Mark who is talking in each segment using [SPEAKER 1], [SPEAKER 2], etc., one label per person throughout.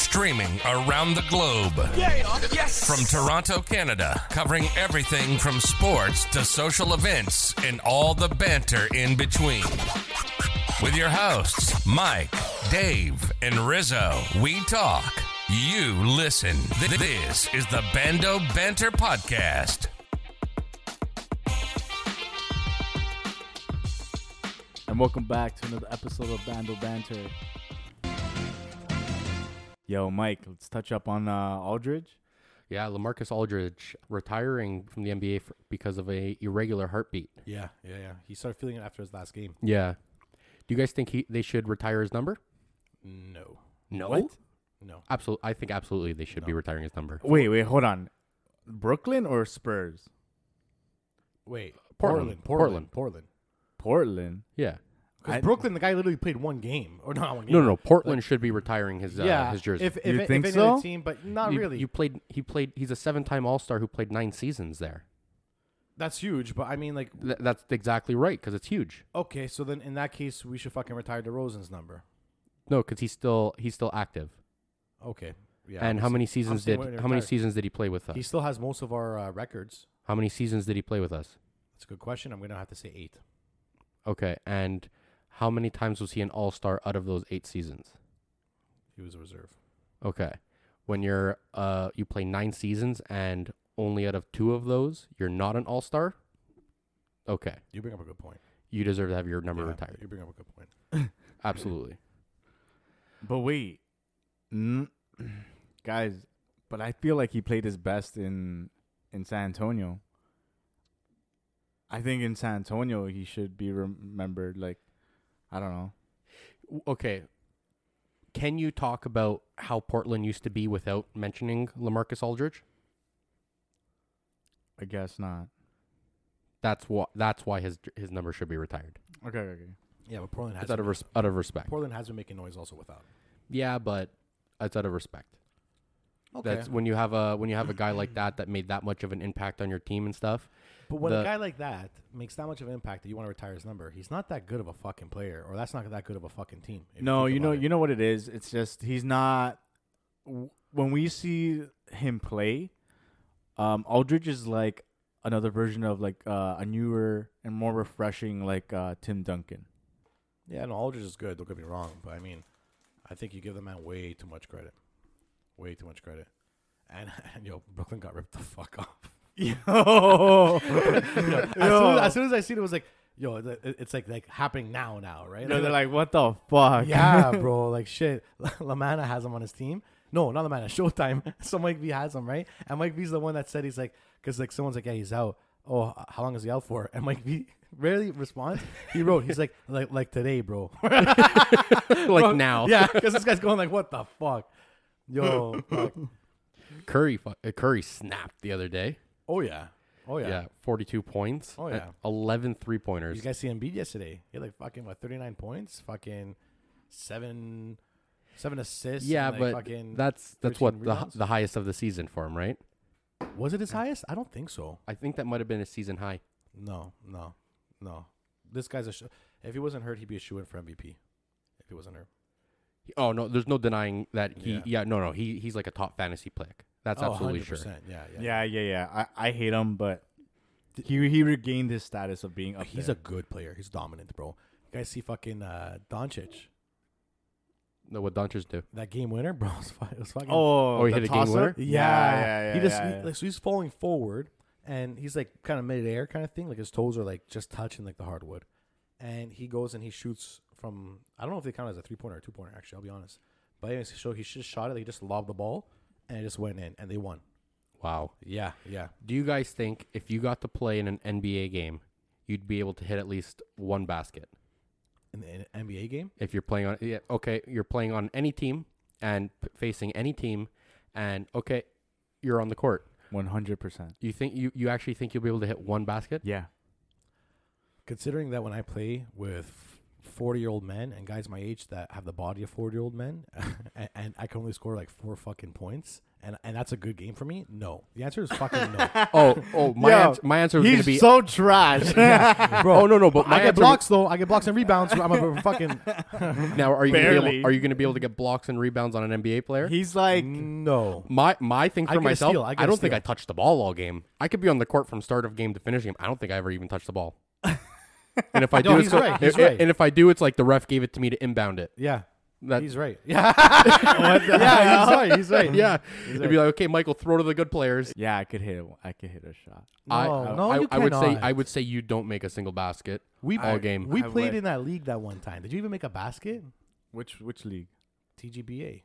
[SPEAKER 1] Streaming around the globe.
[SPEAKER 2] Yes.
[SPEAKER 1] From Toronto, Canada, covering everything from sports to social events and all the banter in between. With your hosts, Mike, Dave, and Rizzo, we talk, you listen. Th- This is the Bando Banter Podcast.
[SPEAKER 3] And welcome back to another episode of Bandle Banter. Yo, Mike, let's touch up on uh, Aldridge.
[SPEAKER 4] Yeah, Lamarcus Aldridge retiring from the NBA for, because of a irregular heartbeat.
[SPEAKER 5] Yeah, yeah, yeah. He started feeling it after his last game.
[SPEAKER 4] Yeah. Do you guys think he, they should retire his number?
[SPEAKER 5] No.
[SPEAKER 4] No.
[SPEAKER 5] No.
[SPEAKER 4] Absolutely. I think absolutely they should be retiring his number.
[SPEAKER 5] Oh.
[SPEAKER 3] Wait, wait, hold on. Brooklyn or Spurs?
[SPEAKER 5] Wait.
[SPEAKER 4] Portland,
[SPEAKER 5] Portland.
[SPEAKER 4] Portland.
[SPEAKER 5] Portland. Portland.
[SPEAKER 3] Portland.
[SPEAKER 4] Yeah.
[SPEAKER 3] I-
[SPEAKER 5] Because Brooklyn, the guy literally played one game. Or not one game.
[SPEAKER 4] No, no, no. Portland should be retiring his uh,
[SPEAKER 5] yeah.
[SPEAKER 4] his jersey.
[SPEAKER 5] If, if,
[SPEAKER 3] You
[SPEAKER 5] it- if
[SPEAKER 3] think
[SPEAKER 5] any
[SPEAKER 3] so?
[SPEAKER 5] other team, but not
[SPEAKER 4] you,
[SPEAKER 5] really.
[SPEAKER 4] You played. He played. He's a seven-time All-Star who played nine seasons there.
[SPEAKER 5] That's huge, but I mean, like,
[SPEAKER 4] Th- that's exactly right because it's huge.
[SPEAKER 5] okay, so then in that case, we should fucking retire DeRozan's number.
[SPEAKER 4] No, because he's still he's still active.
[SPEAKER 5] Okay. Yeah.
[SPEAKER 4] and how
[SPEAKER 5] I'm
[SPEAKER 4] many
[SPEAKER 5] s- I'm
[SPEAKER 4] seasons
[SPEAKER 5] saying
[SPEAKER 4] did
[SPEAKER 5] when he
[SPEAKER 4] how many
[SPEAKER 5] retired.
[SPEAKER 4] seasons did he play with us?
[SPEAKER 5] He still has most of our uh, records.
[SPEAKER 4] How many seasons did he play with us?
[SPEAKER 5] That's a good question. I'm going to have to say eight.
[SPEAKER 4] Okay, and how many times was he an All Star out of those eight seasons?
[SPEAKER 5] He was a reserve.
[SPEAKER 4] Okay, when you're uh you play nine seasons and only out of two of those you're not an All Star. Okay,
[SPEAKER 5] You bring up a good point.
[SPEAKER 4] you deserve to have your number
[SPEAKER 5] Yeah,
[SPEAKER 4] retired.
[SPEAKER 5] You bring up a good point.
[SPEAKER 4] Absolutely.
[SPEAKER 3] But wait, N- guys, but I feel like he played his best in in San Antonio. I think in San Antonio he should be remembered. Like, I don't know.
[SPEAKER 4] W- Okay. Can you talk about how Portland used to be without mentioning Lamarcus Aldridge?
[SPEAKER 3] I guess not.
[SPEAKER 4] That's why. That's why his his number should be retired.
[SPEAKER 3] Okay, okay. okay.
[SPEAKER 5] Yeah, but Portland has,
[SPEAKER 4] It's out of
[SPEAKER 5] been,
[SPEAKER 4] res- out of respect.
[SPEAKER 5] Portland has been making noise also without.
[SPEAKER 4] Yeah, but it's out of respect.
[SPEAKER 5] Okay.
[SPEAKER 4] That's when you have a when you have a guy like that that made that much of an impact on your team and stuff.
[SPEAKER 5] But when
[SPEAKER 4] the-
[SPEAKER 5] a guy like that makes that much of an impact that you want to retire his number, he's not that good of a fucking player, or that's not that good of a fucking team. if
[SPEAKER 3] No,
[SPEAKER 5] think
[SPEAKER 3] you
[SPEAKER 5] about
[SPEAKER 3] know,
[SPEAKER 5] it.
[SPEAKER 3] you know what it is. It's just he's not. w- When we see him play, um, Aldridge is like another version of like uh, a newer and more refreshing like uh, Tim Duncan.
[SPEAKER 5] Yeah, no, Aldridge is good. Don't get me wrong, but I mean, I think you give the man way too much credit, way too much credit. And, and yo, Brooklyn got ripped the fuck off.
[SPEAKER 3] Yo,
[SPEAKER 5] as, soon as, as soon as I seen it, it was like, yo, th- it- it's like like happening now, now, right?
[SPEAKER 3] No, they're like, what the fuck?
[SPEAKER 5] yeah, bro, like shit. Lamana has him on his team. No, not Lamana. Showtime. So Mike V has him, right? And Mike V's the one that said he's like, because like someone's like, yeah, he's out. Oh, h- how long is he out for? And Mike V rarely responds. He wrote, he's like, like like today, bro.
[SPEAKER 4] like now,
[SPEAKER 5] yeah, because this guy's going like, what the fuck, yo. fuck.
[SPEAKER 4] Curry fu- uh, Curry snapped the other day.
[SPEAKER 5] Oh yeah, oh yeah.
[SPEAKER 4] Yeah, forty two points.
[SPEAKER 5] Oh,
[SPEAKER 4] and
[SPEAKER 5] yeah.
[SPEAKER 4] 11 three
[SPEAKER 5] You
[SPEAKER 4] pointers.
[SPEAKER 5] guys see Embiid yesterday? He had like fucking what, thirty nine points, fucking seven, seven assists.
[SPEAKER 4] Yeah,
[SPEAKER 5] and, like,
[SPEAKER 4] but
[SPEAKER 5] fucking
[SPEAKER 4] that's that's
[SPEAKER 5] 13
[SPEAKER 4] what the, hi-
[SPEAKER 5] rebounds?
[SPEAKER 4] the highest of the season for him, right?
[SPEAKER 5] was it his highest? I don't think so.
[SPEAKER 4] I think that might have been a season high.
[SPEAKER 5] No, no, no. This guy's a. Sh- if he wasn't hurt, he'd be a shoe in for MVP. If he wasn't hurt,
[SPEAKER 4] He- Oh no, there's no denying that he. Yeah,
[SPEAKER 5] Yeah.
[SPEAKER 4] no, no, he he's like a top fantasy pick. That's
[SPEAKER 5] Oh,
[SPEAKER 4] absolutely sure.
[SPEAKER 5] 100%. Yeah, yeah.
[SPEAKER 3] yeah, yeah, yeah. I, I hate him, but he he regained his status of being up.
[SPEAKER 5] He's
[SPEAKER 3] there.
[SPEAKER 5] a good player. He's dominant, bro. You guys see fucking uh, Doncic
[SPEAKER 4] No, what Doncic do?
[SPEAKER 5] that game winner, bro? It was, fu- it was fucking.
[SPEAKER 3] oh,
[SPEAKER 4] Oh, he
[SPEAKER 3] the
[SPEAKER 4] hit a game
[SPEAKER 3] toss-up?
[SPEAKER 4] winner?
[SPEAKER 3] Yeah, yeah, yeah.
[SPEAKER 5] he just
[SPEAKER 3] yeah,
[SPEAKER 5] he-
[SPEAKER 3] yeah.
[SPEAKER 5] like so he's falling forward and he's like kind of midair kind of thing. Like his toes are like just touching like the hardwood, and he goes and he shoots from I don't know if they count it as a three pointer or two pointer. Actually, I'll be honest. But anyways, so he just shot it. Like he just lobbed the ball, and it just went in, and they won.
[SPEAKER 4] Wow.
[SPEAKER 5] Yeah, yeah.
[SPEAKER 4] Do you guys think if you got to play in an NBA game, you'd be able to hit at least one basket?
[SPEAKER 5] In the N- NBA game,
[SPEAKER 4] If you're playing on, yeah, okay, you're playing on any team and p- facing any team, and okay, you're on the court.
[SPEAKER 3] one hundred percent.
[SPEAKER 4] You think you, you actually think you'll be able to hit one basket?
[SPEAKER 3] Yeah.
[SPEAKER 5] considering that when I play with 40 year old men and guys my age that have the body of 40 year old men and, and I can only score like four fucking points and, and that's a good game for me? No. The answer is fucking no.
[SPEAKER 4] Oh, oh, my
[SPEAKER 2] Yo,
[SPEAKER 4] answer, my answer was
[SPEAKER 2] He's
[SPEAKER 4] gonna be.
[SPEAKER 2] so trash.
[SPEAKER 4] Bro. Oh no, no, but my
[SPEAKER 5] I get
[SPEAKER 4] answer-
[SPEAKER 5] blocks though. I get blocks and rebounds. I'm a fucking
[SPEAKER 4] Now, are you gonna be
[SPEAKER 2] Barely.
[SPEAKER 4] able, are you going to be able to get blocks and rebounds on an NBA player?
[SPEAKER 2] He's like,
[SPEAKER 5] Mm. no.
[SPEAKER 4] my my thing
[SPEAKER 5] I
[SPEAKER 4] for
[SPEAKER 5] get a
[SPEAKER 4] myself,
[SPEAKER 5] steal, I
[SPEAKER 4] I,
[SPEAKER 5] get a
[SPEAKER 4] don't think
[SPEAKER 5] steal.
[SPEAKER 4] I touched the ball all game. I could be on the court from start of game to finish game. I don't think I ever even touched the ball. And if I do,
[SPEAKER 5] No,
[SPEAKER 4] it's
[SPEAKER 5] he's
[SPEAKER 4] go-
[SPEAKER 5] right, he's
[SPEAKER 4] and-
[SPEAKER 5] right.
[SPEAKER 4] and if I do, it's like the ref gave it to me to inbound it.
[SPEAKER 5] Yeah.
[SPEAKER 4] That-
[SPEAKER 5] he's right. Yeah. yeah, he's right. He's right.
[SPEAKER 4] yeah, it'd be like okay, Michael, throw to the good players.
[SPEAKER 2] yeah, I could hit. A, I could hit a shot.
[SPEAKER 4] I,
[SPEAKER 5] No, no,
[SPEAKER 4] I,
[SPEAKER 5] you
[SPEAKER 4] I would say
[SPEAKER 5] cannot.
[SPEAKER 4] I would say you don't make a single basket
[SPEAKER 5] We
[SPEAKER 4] all game.
[SPEAKER 5] We
[SPEAKER 2] I
[SPEAKER 5] played
[SPEAKER 2] would.
[SPEAKER 5] in that league that one time. Did you even make a basket?
[SPEAKER 2] Which which league?
[SPEAKER 5] TGBA.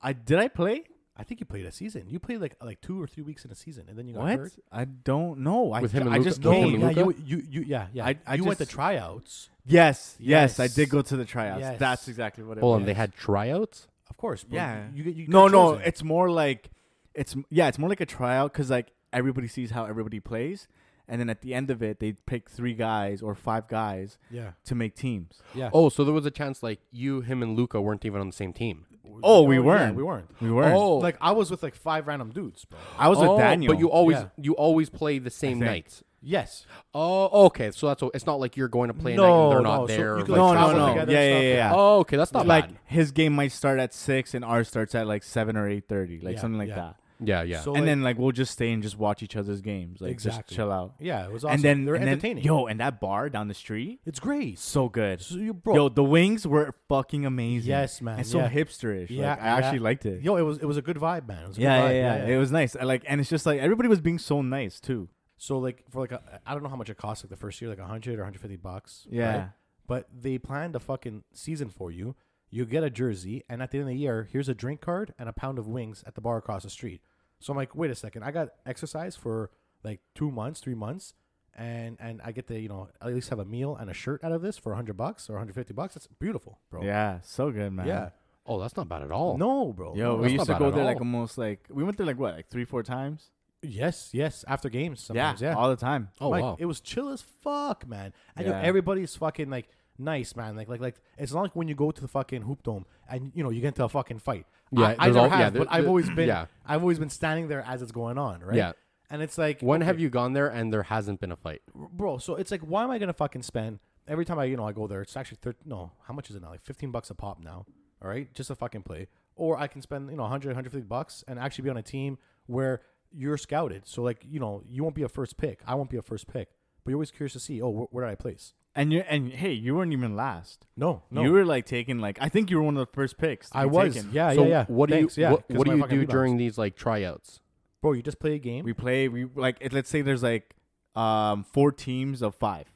[SPEAKER 2] I did I play?
[SPEAKER 5] I think you played a season. You played like like two or three weeks in a season, and then you got
[SPEAKER 2] What?
[SPEAKER 5] hurt.
[SPEAKER 2] I don't know. I,
[SPEAKER 4] With
[SPEAKER 2] ju-
[SPEAKER 4] him and
[SPEAKER 2] I
[SPEAKER 4] Luka-
[SPEAKER 2] just
[SPEAKER 4] with him
[SPEAKER 5] No,
[SPEAKER 4] and
[SPEAKER 2] came.
[SPEAKER 5] yeah,
[SPEAKER 4] Luka?
[SPEAKER 5] you, you, you, yeah, yeah.
[SPEAKER 2] I- I
[SPEAKER 5] you went to
[SPEAKER 2] just-
[SPEAKER 5] tryouts,
[SPEAKER 2] Yes, yes, I
[SPEAKER 5] Yes.
[SPEAKER 2] did go to the tryouts.
[SPEAKER 5] Yes.
[SPEAKER 2] That's exactly what it
[SPEAKER 4] Hold
[SPEAKER 2] was.
[SPEAKER 4] on, they had tryouts.
[SPEAKER 5] of course. But
[SPEAKER 2] Yeah.
[SPEAKER 5] You, get you
[SPEAKER 2] no,
[SPEAKER 5] got
[SPEAKER 2] no,
[SPEAKER 5] chosen.
[SPEAKER 2] it's more like it's yeah, it's more like a tryout because like everybody sees how everybody plays, and then at the end of it, they pick three guys or five guys
[SPEAKER 5] yeah,
[SPEAKER 2] to make teams.
[SPEAKER 5] yeah.
[SPEAKER 4] Oh, so there was a chance like you, him, and Luca weren't even on the same team.
[SPEAKER 2] Oh, we
[SPEAKER 5] yeah,
[SPEAKER 2] weren't.
[SPEAKER 5] we weren't.
[SPEAKER 2] We were. Oh,
[SPEAKER 5] Like I was with like five random dudes, bro.
[SPEAKER 2] I was
[SPEAKER 4] Oh,
[SPEAKER 2] with Daniel.
[SPEAKER 4] But you always
[SPEAKER 5] Yeah.
[SPEAKER 4] you always play the same
[SPEAKER 2] think.
[SPEAKER 4] nights.
[SPEAKER 5] Yes.
[SPEAKER 4] Oh, okay. So that's it's not like you're going to play a night
[SPEAKER 5] No,
[SPEAKER 4] and they're not
[SPEAKER 5] no, so
[SPEAKER 4] there.
[SPEAKER 5] you
[SPEAKER 4] or,
[SPEAKER 5] could,
[SPEAKER 4] like,
[SPEAKER 2] no,
[SPEAKER 5] like,
[SPEAKER 2] no,
[SPEAKER 5] travel
[SPEAKER 2] no, yeah,
[SPEAKER 5] together
[SPEAKER 2] yeah,
[SPEAKER 5] and
[SPEAKER 2] yeah,
[SPEAKER 5] stuff,
[SPEAKER 2] yeah.
[SPEAKER 5] yeah.
[SPEAKER 4] Oh, okay. That's not
[SPEAKER 2] like
[SPEAKER 4] bad.
[SPEAKER 2] his game might start at six and ours starts at like seven or eight thirty, like
[SPEAKER 5] Yeah,
[SPEAKER 2] something like
[SPEAKER 5] yeah.
[SPEAKER 2] that.
[SPEAKER 4] Yeah, yeah.
[SPEAKER 5] So
[SPEAKER 2] and
[SPEAKER 5] like-
[SPEAKER 2] then like we'll just stay and just watch each other's games, like just
[SPEAKER 5] Exactly.
[SPEAKER 2] chill out.
[SPEAKER 5] yeah, it was awesome.
[SPEAKER 2] And then
[SPEAKER 5] they're
[SPEAKER 2] and then-
[SPEAKER 5] entertaining.
[SPEAKER 2] yo, and that bar down the street,
[SPEAKER 5] it's great.
[SPEAKER 2] so good.
[SPEAKER 5] So you- bro-
[SPEAKER 2] Yo, the wings were fucking amazing.
[SPEAKER 5] Yes, man,
[SPEAKER 2] And so
[SPEAKER 5] yeah.
[SPEAKER 2] hipsterish.
[SPEAKER 5] Yeah,
[SPEAKER 2] Yeah, I actually
[SPEAKER 5] yeah.
[SPEAKER 2] liked it.
[SPEAKER 5] Yo, it was it was a good vibe, man. It was a good
[SPEAKER 2] yeah, yeah,
[SPEAKER 5] vibe.
[SPEAKER 2] yeah, It was nice. I like, and it's just like everybody was being so nice too.
[SPEAKER 5] So like for like a, I don't know how much it cost like the first year like 100 or 150 bucks.
[SPEAKER 2] Yeah.
[SPEAKER 5] But they planned a fucking season for you. You get a jersey and at the end of the year, here's a drink card and a pound of wings at the bar across the street. So I'm like, "Wait a second. I got exercise for like 2 months, 3 months and and I get to, you know, at least have a meal and a shirt out of this for 100 bucks or 150 bucks. That's beautiful, bro."
[SPEAKER 2] Yeah, so good, man.
[SPEAKER 5] Yeah.
[SPEAKER 4] oh, that's not bad at all.
[SPEAKER 5] No, bro.
[SPEAKER 2] Yo,
[SPEAKER 5] No,
[SPEAKER 2] we
[SPEAKER 5] that's
[SPEAKER 2] used to
[SPEAKER 4] not
[SPEAKER 2] go
[SPEAKER 4] bad at
[SPEAKER 2] there like
[SPEAKER 4] all.
[SPEAKER 2] almost like we went there like what, like three, four times.
[SPEAKER 5] not- yes, yes, after games sometimes. Yeah.
[SPEAKER 2] all the time.
[SPEAKER 4] Oh
[SPEAKER 5] Mike,
[SPEAKER 4] wow.
[SPEAKER 5] it was chill as fuck, man. And yo,
[SPEAKER 2] Yeah.
[SPEAKER 5] everybody's fucking like nice, man. Like like like it's not like when you go to the fucking hoop dome and you know you get into a fucking fight.
[SPEAKER 4] Yeah,
[SPEAKER 5] I, I
[SPEAKER 4] there's
[SPEAKER 5] never
[SPEAKER 4] all-
[SPEAKER 5] have,
[SPEAKER 4] yeah, there-
[SPEAKER 5] but I've
[SPEAKER 4] there-
[SPEAKER 5] always been
[SPEAKER 4] yeah.
[SPEAKER 5] I've always been standing there as it's going on, right?
[SPEAKER 4] Yeah.
[SPEAKER 5] And it's like
[SPEAKER 4] when
[SPEAKER 5] okay,
[SPEAKER 4] have you gone there and there hasn't been a fight?
[SPEAKER 5] bro? So it's like, why am I gonna fucking spend every time I you know I go there? It's actually thir- no, how much is it now? Like fifteen bucks a pop now. All right, just a fucking play. Or I can spend you know 100, 150 bucks and actually be on a team where you're scouted. So like you know you won't be a first pick. I won't be a first pick. But you're always curious to see, oh, wh- where did I place?
[SPEAKER 2] And you and hey, you weren't even last.
[SPEAKER 5] No, no.
[SPEAKER 2] You were like taking like I think you were one of the first picks. to
[SPEAKER 5] I
[SPEAKER 2] be
[SPEAKER 5] was.
[SPEAKER 2] taken.
[SPEAKER 5] Yeah,
[SPEAKER 4] so
[SPEAKER 5] yeah, yeah.
[SPEAKER 4] what do
[SPEAKER 5] Thanks,
[SPEAKER 4] you
[SPEAKER 5] yeah,
[SPEAKER 4] what,
[SPEAKER 5] 'cause
[SPEAKER 4] what do
[SPEAKER 5] my
[SPEAKER 4] you
[SPEAKER 5] fucking
[SPEAKER 4] do
[SPEAKER 5] rebounds.
[SPEAKER 4] during these like tryouts?
[SPEAKER 5] Bro, you just play a game.
[SPEAKER 2] We play. We like. It, let's say there's like um four teams of five.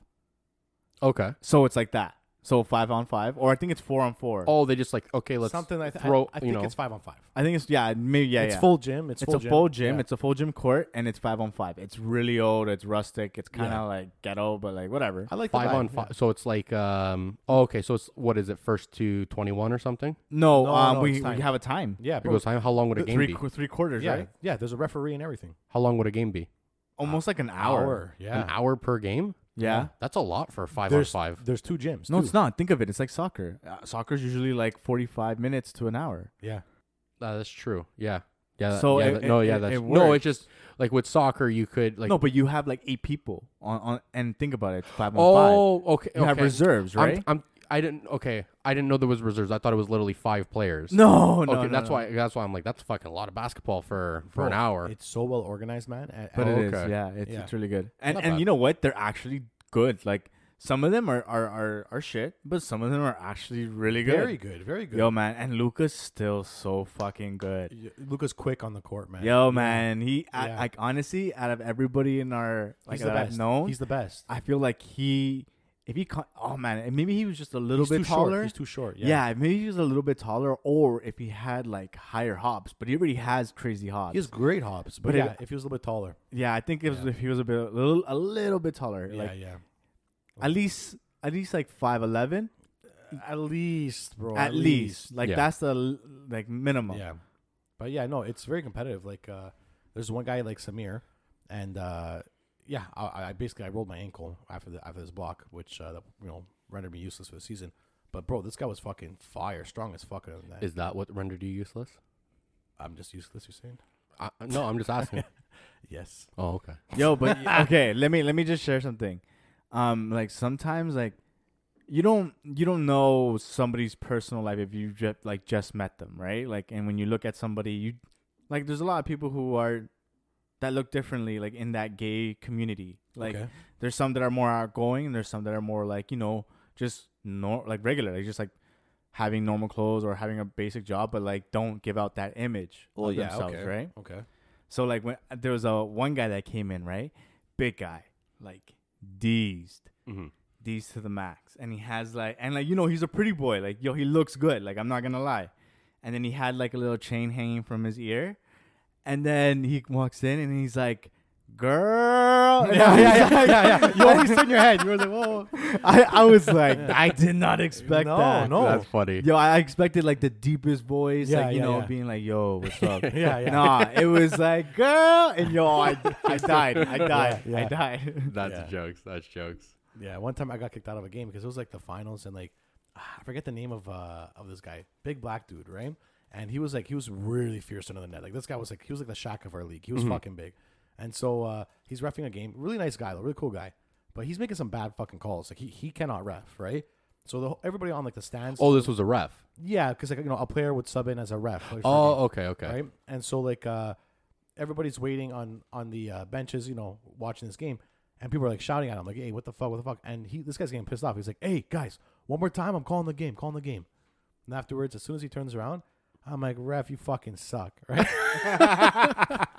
[SPEAKER 4] Okay.
[SPEAKER 2] So it's like that. So five on five, or I think it's four on four.
[SPEAKER 4] Oh, they just like okay, let's
[SPEAKER 5] Something I, th- I-
[SPEAKER 4] throw.
[SPEAKER 5] I,
[SPEAKER 4] you
[SPEAKER 5] think
[SPEAKER 4] know,
[SPEAKER 5] it's five on five.
[SPEAKER 2] I think it's yeah, maybe yeah.
[SPEAKER 5] it's
[SPEAKER 2] yeah.
[SPEAKER 5] full gym. It's,
[SPEAKER 2] It's, a
[SPEAKER 5] full
[SPEAKER 2] full gym.
[SPEAKER 5] Yeah.
[SPEAKER 2] It's a full gym court, and it's five on five. It's really old. It's rustic. It's kind of
[SPEAKER 5] Yeah.
[SPEAKER 2] like ghetto, but like whatever.
[SPEAKER 5] I like the
[SPEAKER 4] five
[SPEAKER 5] vibe,
[SPEAKER 4] on
[SPEAKER 5] yeah.
[SPEAKER 4] five. So it's like um. Oh, okay, so it's what is it? First to twenty one or something.
[SPEAKER 2] No,
[SPEAKER 5] No,
[SPEAKER 2] um,
[SPEAKER 5] no,
[SPEAKER 2] we
[SPEAKER 5] it's time.
[SPEAKER 2] we have a time.
[SPEAKER 5] Yeah,
[SPEAKER 4] It
[SPEAKER 5] bro.
[SPEAKER 4] goes time. How long would a game
[SPEAKER 2] three
[SPEAKER 4] be?
[SPEAKER 2] qu- three quarters,
[SPEAKER 5] yeah,
[SPEAKER 2] right?
[SPEAKER 5] yeah. There's a referee and everything.
[SPEAKER 4] How long would a game be?
[SPEAKER 2] Almost like an hour.
[SPEAKER 5] Yeah.
[SPEAKER 4] An hour per game.
[SPEAKER 2] Yeah.
[SPEAKER 4] That's a lot for a five
[SPEAKER 5] There's
[SPEAKER 4] on five.
[SPEAKER 5] There's two gyms.
[SPEAKER 2] No,
[SPEAKER 5] too.
[SPEAKER 2] it's not. Think of it. It's like soccer. Uh, soccer's usually like forty-five minutes to an hour.
[SPEAKER 5] Yeah.
[SPEAKER 4] Uh, that's true. Yeah. Yeah. that-
[SPEAKER 2] So
[SPEAKER 4] yeah,
[SPEAKER 2] it-
[SPEAKER 4] that- no,
[SPEAKER 2] it-
[SPEAKER 4] yeah,
[SPEAKER 2] it-
[SPEAKER 4] that's
[SPEAKER 2] it
[SPEAKER 4] no.
[SPEAKER 2] works.
[SPEAKER 4] It's just like with soccer, you could like
[SPEAKER 2] no, but you have like eight people on, on and think about it. It's five on
[SPEAKER 4] oh, okay.
[SPEAKER 2] You have
[SPEAKER 4] okay.
[SPEAKER 2] reserves,
[SPEAKER 4] I'm-
[SPEAKER 2] right?
[SPEAKER 4] I'm, I didn't. Okay, I didn't know there was reserves. I thought it was literally five players.
[SPEAKER 2] five. No, no,
[SPEAKER 4] okay,
[SPEAKER 2] no,
[SPEAKER 4] that's
[SPEAKER 2] no.
[SPEAKER 4] why. That's why I'm like, that's fucking a lot of basketball for for an
[SPEAKER 5] Bro,
[SPEAKER 4] hour.
[SPEAKER 5] It's so well organized, man. And-
[SPEAKER 2] Oh. But
[SPEAKER 5] and-
[SPEAKER 2] it is,
[SPEAKER 4] okay.
[SPEAKER 2] yeah, it's,
[SPEAKER 5] Yeah.
[SPEAKER 2] it's really good. And
[SPEAKER 4] Not
[SPEAKER 2] and
[SPEAKER 4] bad.
[SPEAKER 2] you know what? They're actually good. Like some of them are are are, are shit, but some of them are actually really good.
[SPEAKER 5] very good, very good.
[SPEAKER 2] Yo man, and Luca's still so fucking good.
[SPEAKER 5] Y- Luca's quick on the court, man.
[SPEAKER 2] Yo man, he I,
[SPEAKER 5] Yeah.
[SPEAKER 2] like honestly, out of everybody in our like
[SPEAKER 5] he's
[SPEAKER 2] that
[SPEAKER 5] the
[SPEAKER 2] I've
[SPEAKER 5] best.
[SPEAKER 2] known,
[SPEAKER 5] He's the best.
[SPEAKER 2] I feel like he if he con- oh man, and maybe he was just a little
[SPEAKER 5] he's
[SPEAKER 2] bit
[SPEAKER 5] too
[SPEAKER 2] taller.
[SPEAKER 5] Short. He's too short. Yeah.
[SPEAKER 2] yeah. maybe he was a little bit taller, or if he had like higher hops, but he already has crazy hops.
[SPEAKER 5] He has great hops, but,
[SPEAKER 2] But it-
[SPEAKER 5] yeah, if he was a little bit taller.
[SPEAKER 2] yeah, I think it was if he was a bit a little, a little bit taller, like
[SPEAKER 5] yeah, yeah.
[SPEAKER 2] at least at least like 511
[SPEAKER 5] At least, bro.
[SPEAKER 2] at least like
[SPEAKER 4] Yeah.
[SPEAKER 2] that's the l- like minimum
[SPEAKER 5] Yeah. But yeah, no, it's very competitive. Like uh there's one guy like Samir and uh yeah, I, I basically I rolled my ankle after the after this block, which uh, that, you know rendered me useless for the season. But bro, this guy was fucking fire, strong as fuck. Other than that,
[SPEAKER 4] Is that what rendered you useless?
[SPEAKER 5] I'm just useless. You're saying?
[SPEAKER 4] I, I- no, I'm just asking.
[SPEAKER 5] Yes.
[SPEAKER 4] oh, okay.
[SPEAKER 2] Yo, but okay, let me let me just share something. Um, like sometimes like you don't you don't know somebody's personal life if you just like just met them, right? Like, and when you look at somebody, you like there's a lot of people who are that look differently, like in that gay community. Like,
[SPEAKER 5] Okay.
[SPEAKER 2] there's some that are more outgoing, and there's some that are more like you know just nor like regular, like just like having normal clothes or having a basic job, but like don't give out that image
[SPEAKER 5] Well,
[SPEAKER 2] of
[SPEAKER 5] yeah,
[SPEAKER 2] themselves,
[SPEAKER 5] okay.
[SPEAKER 2] right?
[SPEAKER 5] Okay.
[SPEAKER 2] So like when uh, there was a one guy that came in, right? Big guy, like deezed,
[SPEAKER 4] Mm-hmm.
[SPEAKER 2] deezed to the max, and he has like and like you know he's a pretty boy, like yo he looks good, like I'm not gonna lie. And then he had like a little chain hanging from his ear, and then he walks in and he's like, "Girl, yeah, yeah, yeah, yeah, yeah."
[SPEAKER 5] You always turn your head. You were like, whoa.
[SPEAKER 2] I, I was like, I did not expect
[SPEAKER 5] No,
[SPEAKER 2] that.
[SPEAKER 5] no.
[SPEAKER 4] Oh. That's funny.
[SPEAKER 2] Yo, I expected like the deepest voice,
[SPEAKER 5] Yeah,
[SPEAKER 2] like you
[SPEAKER 5] yeah,
[SPEAKER 2] know,
[SPEAKER 5] yeah.
[SPEAKER 2] being like, "Yo, what's up?"
[SPEAKER 5] Yeah, yeah.
[SPEAKER 2] Nah, it was like, "Girl," and yo, I, I died, I died,
[SPEAKER 5] Yeah,
[SPEAKER 2] I
[SPEAKER 5] yeah.
[SPEAKER 2] died.
[SPEAKER 4] That's
[SPEAKER 5] Yeah.
[SPEAKER 4] jokes. That's jokes.
[SPEAKER 5] Yeah, one time I got kicked out of a game because it was like the finals and like ah, I forget the name of uh of this guy, big black dude, right? And he was like he was really fierce under the net. Like this guy was like he was like the shock of our league. He was
[SPEAKER 4] Mm-hmm.
[SPEAKER 5] fucking big. And so uh he's refing a game. Really nice guy though, really cool guy. But he's making some bad fucking calls. Like he, he cannot ref, right? So the, whole- everybody on like the stands.
[SPEAKER 4] Oh, this was a ref.
[SPEAKER 5] yeah, because like you know a player would sub in as a ref. like, for a game
[SPEAKER 4] Oh, okay, okay.
[SPEAKER 5] right? And so like uh, everybody's waiting on on the uh, benches, you know, watching this game, and people are like shouting at him, like, "Hey, what the fuck? What the fuck?" And he, this guy's getting pissed off. He's like, "Hey, guys, one more time, I'm calling the game, calling the game." And afterwards, as soon as he turns around, I'm like, "Ref, you fucking suck!" Right?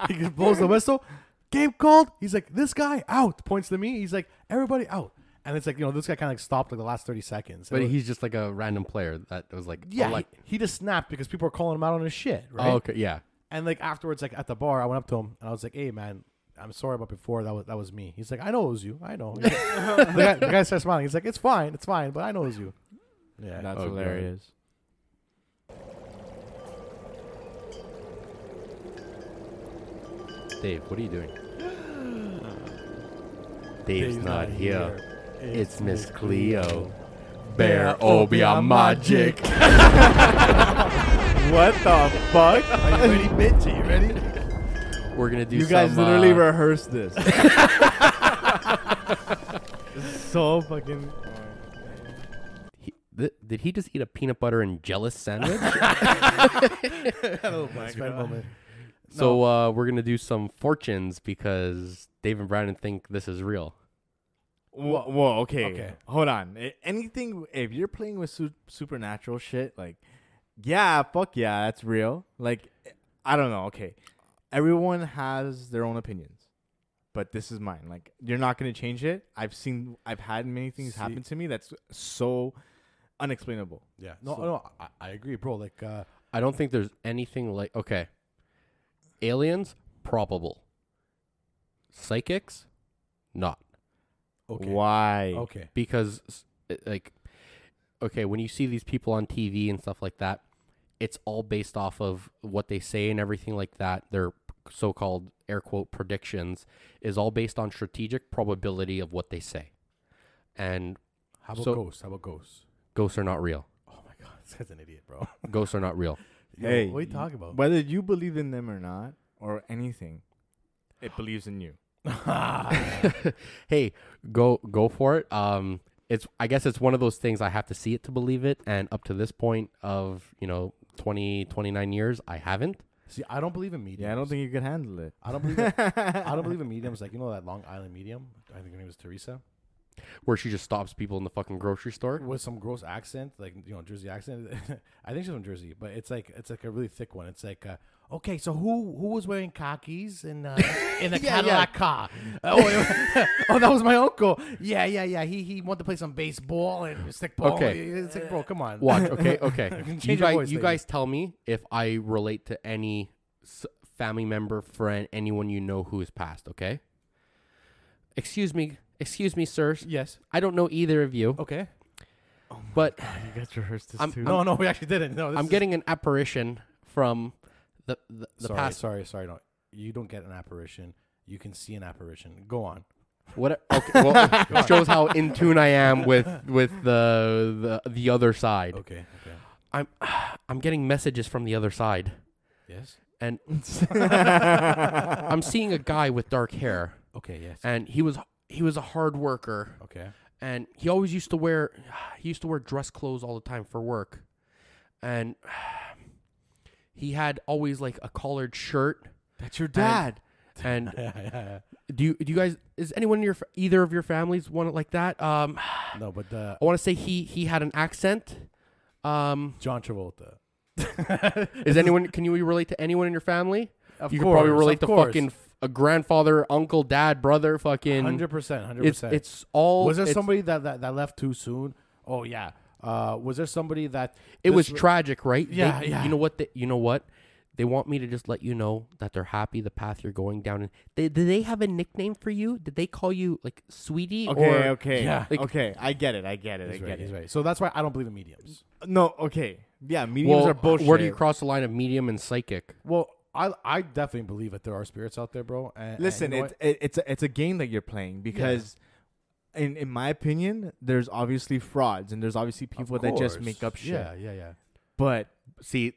[SPEAKER 5] he just blows the whistle. Game called. He's like, "This guy out." Points to me. He's like, "Everybody out." And it's like you know, this guy kind of like stopped like the last thirty seconds.
[SPEAKER 4] But
[SPEAKER 5] And it
[SPEAKER 4] he's just like a random player that was like,
[SPEAKER 5] was- yeah,
[SPEAKER 4] elect-
[SPEAKER 5] he, he just snapped because people are calling him out on his shit. Right?
[SPEAKER 4] oh, okay, yeah.
[SPEAKER 5] And like afterwards, like at the bar, I went up to him and I was like, "Hey, man, I'm sorry about before. That was that was me." He's like, "I know it was you. I know." the, guy, the guy starts smiling. He's like, "It's fine. It's fine. But I know it was you." Yeah.
[SPEAKER 2] That's
[SPEAKER 4] Oh, God.
[SPEAKER 2] hilarious.
[SPEAKER 4] Dave, what are you doing? Dave's, not, here. It's Miss Cleo. Bear Obia Magic.
[SPEAKER 2] What the fuck?
[SPEAKER 5] Are you ready, bitch? Are you ready?
[SPEAKER 4] We're gonna do.
[SPEAKER 2] you guys
[SPEAKER 4] some,
[SPEAKER 2] literally
[SPEAKER 4] uh,
[SPEAKER 2] rehearsed this. so fucking.
[SPEAKER 4] he- th- did he just eat a peanut butter and jelly sandwich?
[SPEAKER 5] oh my god. Moment.
[SPEAKER 4] so uh, we're gonna do some fortunes because Dave and Brandon think this is real.
[SPEAKER 2] Whoa, whoa, okay.
[SPEAKER 5] Okay.
[SPEAKER 2] Hold on. I- Anything, if you're playing with su- supernatural shit, like, yeah, fuck yeah, that's real. Like, I don't know. Okay. Everyone has their own opinions, but this is mine. Like, you're not going to change it. I've seen, I've had many things
[SPEAKER 5] See-
[SPEAKER 2] happen to me that's so unexplainable.
[SPEAKER 5] Yeah. No,
[SPEAKER 2] So-
[SPEAKER 5] no, I, I agree, bro. Like, uh,
[SPEAKER 4] I don't think there's anything like okay. Aliens, probable. Psychics, not
[SPEAKER 5] okay,
[SPEAKER 2] Why?
[SPEAKER 5] okay,
[SPEAKER 4] because s- it- like okay, when you see these people on TV and stuff like that, it's all based off of what they say and everything like that. Their so-called air quote predictions is all based on strategic probability of what they say. And
[SPEAKER 5] How about
[SPEAKER 4] So-
[SPEAKER 5] ghosts? How about ghosts?
[SPEAKER 4] ghosts are not real.
[SPEAKER 5] Oh my god, this guy's an idiot, bro.
[SPEAKER 4] Ghosts are not real.
[SPEAKER 5] Yo,
[SPEAKER 2] Hey,
[SPEAKER 5] what are you talking about?
[SPEAKER 2] Whether you believe in them or not, or anything, it believes in you.
[SPEAKER 4] hey, go go for it. Um, it's I guess it's one of those things I have to see it to believe it, and up to this point of you know 20, 29 years, I haven't.
[SPEAKER 5] See, I don't believe in mediums.
[SPEAKER 2] Yeah, I don't think you could handle it.
[SPEAKER 5] I don't believe. In, I don't believe in mediums. Like you know that Long Island medium. I think her name was Teresa.
[SPEAKER 4] Where she just stops people in the fucking grocery store.
[SPEAKER 5] with some gross accent, like you know, Jersey accent. I think she's from Jersey, but it's like it's like a really thick one. It's like, uh, okay, so who who was wearing khakis in uh, in a Cadillac car? Uh, oh, it- oh, that was my uncle. Yeah, yeah, yeah. He he wanted to play some baseball and stickball.
[SPEAKER 4] Okay.
[SPEAKER 5] it's like, bro, come on.
[SPEAKER 4] Watch, okay, okay.
[SPEAKER 5] Change
[SPEAKER 4] you
[SPEAKER 5] your
[SPEAKER 4] guys,
[SPEAKER 5] voice,
[SPEAKER 4] you
[SPEAKER 5] lady.
[SPEAKER 4] guys tell me if I relate to any s- family member, friend, anyone you know who has passed. Okay. Excuse me, excuse me, sirs.
[SPEAKER 5] Yes.
[SPEAKER 4] I don't know either of you,
[SPEAKER 5] Okay.
[SPEAKER 4] but
[SPEAKER 2] You guys rehearsed this
[SPEAKER 4] I'm-
[SPEAKER 2] too.
[SPEAKER 5] No, no, we actually didn't. No, this
[SPEAKER 4] I'm
[SPEAKER 5] is-
[SPEAKER 4] getting an apparition from the the, the
[SPEAKER 5] sorry,
[SPEAKER 4] past
[SPEAKER 5] Sorry, sorry, no. You don't get an apparition. You can see an apparition. Go on.
[SPEAKER 4] What? Okay, well, it shows how in tune I am with with the the, the other side.
[SPEAKER 5] Okay. Okay.
[SPEAKER 4] I'm I'm getting messages from the other side,
[SPEAKER 5] Yes.
[SPEAKER 4] and I'm seeing a guy with dark hair,
[SPEAKER 5] Okay. Yes.
[SPEAKER 4] and he was he was a hard worker,
[SPEAKER 5] Okay.
[SPEAKER 4] and he always used to wear he used to wear dress clothes all the time for work, and he had always like a collared shirt.
[SPEAKER 3] That's your
[SPEAKER 4] dad. And
[SPEAKER 5] Yeah, yeah,
[SPEAKER 4] do you do you guys is anyone in your fa- either of your families one like that? Um,
[SPEAKER 5] yeah. No, but uh,
[SPEAKER 4] I want to say he he had an accent. Um,
[SPEAKER 5] John Travolta.
[SPEAKER 4] is anyone can you relate to anyone in your family?
[SPEAKER 5] Of
[SPEAKER 4] you
[SPEAKER 5] course,
[SPEAKER 4] could probably relate
[SPEAKER 5] of
[SPEAKER 4] to
[SPEAKER 5] course.
[SPEAKER 4] fucking f- a grandfather, uncle, dad, brother, fucking.
[SPEAKER 5] Hundred percent. Hundred
[SPEAKER 4] It's
[SPEAKER 5] percent.
[SPEAKER 4] it's all.
[SPEAKER 5] Was there
[SPEAKER 4] it's-
[SPEAKER 5] somebody that, that that left too soon? Oh yeah. Uh, was there somebody that
[SPEAKER 4] It was
[SPEAKER 5] this-
[SPEAKER 4] tragic, right? They-
[SPEAKER 5] Yeah, yeah.
[SPEAKER 4] You know what? They, you know what? They want me to just let you know that they're happy the path you're going down. And they, did they have a nickname for you? Did they call you like sweetie?
[SPEAKER 3] Okay,
[SPEAKER 4] or,
[SPEAKER 3] okay,
[SPEAKER 5] yeah,
[SPEAKER 4] like-
[SPEAKER 3] okay. I get it. I get it. I
[SPEAKER 5] He's
[SPEAKER 3] get
[SPEAKER 5] right, he's
[SPEAKER 3] it.
[SPEAKER 5] right. So that's why I don't believe in mediums.
[SPEAKER 3] No, okay. Yeah, mediums
[SPEAKER 4] Well,
[SPEAKER 3] are bullshit.
[SPEAKER 4] where do you cross the line of medium and psychic?
[SPEAKER 5] Well, I I definitely believe that there are spirits out there, bro. And- And,
[SPEAKER 3] Listen,
[SPEAKER 5] you know
[SPEAKER 3] it, it, it's a, it's a game that you're playing because, in in my opinion, there's obviously frauds and there's obviously
[SPEAKER 5] what? Of
[SPEAKER 3] people that just
[SPEAKER 5] course.
[SPEAKER 3] make up shit.
[SPEAKER 5] Yeah, yeah, yeah.
[SPEAKER 3] But
[SPEAKER 4] See,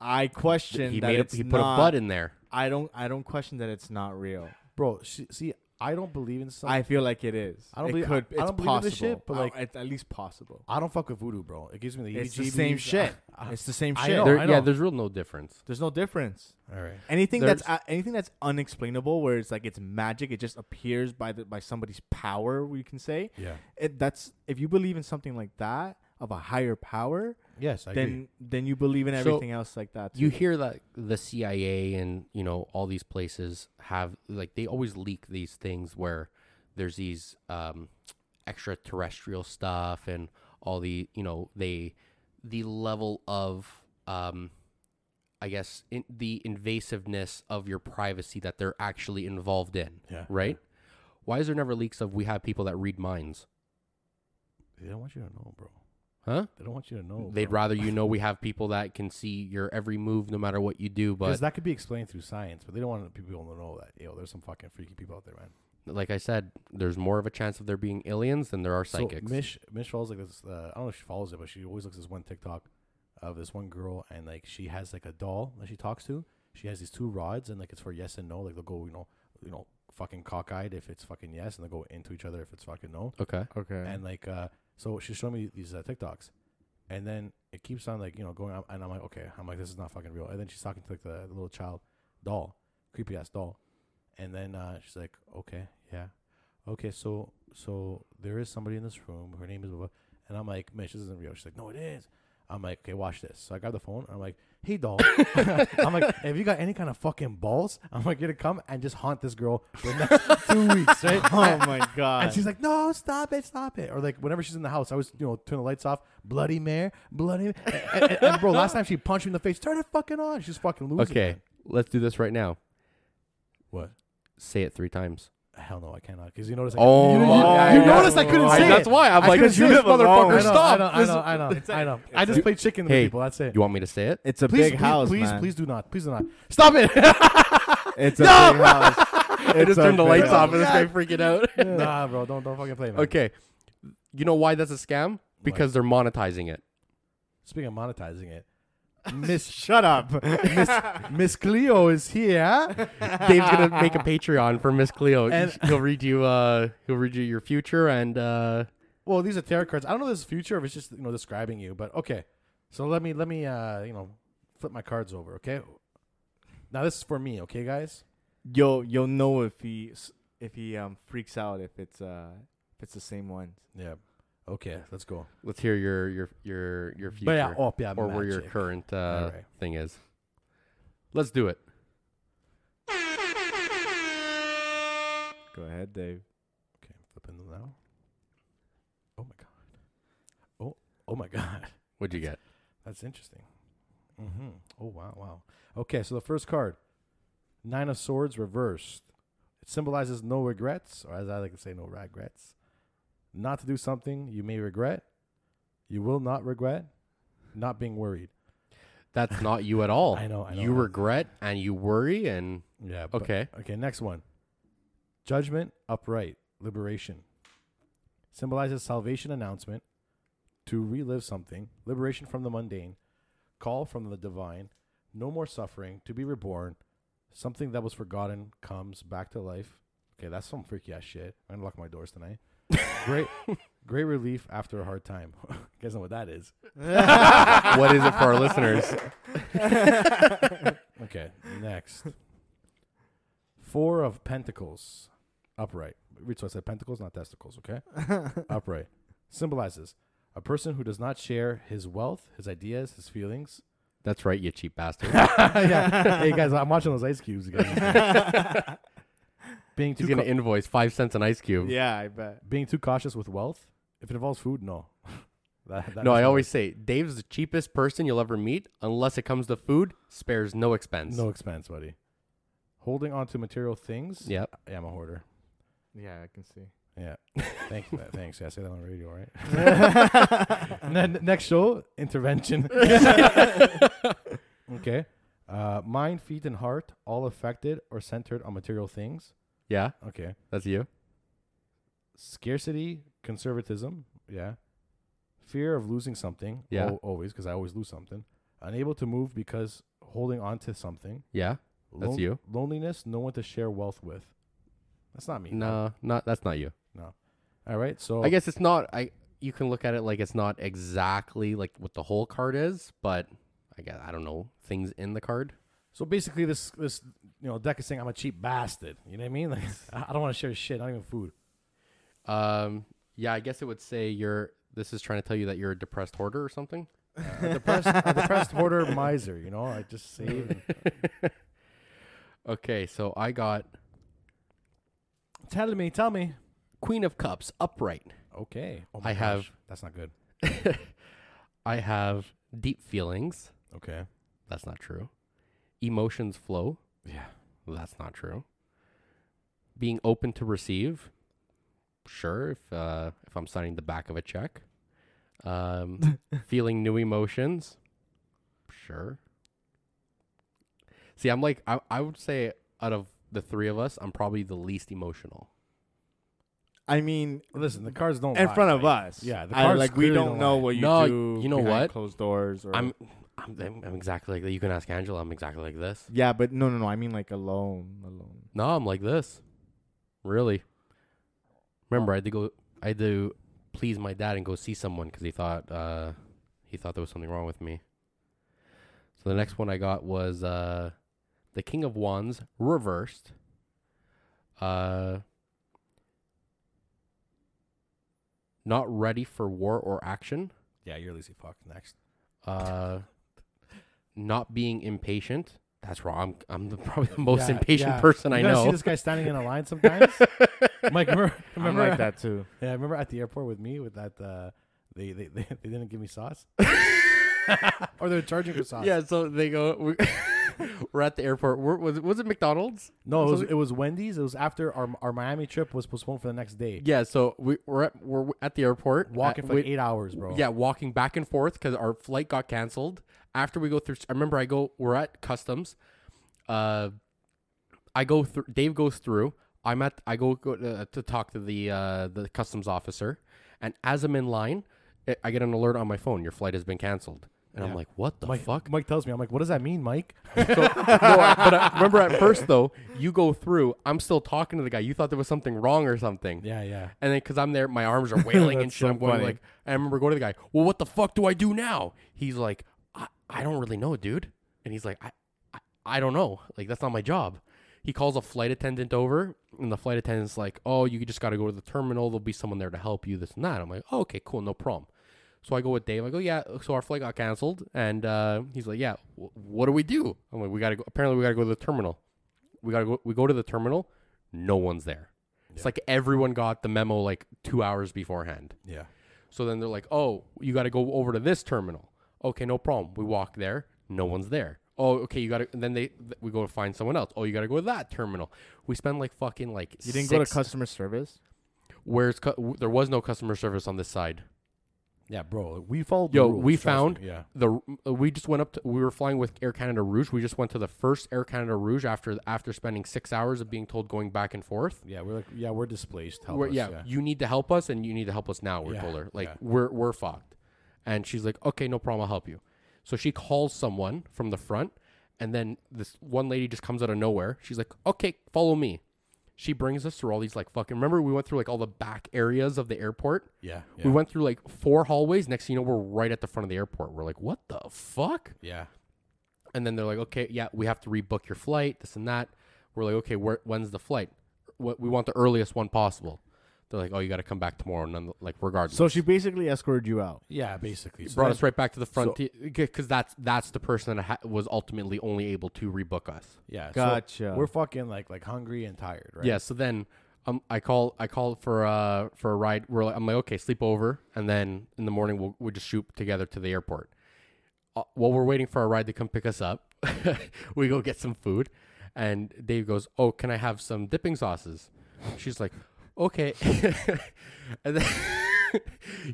[SPEAKER 3] I question
[SPEAKER 4] he
[SPEAKER 3] that
[SPEAKER 4] made a,
[SPEAKER 3] it's
[SPEAKER 4] he put
[SPEAKER 3] not,
[SPEAKER 4] a butt in there.
[SPEAKER 3] I don't I don't question that it's not real.
[SPEAKER 5] Bro, she, see, I don't believe in something.
[SPEAKER 3] I feel like it is.
[SPEAKER 5] I don't
[SPEAKER 3] it
[SPEAKER 5] believe-
[SPEAKER 3] could.
[SPEAKER 5] I
[SPEAKER 3] It's
[SPEAKER 5] don't believe
[SPEAKER 3] possible.
[SPEAKER 5] in this shit, but,
[SPEAKER 3] I-
[SPEAKER 5] like-
[SPEAKER 3] it's at least possible.
[SPEAKER 5] I, don't fuck with voodoo, bro. It gives me the E
[SPEAKER 3] It's the
[SPEAKER 5] EBGBs.
[SPEAKER 3] same shit.
[SPEAKER 5] I- I-
[SPEAKER 3] It's the same
[SPEAKER 5] I
[SPEAKER 3] shit.
[SPEAKER 5] know,
[SPEAKER 4] There-
[SPEAKER 5] Oh, I
[SPEAKER 4] yeah,
[SPEAKER 5] know.
[SPEAKER 4] there's real no difference.
[SPEAKER 3] There's no difference.
[SPEAKER 5] all right.
[SPEAKER 3] Anything that's
[SPEAKER 4] There's-
[SPEAKER 3] uh, anything that's unexplainable, where it's like it's magic, it just appears by the by somebody's power. We can say
[SPEAKER 5] Yeah.
[SPEAKER 3] it, that's if you believe in something like that of a higher power,
[SPEAKER 5] Yes, I
[SPEAKER 3] then
[SPEAKER 5] agree.
[SPEAKER 3] then you believe in
[SPEAKER 4] So,
[SPEAKER 3] everything else like that.
[SPEAKER 4] you
[SPEAKER 3] too.
[SPEAKER 4] hear that the CIA and you know all these places have like they always leak these things where there's these um, extraterrestrial stuff and all the you know they the level of um, I guess in, the invasiveness of your privacy that they're actually involved in.
[SPEAKER 5] Yeah.
[SPEAKER 4] Right? Why is there never leaks of we have people that read minds?
[SPEAKER 5] They don't want you to know, bro.
[SPEAKER 4] Huh?
[SPEAKER 5] They don't want you to know.
[SPEAKER 4] They'd
[SPEAKER 5] bro.
[SPEAKER 4] rather you know we have people that can see your every move no matter what you do. But
[SPEAKER 5] Because that could be explained through science, but they don't want people to know that. Yo, there's some fucking freaky people out there, man.
[SPEAKER 4] like I said, there's more of a chance of there being aliens than there are
[SPEAKER 5] So
[SPEAKER 4] psychics.
[SPEAKER 5] Mish Mish follows like this. Uh, I don't know if she follows it, but she always looks at this one TikTok of this one girl, and like she has like a doll that she talks to. She has these two rods, and like it's for yes and no. Like they'll go, you know, you know, fucking cockeyed if it's fucking yes, and they'll go into each other if it's fucking no.
[SPEAKER 4] okay.
[SPEAKER 3] okay,
[SPEAKER 5] And like, uh, so she's showing me these uh, TikToks, and then it keeps on like you know going up, and I'm like, okay, I'm like, this is not fucking real. And then she's talking to like the, the little child doll, creepy ass doll, and then uh, she's like, okay, yeah, okay, so so there is somebody in this room. Her name is, blah, blah. and I'm like, Mitch, this isn't real. She's like, no, it is. I'm like, okay, watch this. So I grab the phone. I'm like, hey, doll. I'm like, have you got any kind of fucking balls? I'm like, you're to come and just haunt this girl for the next two weeks, right?
[SPEAKER 3] oh my god,
[SPEAKER 5] And she's like, "No, stop it, stop it!" Or like, whenever she's in the house, I always, you know, turn the lights off. Bloody Mary, bloody. And, and- and, bro, last time she punched me in the face. Turn it fucking on. She's fucking losing.
[SPEAKER 4] Okay.
[SPEAKER 5] man.
[SPEAKER 4] Let's do this right now.
[SPEAKER 5] What?
[SPEAKER 4] Say it three times.
[SPEAKER 5] Hell no, I cannot. Because you notice. I
[SPEAKER 4] Oh
[SPEAKER 5] you, you,
[SPEAKER 4] my-
[SPEAKER 5] you
[SPEAKER 4] yeah,
[SPEAKER 5] noticed
[SPEAKER 4] yeah.
[SPEAKER 5] I couldn't
[SPEAKER 4] I-
[SPEAKER 5] say
[SPEAKER 4] that's
[SPEAKER 5] it.
[SPEAKER 4] why. I'm
[SPEAKER 5] I
[SPEAKER 4] like,
[SPEAKER 5] couldn't
[SPEAKER 4] you
[SPEAKER 5] say it.
[SPEAKER 4] motherfucker,
[SPEAKER 5] I know, I
[SPEAKER 4] stop.
[SPEAKER 5] know, I know, I know, I know. I just played chicken to
[SPEAKER 4] Hey,
[SPEAKER 5] people. That's it.
[SPEAKER 4] You want me to say it?
[SPEAKER 3] it's a
[SPEAKER 5] Please,
[SPEAKER 3] big
[SPEAKER 5] please,
[SPEAKER 3] house,
[SPEAKER 5] please,
[SPEAKER 3] man.
[SPEAKER 5] please do not. Please do not. Stop it.
[SPEAKER 3] It's a big house.
[SPEAKER 4] I just
[SPEAKER 3] a
[SPEAKER 4] turned the
[SPEAKER 3] big
[SPEAKER 4] lights
[SPEAKER 3] house.
[SPEAKER 4] off and this guy freaking out.
[SPEAKER 5] nah, bro, don't don't fucking play, man.
[SPEAKER 4] okay. You know why that's a scam? Because they're monetizing it.
[SPEAKER 5] Speaking of monetizing it,
[SPEAKER 3] Miss, shut up.
[SPEAKER 5] Miss Miss Cleo is here.
[SPEAKER 4] Dave's gonna make a Patreon for Miss Cleo.
[SPEAKER 5] And-
[SPEAKER 4] he'll read you. Uh, he'll read you your future and uh,
[SPEAKER 5] Well, these are tarot cards. I don't know this is future if it's just you know describing you, but okay. So let me let me uh you know flip my cards over, okay? Now this is for me, okay, guys?
[SPEAKER 3] Yo, you'll know if he s- if he um freaks out if it's uh if it's the same ones.
[SPEAKER 5] Yeah. Okay, let's go.
[SPEAKER 4] let's hear your your your your future
[SPEAKER 5] But yeah, oh yeah,
[SPEAKER 4] or where your
[SPEAKER 5] magic.
[SPEAKER 4] current uh,
[SPEAKER 5] Alright.
[SPEAKER 4] thing is. Let's do it.
[SPEAKER 3] Go ahead, Dave.
[SPEAKER 5] Okay, I'm flipping them now. Oh my god. Oh oh my god.
[SPEAKER 4] What'd you get?
[SPEAKER 5] That's interesting. Mm-hmm. Oh wow, wow. Okay, so the first card, Nine of Swords reversed. It symbolizes no regrets, or as I like to say, no regrets. Not to do something you may regret. You will not regret. Not being worried.
[SPEAKER 4] That's not you at all.
[SPEAKER 5] I know, I know,
[SPEAKER 4] You
[SPEAKER 5] I know.
[SPEAKER 4] regret and you worry and
[SPEAKER 5] Yeah.
[SPEAKER 4] okay.
[SPEAKER 5] Okay. Next one. Judgment upright. liberation. Symbolizes salvation announcement, to relive something, liberation from the mundane, call from the divine, no more suffering, to be reborn, something that was forgotten comes back to life. Okay, that's some freaky ass shit. I'm gonna lock my doors tonight. great, great relief after a hard time. you guys know what that is.
[SPEAKER 4] what is it for our listeners?
[SPEAKER 5] Okay, next. Four of Pentacles, upright. Read so I said pentacles, not testicles. Okay, upright symbolizes a person who does not share his wealth, his ideas, his feelings.
[SPEAKER 4] That's right, you cheap bastard.
[SPEAKER 5] yeah. Hey guys, I'm watching those ice cubes. Guys. being
[SPEAKER 4] He's
[SPEAKER 5] too
[SPEAKER 4] gonna
[SPEAKER 5] cau-
[SPEAKER 4] invoice five cents an ice cube.
[SPEAKER 3] yeah, I bet.
[SPEAKER 5] being too cautious with wealth. If it involves food, no. That- that
[SPEAKER 4] No,
[SPEAKER 5] is
[SPEAKER 4] I
[SPEAKER 5] not-
[SPEAKER 4] always say Dave's the cheapest person you'll ever meet, unless it comes to food. Spares no expense.
[SPEAKER 5] no expense, buddy. Holding on to material things.
[SPEAKER 4] Yep.
[SPEAKER 5] Yeah, I'm a hoarder.
[SPEAKER 3] Yeah, I can see.
[SPEAKER 5] Yeah. Thanks. for that. Thanks. Yeah, I say that on the radio, all right? And then next show, intervention. okay. Uh, mind, feet, and heart all affected or centered on material things.
[SPEAKER 4] Yeah,
[SPEAKER 5] Okay.
[SPEAKER 4] that's you.
[SPEAKER 5] Scarcity, conservatism. Yeah. Fear of losing something.
[SPEAKER 4] Yeah.
[SPEAKER 5] al- always, because I always lose something. Unable to move because holding on to something.
[SPEAKER 4] Yeah, That's you.
[SPEAKER 5] Loneliness, no one to share wealth with. That's not me.
[SPEAKER 4] no, not that's not you.
[SPEAKER 5] All right. So
[SPEAKER 4] I guess it's not. I you can look at it like it's not exactly like what the whole card is, but I guess I don't know things in the card.
[SPEAKER 5] So basically, this this you know deck is saying I'm a cheap bastard. You know what I mean? Like I I don't want to share shit, not even food.
[SPEAKER 4] Um, yeah, I guess it would say you're. This is trying to tell you that you're a depressed hoarder or something.
[SPEAKER 5] A depressed, a depressed uh, hoarder miser. You know, I just save. and-
[SPEAKER 4] Okay, so I got
[SPEAKER 5] tell me, tell me.
[SPEAKER 4] Queen of Cups upright.
[SPEAKER 5] Okay. Oh
[SPEAKER 4] I have-
[SPEAKER 5] That's not good.
[SPEAKER 4] I have deep feelings.
[SPEAKER 5] Okay.
[SPEAKER 4] That's not true. Emotions flow.
[SPEAKER 5] Yeah.
[SPEAKER 4] That's not true. Being open to receive. Sure, if uh, if I'm signing the back of a check. Um, feeling new emotions. Sure. See, I'm like I, I would say out of the three of us, I'm probably the least emotional.
[SPEAKER 3] I mean,
[SPEAKER 5] Listen, the cards don't.
[SPEAKER 3] in
[SPEAKER 5] lie,
[SPEAKER 3] front of
[SPEAKER 5] right?
[SPEAKER 3] us.
[SPEAKER 5] Yeah, the
[SPEAKER 3] I-
[SPEAKER 5] cards
[SPEAKER 3] like we
[SPEAKER 5] clearly
[SPEAKER 3] don't,
[SPEAKER 5] don't
[SPEAKER 3] know
[SPEAKER 5] lie.
[SPEAKER 3] what you
[SPEAKER 4] No,
[SPEAKER 3] do.
[SPEAKER 4] you know
[SPEAKER 3] behind
[SPEAKER 4] what?
[SPEAKER 3] Closed doors. Or,
[SPEAKER 4] I'm, I'm I'm I'm exactly like that. You can ask Angela. I'm exactly like this.
[SPEAKER 3] Yeah, but no, no, no. I mean like alone, alone.
[SPEAKER 4] No, I'm like this. Really. Remember, I had to go. I had to please my dad and go see someone because he thought uh, he thought there was something wrong with me. So the next one I got was uh, the King of Wands reversed. Uh, not ready for war or action.
[SPEAKER 5] Yeah, you're lazy fuck. Next.
[SPEAKER 4] Uh, not being impatient. That's wrong. I'm I'm the, probably the most
[SPEAKER 5] Yeah,
[SPEAKER 4] impatient
[SPEAKER 5] yeah.
[SPEAKER 4] person
[SPEAKER 5] You
[SPEAKER 4] I
[SPEAKER 5] guys
[SPEAKER 4] know.
[SPEAKER 5] See this guy standing in a line sometimes. Mike, remember, remember
[SPEAKER 3] I'm like that too.
[SPEAKER 5] Yeah, remember at the airport with me with that. Uh, they, they, they, they didn't give me sauce, or they're charging for sauce.
[SPEAKER 4] Yeah, so they go. we- We're at the airport. We're, was it, was it McDonald's?
[SPEAKER 5] No, it was, it was Wendy's. It was after our our Miami trip was postponed for the next day.
[SPEAKER 4] Yeah, so we, we're at we're at the airport
[SPEAKER 5] Walking
[SPEAKER 4] Uh,
[SPEAKER 5] for
[SPEAKER 4] we-
[SPEAKER 5] like eight hours, bro.
[SPEAKER 4] Yeah, walking back and forth because our flight got canceled. After we go through, I remember I go. We're at customs. Uh, I go through. Dave goes through. I'm at. I go, go to, to talk to the uh, the customs officer, and as I'm in line, eh, I- I get an alert on my phone. Your flight has been canceled, and I'm like, what the
[SPEAKER 5] Mike,
[SPEAKER 4] fuck?
[SPEAKER 5] Mike tells me, I'm like, what does that mean, Mike?
[SPEAKER 4] So, no, I- but I, remember at first though, you go through. I'm still talking to the guy. You thought there was something wrong or something.
[SPEAKER 5] yeah, yeah.
[SPEAKER 4] And then, cause I'm there, my arms are wailing and
[SPEAKER 5] That's
[SPEAKER 4] shit.
[SPEAKER 5] so
[SPEAKER 4] I'm going
[SPEAKER 5] funny.
[SPEAKER 4] like, I remember going to the guy. Well, what the fuck do I do now? He's like, I, I don't really know, dude. And he's like, I, I, I don't know. Like that's not my job. He calls a flight attendant over, and the flight attendant's like, oh, you just got to go to the terminal. There'll be someone there to help you. This and that. I'm like, oh, okay, cool, no problem. So I go with Dave. I go, yeah. So our flight got canceled, and uh, he's like, yeah. W- what do we do? I'm like, we gotta go. Apparently, we gotta go to the terminal. We gotta go. We go to the terminal. No one's there. It's like everyone got the memo like two hours beforehand.
[SPEAKER 5] Yeah.
[SPEAKER 4] So then they're like, oh, you got to go over to this terminal. Okay, no problem. We walk there. No one's there. Oh, okay. You got to. Then they th- we go find someone else. Oh, you got to go to that terminal. We spend like fucking like
[SPEAKER 3] You didn't
[SPEAKER 4] six,
[SPEAKER 3] go to customer service.
[SPEAKER 4] Where's cu- w- there was no customer service on this side.
[SPEAKER 5] Yeah, bro. We followed. the
[SPEAKER 4] Yo,
[SPEAKER 5] rules,
[SPEAKER 4] we
[SPEAKER 5] trust me.
[SPEAKER 4] found
[SPEAKER 5] Yeah.
[SPEAKER 4] the uh, we just went up. To, we were flying with Air Canada Rouge. We just went to the first Air Canada Rouge after after spending six hours of being told going back and forth.
[SPEAKER 5] Yeah, we're like, yeah, we're displaced. Help
[SPEAKER 4] We're-
[SPEAKER 5] us.
[SPEAKER 4] yeah, you need to help us, and you need to help us now. We
[SPEAKER 5] Yeah,
[SPEAKER 4] told her like
[SPEAKER 5] yeah.
[SPEAKER 4] we're we're fucked, and she's like, okay, no problem, I'll help you. So she calls someone from the front, and then this one lady just comes out of nowhere. She's like, okay, follow me. She brings us through all these like fucking. Remember, we went through like all the back areas of the airport.
[SPEAKER 5] Yeah,
[SPEAKER 4] We
[SPEAKER 5] yeah.
[SPEAKER 4] went through like four hallways. Next thing you know, we're right at the front of the airport. We're like, what the fuck?
[SPEAKER 5] Yeah.
[SPEAKER 4] And then they're like, okay, yeah, we have to rebook your flight, this and that. We're like, okay, where, when's the flight? Wh- We want the earliest one possible. They're like, oh, you got to come back tomorrow, none, like regardless.
[SPEAKER 3] So she basically escorted you out.
[SPEAKER 5] Yeah, basically. So
[SPEAKER 4] brought
[SPEAKER 5] then-
[SPEAKER 4] us right back to the front because that's that's the person that ha- was ultimately only able to rebook us.
[SPEAKER 5] yeah. so
[SPEAKER 3] Gotcha.
[SPEAKER 5] we're fucking like like hungry and tired, right?
[SPEAKER 4] Yeah. So then um, I call I call for uh for a ride. We're like, I'm like, okay, sleep over, and then in the morning we'll we'll just shoot together to the airport. Uh, while we're waiting for our ride to come pick us up, we go get some food, and Dave goes, "Oh, can I have some dipping sauces?" She's like, "Okay," and then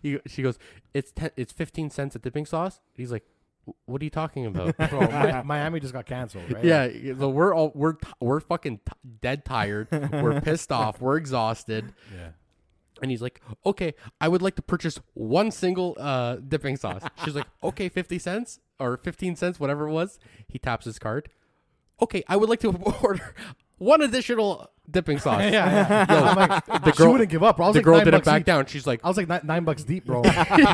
[SPEAKER 4] he, she goes, "It's ten, it's fifteen cents a dipping sauce." He's like, "Wh- "What are you talking about?"
[SPEAKER 5] Bro, Mi- Miami just got canceled, right?
[SPEAKER 4] Yeah, y- so we're all we're t- we're fucking t- dead tired. We're pissed off. We're exhausted.
[SPEAKER 5] Yeah.
[SPEAKER 4] And he's like, "Okay, I would like to purchase one single uh, dipping sauce." She's like, "Okay, fifty cents or fifteen cents, whatever it was." He taps his card. Okay, I would like to order one additional dipping sauce.
[SPEAKER 5] Yeah, yeah. I'm like,
[SPEAKER 4] the
[SPEAKER 5] she
[SPEAKER 4] girl-
[SPEAKER 5] wouldn't give up. bro. I was
[SPEAKER 4] the
[SPEAKER 5] like
[SPEAKER 4] girl
[SPEAKER 5] nine
[SPEAKER 4] didn't
[SPEAKER 5] bucks
[SPEAKER 4] back
[SPEAKER 5] deep.
[SPEAKER 4] down. She's like,
[SPEAKER 5] I was like nine, nine bucks deep, bro.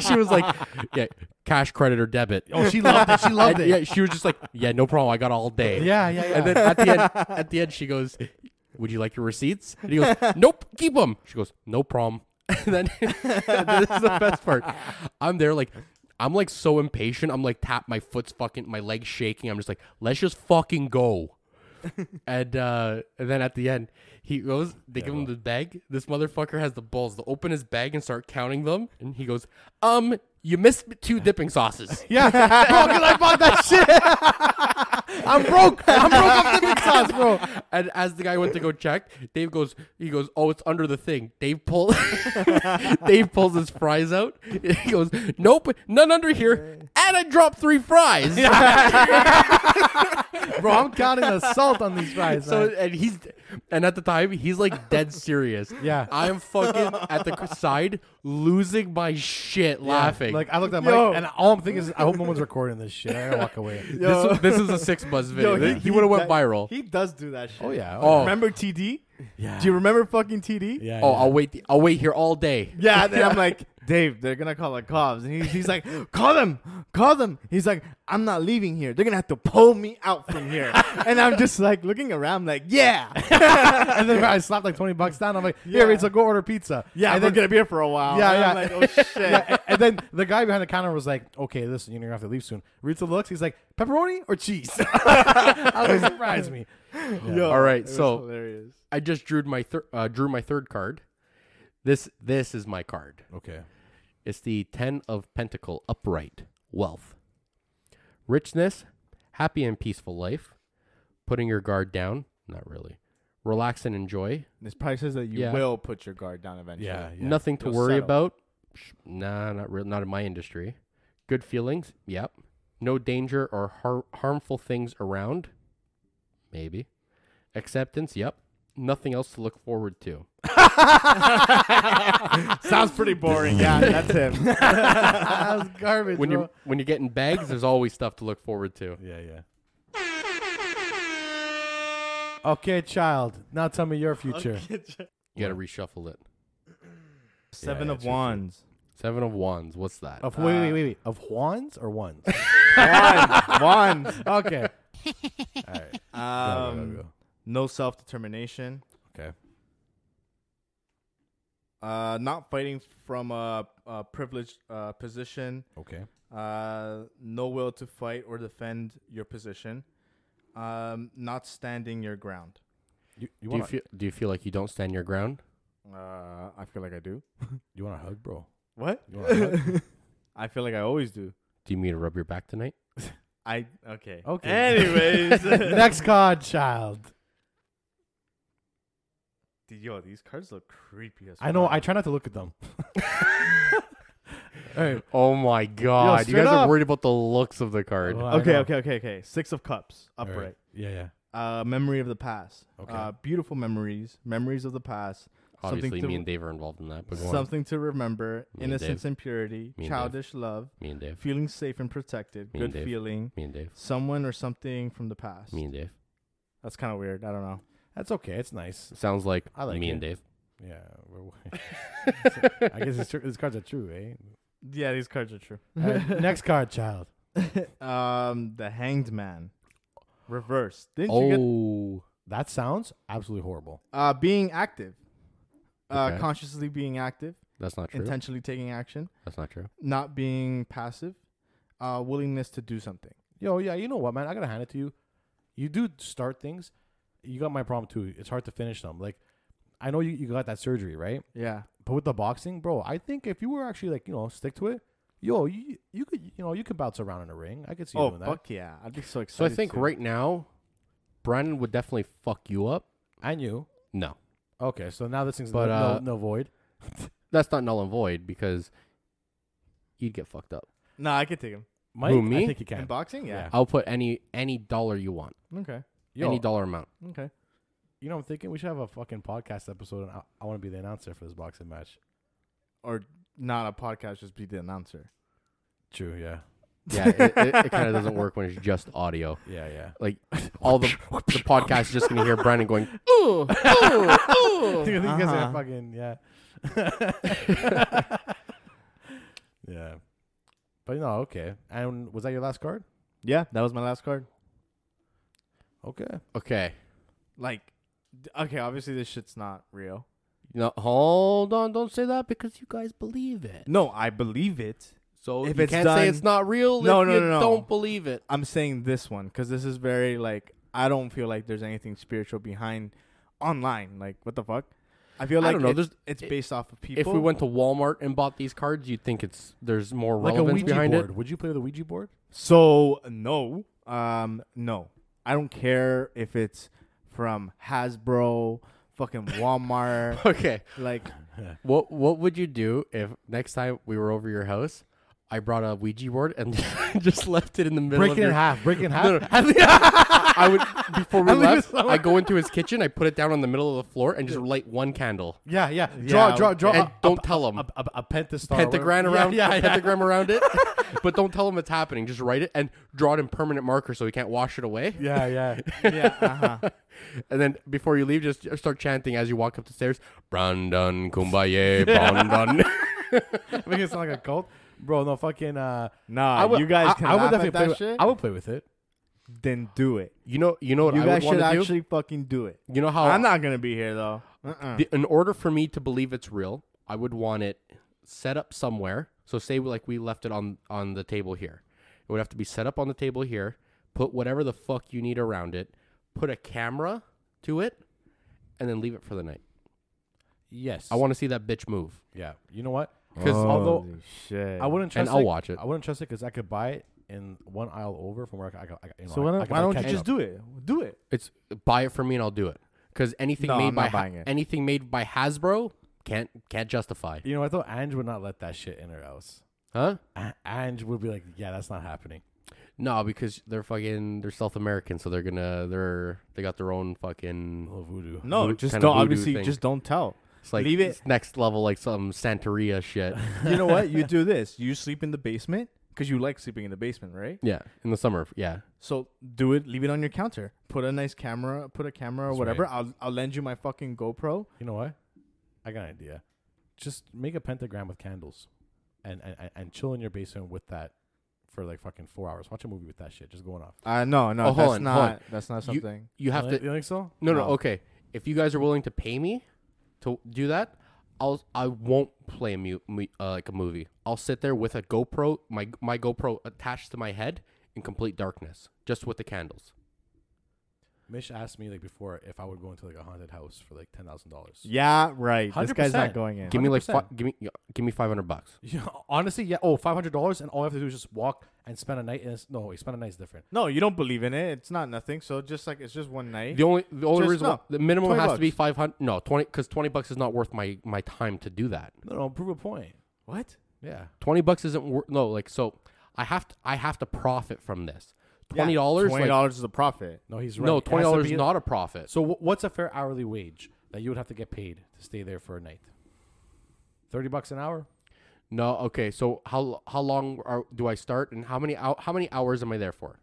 [SPEAKER 4] she was like, "Yeah, cash, credit, or debit."
[SPEAKER 5] oh, she loved it. She loved
[SPEAKER 4] And
[SPEAKER 5] it.
[SPEAKER 4] yeah, she was just like, "Yeah, no problem. I got all day."
[SPEAKER 5] Yeah, yeah, yeah.
[SPEAKER 4] And then at the end, at the end, she goes, "Would you like your receipts?" And he goes, "Nope, keep them." She goes, "No problem." And then this is the best part. I'm there like. I'm like so impatient. I'm like tap my foot's fucking my legs shaking. I'm just like, let's just fucking go. and uh and then at the end, he goes, they give him the bag. This motherfucker has the balls to open his bag and start counting them. And he goes, um, you missed two dipping sauces.
[SPEAKER 5] Yeah, bro, 'cause I bought that shit. I'm broke. I'm broke off the big sauce, bro.
[SPEAKER 4] And as the guy went to go check, Dave goes, he goes, oh, it's under the thing. Dave pull, Dave pulls his fries out. He goes, nope, none under here. And I dropped three fries.
[SPEAKER 5] Bro, I'm counting the salt on these fries.
[SPEAKER 4] So
[SPEAKER 5] man.
[SPEAKER 4] and he's, and at the time he's like dead serious.
[SPEAKER 5] Yeah.
[SPEAKER 4] I'm fucking at the c- side losing my shit laughing.
[SPEAKER 5] Like I looked at
[SPEAKER 3] Yo.
[SPEAKER 5] Mike, and all I'm thinking is, I hope no one's recording this shit. I gotta walk away.
[SPEAKER 4] this, this is a six buzz video. he would have went
[SPEAKER 3] does-
[SPEAKER 4] viral.
[SPEAKER 3] He does do that shit.
[SPEAKER 5] Oh yeah.
[SPEAKER 4] Oh.
[SPEAKER 3] Remember TD?
[SPEAKER 5] yeah.
[SPEAKER 3] Do you remember fucking TD?
[SPEAKER 5] yeah.
[SPEAKER 4] oh,
[SPEAKER 5] yeah.
[SPEAKER 4] I'll wait. I'll wait here all day.
[SPEAKER 3] Yeah, and then I'm like, Dave, they're gonna call the cops, and he's, he's like, call them, call them. He's like, I'm not leaving here. They're gonna have to pull me out from here. and I'm just like looking around, like, yeah,
[SPEAKER 5] and then I slapped like twenty bucks down. I'm like,
[SPEAKER 3] Yeah.
[SPEAKER 5] here, it's a go order pizza.
[SPEAKER 3] yeah,
[SPEAKER 5] and
[SPEAKER 3] they're
[SPEAKER 5] then,
[SPEAKER 3] gonna be here for a while.
[SPEAKER 5] Yeah,
[SPEAKER 3] And
[SPEAKER 5] yeah.
[SPEAKER 3] I'm like, oh shit.
[SPEAKER 5] yeah, and then the guy behind the counter was like, okay, listen, you're gonna have to leave soon. Rita looks, he's like, pepperoni or cheese? I was like, surprise me.
[SPEAKER 3] Yo,
[SPEAKER 4] All right,
[SPEAKER 3] it was
[SPEAKER 4] so-
[SPEAKER 3] hilarious.
[SPEAKER 4] I just drew my thir- uh, drew my third card. This this is my card.
[SPEAKER 5] Okay.
[SPEAKER 4] It's the Ten of Pentacle, upright, wealth, richness, happy and peaceful life, putting your guard down. Not really. Relax and enjoy.
[SPEAKER 3] This probably says that you
[SPEAKER 4] Yeah.
[SPEAKER 3] will put your guard down eventually.
[SPEAKER 5] Yeah. yeah.
[SPEAKER 4] Nothing to
[SPEAKER 3] You'll
[SPEAKER 4] worry
[SPEAKER 3] settle.
[SPEAKER 4] about. Sh- Nah, not real. Not in my industry. Good feelings. Yep. No danger or har- harmful things around. Maybe. Acceptance. Yep. Nothing else to look forward to.
[SPEAKER 3] Sounds pretty boring. yeah, that's him.
[SPEAKER 5] that was garbage.
[SPEAKER 4] when
[SPEAKER 5] bro.
[SPEAKER 4] you when you're getting bags, there's always stuff to look forward to.
[SPEAKER 5] Yeah, yeah. Okay, child. Now tell me your future.
[SPEAKER 4] You got to reshuffle it.
[SPEAKER 3] Seven
[SPEAKER 5] yeah,
[SPEAKER 3] of
[SPEAKER 5] true, true.
[SPEAKER 3] wands.
[SPEAKER 4] Seven of Wands. What's that?
[SPEAKER 5] Of wait, wait, wait, wait. Of Juan's or ones?
[SPEAKER 3] Wands. wands.
[SPEAKER 5] okay.
[SPEAKER 3] Um, No self determination.
[SPEAKER 5] Okay.
[SPEAKER 3] Uh, not fighting from a, a privileged uh, position.
[SPEAKER 5] Okay.
[SPEAKER 3] Uh, no will to fight or defend your position. Um, not standing your ground.
[SPEAKER 5] You,
[SPEAKER 4] do you
[SPEAKER 5] want
[SPEAKER 4] feel Do you feel like you don't stand your ground?
[SPEAKER 3] Uh, I feel like I do.
[SPEAKER 5] you want a hug, bro?
[SPEAKER 3] What?
[SPEAKER 5] You want a hug?
[SPEAKER 3] I feel like I always do.
[SPEAKER 4] Do you mean to rub your back tonight?
[SPEAKER 3] I okay.
[SPEAKER 5] Okay.
[SPEAKER 3] Anyways,
[SPEAKER 5] Next card, child.
[SPEAKER 3] Dude, yo, these cards look creepy as.
[SPEAKER 5] I know.
[SPEAKER 3] fuck.
[SPEAKER 5] I try not to look at them.
[SPEAKER 3] Hey,
[SPEAKER 4] Oh my god. you
[SPEAKER 2] straight
[SPEAKER 4] guys are
[SPEAKER 2] up.
[SPEAKER 4] worried about the looks of the card.
[SPEAKER 5] Well, I
[SPEAKER 2] Okay,
[SPEAKER 5] know.
[SPEAKER 2] okay, okay, okay. Six of Cups,
[SPEAKER 5] All right.
[SPEAKER 2] upright.
[SPEAKER 5] Yeah, yeah.
[SPEAKER 2] Uh, memory of the past.
[SPEAKER 5] Okay.
[SPEAKER 2] Uh, beautiful memories, memories of the past.
[SPEAKER 4] Obviously
[SPEAKER 2] something to
[SPEAKER 4] me and Dave are involved in that, but go on.
[SPEAKER 2] something to remember.
[SPEAKER 4] Me and
[SPEAKER 2] innocence
[SPEAKER 4] Dave.
[SPEAKER 2] and purity,
[SPEAKER 4] Me and Dave.
[SPEAKER 2] childish love,
[SPEAKER 4] me and Dave.
[SPEAKER 2] feeling safe and protected,
[SPEAKER 4] Me and
[SPEAKER 2] good
[SPEAKER 4] Dave.
[SPEAKER 2] feeling,
[SPEAKER 4] Me and Dave.
[SPEAKER 2] someone or something from the past.
[SPEAKER 4] Me and Dave.
[SPEAKER 2] That's kind of weird. I don't know.
[SPEAKER 5] That's okay. It's nice.
[SPEAKER 4] Sounds like,
[SPEAKER 5] I like
[SPEAKER 4] me
[SPEAKER 5] it.
[SPEAKER 4] and Dave.
[SPEAKER 5] Yeah. we're- I guess it's true. these cards are true, eh?
[SPEAKER 2] Yeah, these cards are true.
[SPEAKER 5] All right, next card, child.
[SPEAKER 2] Um, the Hanged Man, reversed. Didn't you get
[SPEAKER 4] Oh,
[SPEAKER 5] That sounds absolutely horrible.
[SPEAKER 2] uh being active, uh
[SPEAKER 4] Okay.
[SPEAKER 2] consciously being active,
[SPEAKER 4] that's not true.
[SPEAKER 2] intentionally taking action,
[SPEAKER 4] That's not true.
[SPEAKER 2] not being passive, uh willingness to do something.
[SPEAKER 5] Yo, yeah, you know what, man? I gotta hand it to you. You do start things. You got my problem too. It's hard to finish them. Like, I know you, you got that surgery, right?
[SPEAKER 2] Yeah,
[SPEAKER 5] But with the boxing, bro, I think if you were actually like, you know, stick to it, yo, you you could you know you could bounce around in a ring. I could see you
[SPEAKER 2] Oh
[SPEAKER 5] doing that.
[SPEAKER 2] fuck yeah! I'd be so
[SPEAKER 4] So I
[SPEAKER 2] excited.
[SPEAKER 4] think
[SPEAKER 2] to.
[SPEAKER 4] right now, Brandon would definitely fuck you up.
[SPEAKER 5] And you.
[SPEAKER 4] No,
[SPEAKER 5] Okay, so now this thing's
[SPEAKER 4] But,
[SPEAKER 5] no,
[SPEAKER 4] uh,
[SPEAKER 5] no, no void.
[SPEAKER 4] that's not null and void because you'd get fucked up.
[SPEAKER 2] No, I could take him.
[SPEAKER 5] Mike,
[SPEAKER 4] who, me?
[SPEAKER 5] I think you
[SPEAKER 2] In
[SPEAKER 5] can.
[SPEAKER 2] boxing, yeah.
[SPEAKER 4] I'll put any any dollar you want,
[SPEAKER 2] Okay.
[SPEAKER 5] Yo,
[SPEAKER 4] any dollar amount.
[SPEAKER 2] Okay.
[SPEAKER 5] you know, what I'm thinking we should have a fucking podcast episode, and I, I want to be the announcer for this boxing match.
[SPEAKER 2] Or not a podcast, just be the announcer.
[SPEAKER 5] True. Yeah.
[SPEAKER 4] Yeah, it, it, it kind of doesn't work when it's just audio.
[SPEAKER 5] Yeah. Yeah.
[SPEAKER 4] Like all the the podcast is just gonna hear Brandon going.
[SPEAKER 5] Dude, these guys are
[SPEAKER 2] Uh-huh.
[SPEAKER 5] fucking yeah. yeah. But no, okay. And was that your last card?
[SPEAKER 2] Yeah, that was my last card.
[SPEAKER 5] Okay.
[SPEAKER 4] Okay,
[SPEAKER 2] Like, d- okay, obviously this shit's not real.
[SPEAKER 4] no, hold on, don't say that because you guys believe it.
[SPEAKER 2] No, I believe it.
[SPEAKER 4] So
[SPEAKER 2] If
[SPEAKER 4] you
[SPEAKER 2] it's
[SPEAKER 4] can't
[SPEAKER 2] done-
[SPEAKER 4] say it's not real.
[SPEAKER 2] No,
[SPEAKER 4] if
[SPEAKER 2] no,
[SPEAKER 4] you
[SPEAKER 2] no, no.
[SPEAKER 4] Don't believe it.
[SPEAKER 2] I'm saying this one because this is very like I don't feel like there's anything spiritual behind online. Like, what the fuck? I feel
[SPEAKER 4] I
[SPEAKER 2] like
[SPEAKER 4] don't know,
[SPEAKER 2] it's,
[SPEAKER 4] there's-
[SPEAKER 2] it's
[SPEAKER 4] i-
[SPEAKER 2] based off of people.
[SPEAKER 4] If we went to Walmart and bought these cards, you'd think it's there's more
[SPEAKER 5] Like a
[SPEAKER 4] relevance
[SPEAKER 5] Ouija
[SPEAKER 4] behind
[SPEAKER 5] board.
[SPEAKER 4] it.
[SPEAKER 5] Would you play the Ouija board?
[SPEAKER 2] So no, um, no. I don't care if it's from Hasbro, fucking Walmart.
[SPEAKER 4] Okay.
[SPEAKER 2] like,
[SPEAKER 4] What what would you do if next time we were over your house, I brought a Ouija board and just left it in the middle
[SPEAKER 5] Break
[SPEAKER 4] of
[SPEAKER 5] it
[SPEAKER 4] your
[SPEAKER 5] in half. Break it in half.
[SPEAKER 4] No, no. I would before we
[SPEAKER 5] I leave it
[SPEAKER 4] left,
[SPEAKER 5] somewhere.
[SPEAKER 4] I go into his kitchen, I put it down on the middle of the floor and just light one candle.
[SPEAKER 5] Yeah, yeah. Draw,
[SPEAKER 2] Yeah,
[SPEAKER 5] draw, draw.
[SPEAKER 4] and
[SPEAKER 5] a,
[SPEAKER 4] don't tell him.
[SPEAKER 5] a, a, a pentastar.
[SPEAKER 4] Pentagram
[SPEAKER 5] Yeah,
[SPEAKER 4] around
[SPEAKER 5] Yeah,
[SPEAKER 4] a
[SPEAKER 5] yeah.
[SPEAKER 4] pentagram around it. but don't tell him it's happening. Just write it and draw it in permanent marker so he can't wash it away.
[SPEAKER 5] Yeah, yeah.
[SPEAKER 2] yeah, uh huh.
[SPEAKER 4] And then before you leave, just start chanting as you walk up the stairs. Brandon Kumbaya, Brandon.
[SPEAKER 5] Make it sound like a cult, bro. No fucking. Uh,
[SPEAKER 2] Nah,
[SPEAKER 5] I would,
[SPEAKER 2] you guys
[SPEAKER 5] I-
[SPEAKER 2] can
[SPEAKER 5] I, would
[SPEAKER 2] laugh
[SPEAKER 5] definitely
[SPEAKER 2] at
[SPEAKER 5] play
[SPEAKER 2] that
[SPEAKER 5] with,
[SPEAKER 2] shit.
[SPEAKER 5] I would play with it.
[SPEAKER 2] then do it.
[SPEAKER 4] you know, you know what
[SPEAKER 2] You
[SPEAKER 4] I
[SPEAKER 2] guys
[SPEAKER 4] would want
[SPEAKER 2] should
[SPEAKER 4] to
[SPEAKER 2] actually fucking do it.
[SPEAKER 4] do. You know how
[SPEAKER 2] I'm not gonna be here though. Uh-uh.
[SPEAKER 4] the, in order for me to believe it's real, I would want it set up somewhere. So say like we left it on on the table here. It would have to be set up on the table here. Put whatever the fuck you need around it. Put a camera to it, and then leave it for the night.
[SPEAKER 5] Yes.
[SPEAKER 4] I want to see that bitch move.
[SPEAKER 5] Yeah. You know what?
[SPEAKER 4] 'Cause
[SPEAKER 2] Oh.
[SPEAKER 5] although
[SPEAKER 2] Holy shit.
[SPEAKER 5] I wouldn't
[SPEAKER 4] And
[SPEAKER 5] trust
[SPEAKER 4] I'll
[SPEAKER 5] it.
[SPEAKER 4] watch it.
[SPEAKER 5] I wouldn't trust it because I could buy it in one aisle over from where I could. I could- I could- you know,
[SPEAKER 2] So
[SPEAKER 5] I,
[SPEAKER 2] why
[SPEAKER 5] I
[SPEAKER 2] don't,
[SPEAKER 5] could
[SPEAKER 2] why
[SPEAKER 5] buy
[SPEAKER 2] don't you
[SPEAKER 5] ketchup.
[SPEAKER 2] just do it? Do it.
[SPEAKER 4] It's buy it for me and I'll do it. Because anything
[SPEAKER 2] No,
[SPEAKER 4] made
[SPEAKER 2] I'm
[SPEAKER 4] by
[SPEAKER 2] not
[SPEAKER 4] Ha-
[SPEAKER 2] buying it.
[SPEAKER 4] anything made by Hasbro can't can't justify.
[SPEAKER 5] You know, I thought Ange would not let that shit in her house.
[SPEAKER 4] Huh?
[SPEAKER 5] A- Ange would be like, "Yeah, that's not happening."
[SPEAKER 4] No, because they're fucking they're South American, so they're gonna they're they got their own fucking
[SPEAKER 5] Little voodoo.
[SPEAKER 2] No,
[SPEAKER 4] Voodoo-
[SPEAKER 2] just
[SPEAKER 4] kinda
[SPEAKER 2] don't.
[SPEAKER 4] voodoo
[SPEAKER 2] Obviously,
[SPEAKER 4] thing.
[SPEAKER 2] just don't tell.
[SPEAKER 4] It's like
[SPEAKER 2] Leave it-
[SPEAKER 4] it's next level, like some Santeria shit.
[SPEAKER 2] You know what? You do this. You sleep in the basement because you like sleeping in the basement, right?
[SPEAKER 4] yeah, in the summer. Yeah,
[SPEAKER 2] So do it. Leave it on your counter. Put a nice camera. Put a camera or
[SPEAKER 5] That's
[SPEAKER 2] whatever.
[SPEAKER 5] right.
[SPEAKER 2] I'll I'll lend you my fucking GoPro.
[SPEAKER 5] You know what? I got an idea. Just make a pentagram with candles, and and, and- and chill in your basement with that for like fucking four hours. Watch a movie with that shit. Just going off.
[SPEAKER 2] Uh no no
[SPEAKER 4] Oh, hold
[SPEAKER 2] that's
[SPEAKER 4] on, hold
[SPEAKER 2] not
[SPEAKER 4] on.
[SPEAKER 2] that's not
[SPEAKER 4] You-
[SPEAKER 2] something.
[SPEAKER 4] you have
[SPEAKER 5] you
[SPEAKER 4] to.
[SPEAKER 5] You think so?
[SPEAKER 4] No, no,
[SPEAKER 2] No.
[SPEAKER 4] okay. If you guys are willing to pay me to do that, I'll I won't play a mu- mu- uh, like a movie. I'll sit there with a GoPro, my my GoPro attached to my head in complete darkness, just with the candles.
[SPEAKER 5] Mish asked me like before if I would go into like a haunted house for like ten thousand dollars.
[SPEAKER 2] yeah right. This guy's
[SPEAKER 5] 100%.
[SPEAKER 2] not going in.
[SPEAKER 4] Give me like fi-
[SPEAKER 5] 100%.
[SPEAKER 4] give me give me five hundred bucks.
[SPEAKER 5] Yeah, honestly, yeah. Oh, five hundred dollars, and all I have to do is just walk and spend a night. In this, no, wait, spend a night is different.
[SPEAKER 2] No, you don't believe in it. It's not nothing. So just like it's just one night.
[SPEAKER 4] The only the only
[SPEAKER 2] Just-
[SPEAKER 4] reason why-
[SPEAKER 2] no,
[SPEAKER 4] the minimum
[SPEAKER 2] 20
[SPEAKER 4] has to be five hundred. No, twenty because twenty bucks is not worth my my time to do that.
[SPEAKER 5] No, no, prove a point.
[SPEAKER 2] what?
[SPEAKER 5] Yeah.
[SPEAKER 4] Twenty bucks isn't worth no. Like so, I have to I have to profit from this. Twenty dollars.
[SPEAKER 2] Twenty dollars is a profit.
[SPEAKER 5] No, he's right.
[SPEAKER 4] no,
[SPEAKER 5] It has to
[SPEAKER 4] twenty dollars is
[SPEAKER 5] be-
[SPEAKER 4] not a profit.
[SPEAKER 5] So wh- what's a fair hourly wage that you would have to get paid to stay there for a night? Thirty bucks an hour.
[SPEAKER 4] No, okay. So how how long are, do I start and how many hou- how many hours am I there for?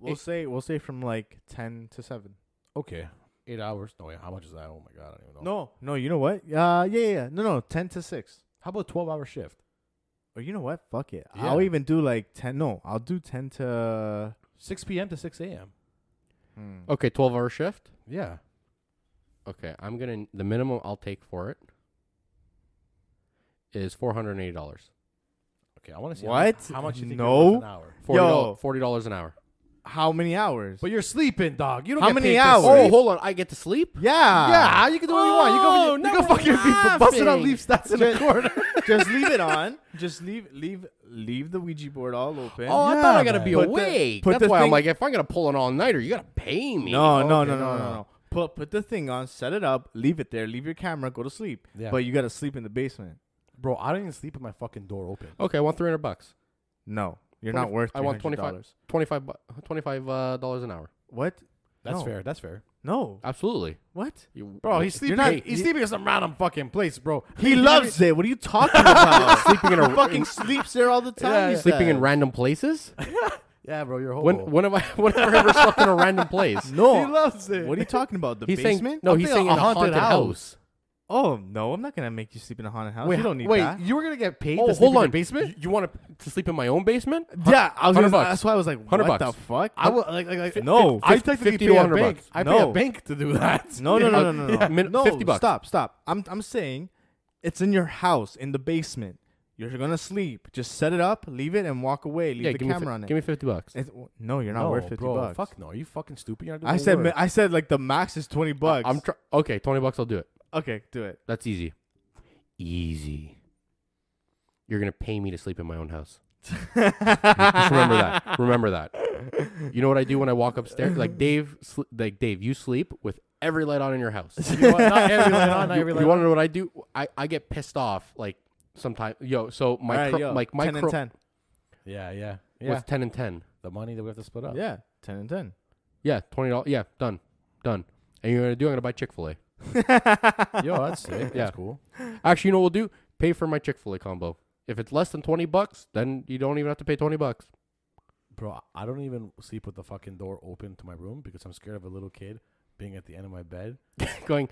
[SPEAKER 2] We'll say we'll say from like ten to seven.
[SPEAKER 5] Okay. Eight hours. No, wait, how much is that? Oh my god, I don't even know.
[SPEAKER 2] No, no, you know what? Uh, yeah, yeah, yeah. no, no, ten to six.
[SPEAKER 5] How about a twelve-hour shift?
[SPEAKER 2] Or you know what? Fuck it.
[SPEAKER 5] Yeah.
[SPEAKER 2] I'll even do like ten. No, I'll do ten to.
[SPEAKER 5] Six p.m. to six a.m.
[SPEAKER 4] Okay, twelve hour shift.
[SPEAKER 5] Yeah.
[SPEAKER 4] Okay, I'm gonna the minimum I'll take for it is four hundred and eighty dollars.
[SPEAKER 5] Okay. I want to see how-
[SPEAKER 2] What?
[SPEAKER 5] How, much you think
[SPEAKER 2] No.
[SPEAKER 5] you're worth an hour?
[SPEAKER 4] Forty
[SPEAKER 2] Yo.
[SPEAKER 4] forty dollars an hour.
[SPEAKER 2] How many hours?
[SPEAKER 5] But you're sleeping, dog. You don't.
[SPEAKER 2] How
[SPEAKER 5] get
[SPEAKER 2] many
[SPEAKER 5] paid for
[SPEAKER 2] hours?
[SPEAKER 5] sleep.
[SPEAKER 4] Oh, hold on, I get to sleep.
[SPEAKER 2] yeah,
[SPEAKER 5] yeah, you can do what you want. You
[SPEAKER 4] Oh,
[SPEAKER 5] go. You,
[SPEAKER 4] now
[SPEAKER 5] you go
[SPEAKER 4] we're
[SPEAKER 5] fuck your feet, bust it out,
[SPEAKER 4] laughing.
[SPEAKER 5] leave stats in the corner.
[SPEAKER 2] Just leave it on. Just leave, leave, leave the Ouija board all open.
[SPEAKER 4] Oh, I
[SPEAKER 5] Yeah,
[SPEAKER 4] thought I gotta
[SPEAKER 5] man.
[SPEAKER 4] be
[SPEAKER 2] Put the-
[SPEAKER 4] awake.
[SPEAKER 2] put
[SPEAKER 4] That's
[SPEAKER 2] the
[SPEAKER 4] why I'm
[SPEAKER 2] thing-
[SPEAKER 4] like, if I'm gonna pull an all nighter, you gotta pay me.
[SPEAKER 2] No, no,
[SPEAKER 5] Okay,
[SPEAKER 2] no, no, no,
[SPEAKER 5] no, no.
[SPEAKER 2] no, no. Put put the thing on, set it up, leave it there, leave your camera, go to sleep.
[SPEAKER 5] Yeah.
[SPEAKER 2] But you gotta sleep in the basement.
[SPEAKER 5] Bro, I don't even sleep with my fucking door open.
[SPEAKER 4] Okay, I want three hundred bucks.
[SPEAKER 2] No, you're not
[SPEAKER 4] 20
[SPEAKER 2] worth.
[SPEAKER 4] I want
[SPEAKER 2] $300.
[SPEAKER 4] 25 25 bu- 25 uh, dollars an hour.
[SPEAKER 2] What?
[SPEAKER 5] That's
[SPEAKER 2] No.
[SPEAKER 5] fair. That's fair.
[SPEAKER 2] No.
[SPEAKER 4] Uh, Absolutely.
[SPEAKER 2] What?
[SPEAKER 4] You-
[SPEAKER 5] Bro, he's sleeping.
[SPEAKER 2] not-
[SPEAKER 5] he's sleeping in some random fucking place, bro.
[SPEAKER 2] He loves it. What are you talking about? sleeping in a fucking sleeps there all the time.
[SPEAKER 5] Yeah,
[SPEAKER 2] you
[SPEAKER 5] yeah.
[SPEAKER 4] sleeping in
[SPEAKER 2] said.
[SPEAKER 4] random places.
[SPEAKER 5] Yeah, bro, you're a hobo.
[SPEAKER 4] When when have I when have I ever slept in a random place?
[SPEAKER 2] No.
[SPEAKER 5] He loves it.
[SPEAKER 2] What are you talking about? The
[SPEAKER 4] he's saying
[SPEAKER 2] basement?
[SPEAKER 4] no.
[SPEAKER 5] I'm
[SPEAKER 4] he's saying
[SPEAKER 5] thinking
[SPEAKER 4] in a haunted, house.
[SPEAKER 2] Oh no, I'm not gonna make you sleep in a haunted house.
[SPEAKER 5] wait,
[SPEAKER 2] you don't need
[SPEAKER 5] wait,
[SPEAKER 2] that.
[SPEAKER 5] you were gonna get paid?
[SPEAKER 4] Oh,
[SPEAKER 5] to sleep
[SPEAKER 4] hold
[SPEAKER 5] in your
[SPEAKER 4] on.
[SPEAKER 5] basement?
[SPEAKER 4] You, want to, to sleep in my own basement?
[SPEAKER 2] yeah, I was.
[SPEAKER 4] 100
[SPEAKER 2] Gonna,
[SPEAKER 4] bucks.
[SPEAKER 2] that's why I was like,
[SPEAKER 4] 100
[SPEAKER 2] what
[SPEAKER 4] bucks.
[SPEAKER 2] the fuck?
[SPEAKER 5] I will like like, like
[SPEAKER 2] No.
[SPEAKER 5] I technically
[SPEAKER 4] 50
[SPEAKER 5] pay
[SPEAKER 4] to
[SPEAKER 5] a
[SPEAKER 4] 100
[SPEAKER 5] bank.
[SPEAKER 4] bucks.
[SPEAKER 5] I pay
[SPEAKER 2] No.
[SPEAKER 5] a bank to do that.
[SPEAKER 2] No, no,
[SPEAKER 4] Yeah.
[SPEAKER 2] no, no, no,
[SPEAKER 4] Yeah.
[SPEAKER 2] no.
[SPEAKER 4] Min-
[SPEAKER 2] no
[SPEAKER 4] 50 bucks.
[SPEAKER 2] Stop, stop. I'm, I'm saying it's in your house, in the basement. You're going to sleep. Just set it up, leave it, and walk away. Leave the
[SPEAKER 4] give me,
[SPEAKER 2] camera
[SPEAKER 4] fi-
[SPEAKER 2] on it.
[SPEAKER 4] Give me fifty bucks.
[SPEAKER 2] It's- no, you're not
[SPEAKER 5] No,
[SPEAKER 2] worth 50
[SPEAKER 5] bro,
[SPEAKER 2] bucks.
[SPEAKER 5] Fuck no, are you fucking stupid? You're not doing
[SPEAKER 2] I
[SPEAKER 5] the
[SPEAKER 2] said,
[SPEAKER 5] work.
[SPEAKER 2] ma- I said like the max is 20 bucks.
[SPEAKER 4] I'm tr- okay. Twenty bucks. I'll do it.
[SPEAKER 2] okay, do it.
[SPEAKER 4] That's easy. Easy. You're gonna pay me to sleep in my own house. Just remember that. Remember that. You know what I do when I walk upstairs? Like Dave, sl- like Dave, you sleep with every light on in your house.
[SPEAKER 5] You want- not every light on, not every
[SPEAKER 4] you
[SPEAKER 5] light
[SPEAKER 4] want
[SPEAKER 5] on.
[SPEAKER 4] to know what I do? I, I get pissed off like sometimes. Yo, so my
[SPEAKER 2] All right,
[SPEAKER 4] cro-
[SPEAKER 2] yo,
[SPEAKER 4] like my
[SPEAKER 2] 10
[SPEAKER 4] cro-
[SPEAKER 2] and 10.
[SPEAKER 5] Yeah, yeah, yeah.
[SPEAKER 4] what's ten and ten?
[SPEAKER 5] the money that we have to split up.
[SPEAKER 2] Yeah, 10 and 10.
[SPEAKER 4] Yeah, twenty dollars. Yeah, done, done. And you're gonna do? I'm gonna buy Chick Fil A.
[SPEAKER 5] Yo, that's sick.
[SPEAKER 4] Yeah.
[SPEAKER 5] That's cool.
[SPEAKER 4] Actually, you know what we'll do? Pay for my Chick Fil A combo. If it's less than twenty bucks, then you don't even have to pay twenty bucks.
[SPEAKER 5] Bro, I don't even sleep with the fucking door open to my room because I'm scared of a little kid being at the end of my bed.
[SPEAKER 4] Going,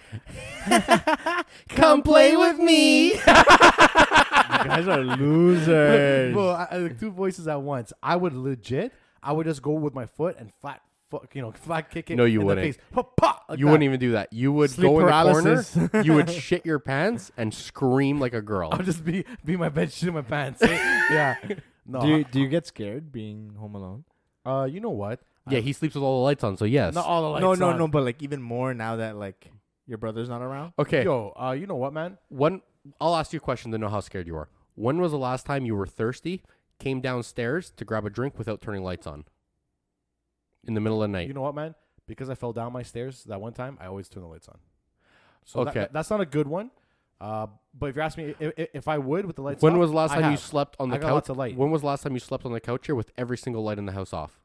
[SPEAKER 4] come play with me.
[SPEAKER 2] You guys are losers.
[SPEAKER 5] Bro, I, I- like two voices at once. I would legit, I would just go with my foot and flat, fuck, you know, flat kick it.
[SPEAKER 4] No, you
[SPEAKER 5] in
[SPEAKER 4] wouldn't.
[SPEAKER 5] The face. Pa, pa, like
[SPEAKER 4] You
[SPEAKER 5] that.
[SPEAKER 4] wouldn't even do that. You would
[SPEAKER 2] Sleep
[SPEAKER 4] go in the corner.
[SPEAKER 2] paralysis.
[SPEAKER 4] You would shit your pants and scream like a girl.
[SPEAKER 5] I would just be be in my bed shit in my pants. eh? yeah. No.
[SPEAKER 2] do, you, do you get scared being home alone?
[SPEAKER 5] uh, you know what?
[SPEAKER 4] Yeah, he sleeps with all the lights on. So yes.
[SPEAKER 5] Not all the lights
[SPEAKER 2] no, no,
[SPEAKER 5] on.
[SPEAKER 2] no, but Oh, like even more now that like your brother's not around.
[SPEAKER 4] Okay.
[SPEAKER 5] Yo, uh, you know what, man?
[SPEAKER 4] When I'll ask you a question to know how scared you are. When was the last time you were thirsty, came downstairs to grab a drink without turning lights on? In the middle of the night.
[SPEAKER 5] You know what, man? Because I fell down my stairs that one time, I always turn the lights on. So
[SPEAKER 4] Okay.
[SPEAKER 5] that, that's not a good one. Uh, but if you ask me if, if I would with the lights
[SPEAKER 4] when
[SPEAKER 5] off,
[SPEAKER 4] was the last
[SPEAKER 5] I
[SPEAKER 4] time you
[SPEAKER 5] have.
[SPEAKER 4] slept on the
[SPEAKER 5] I got
[SPEAKER 4] couch?
[SPEAKER 5] lots of light.
[SPEAKER 4] When was the last time you slept on the couch here with every single light in the house off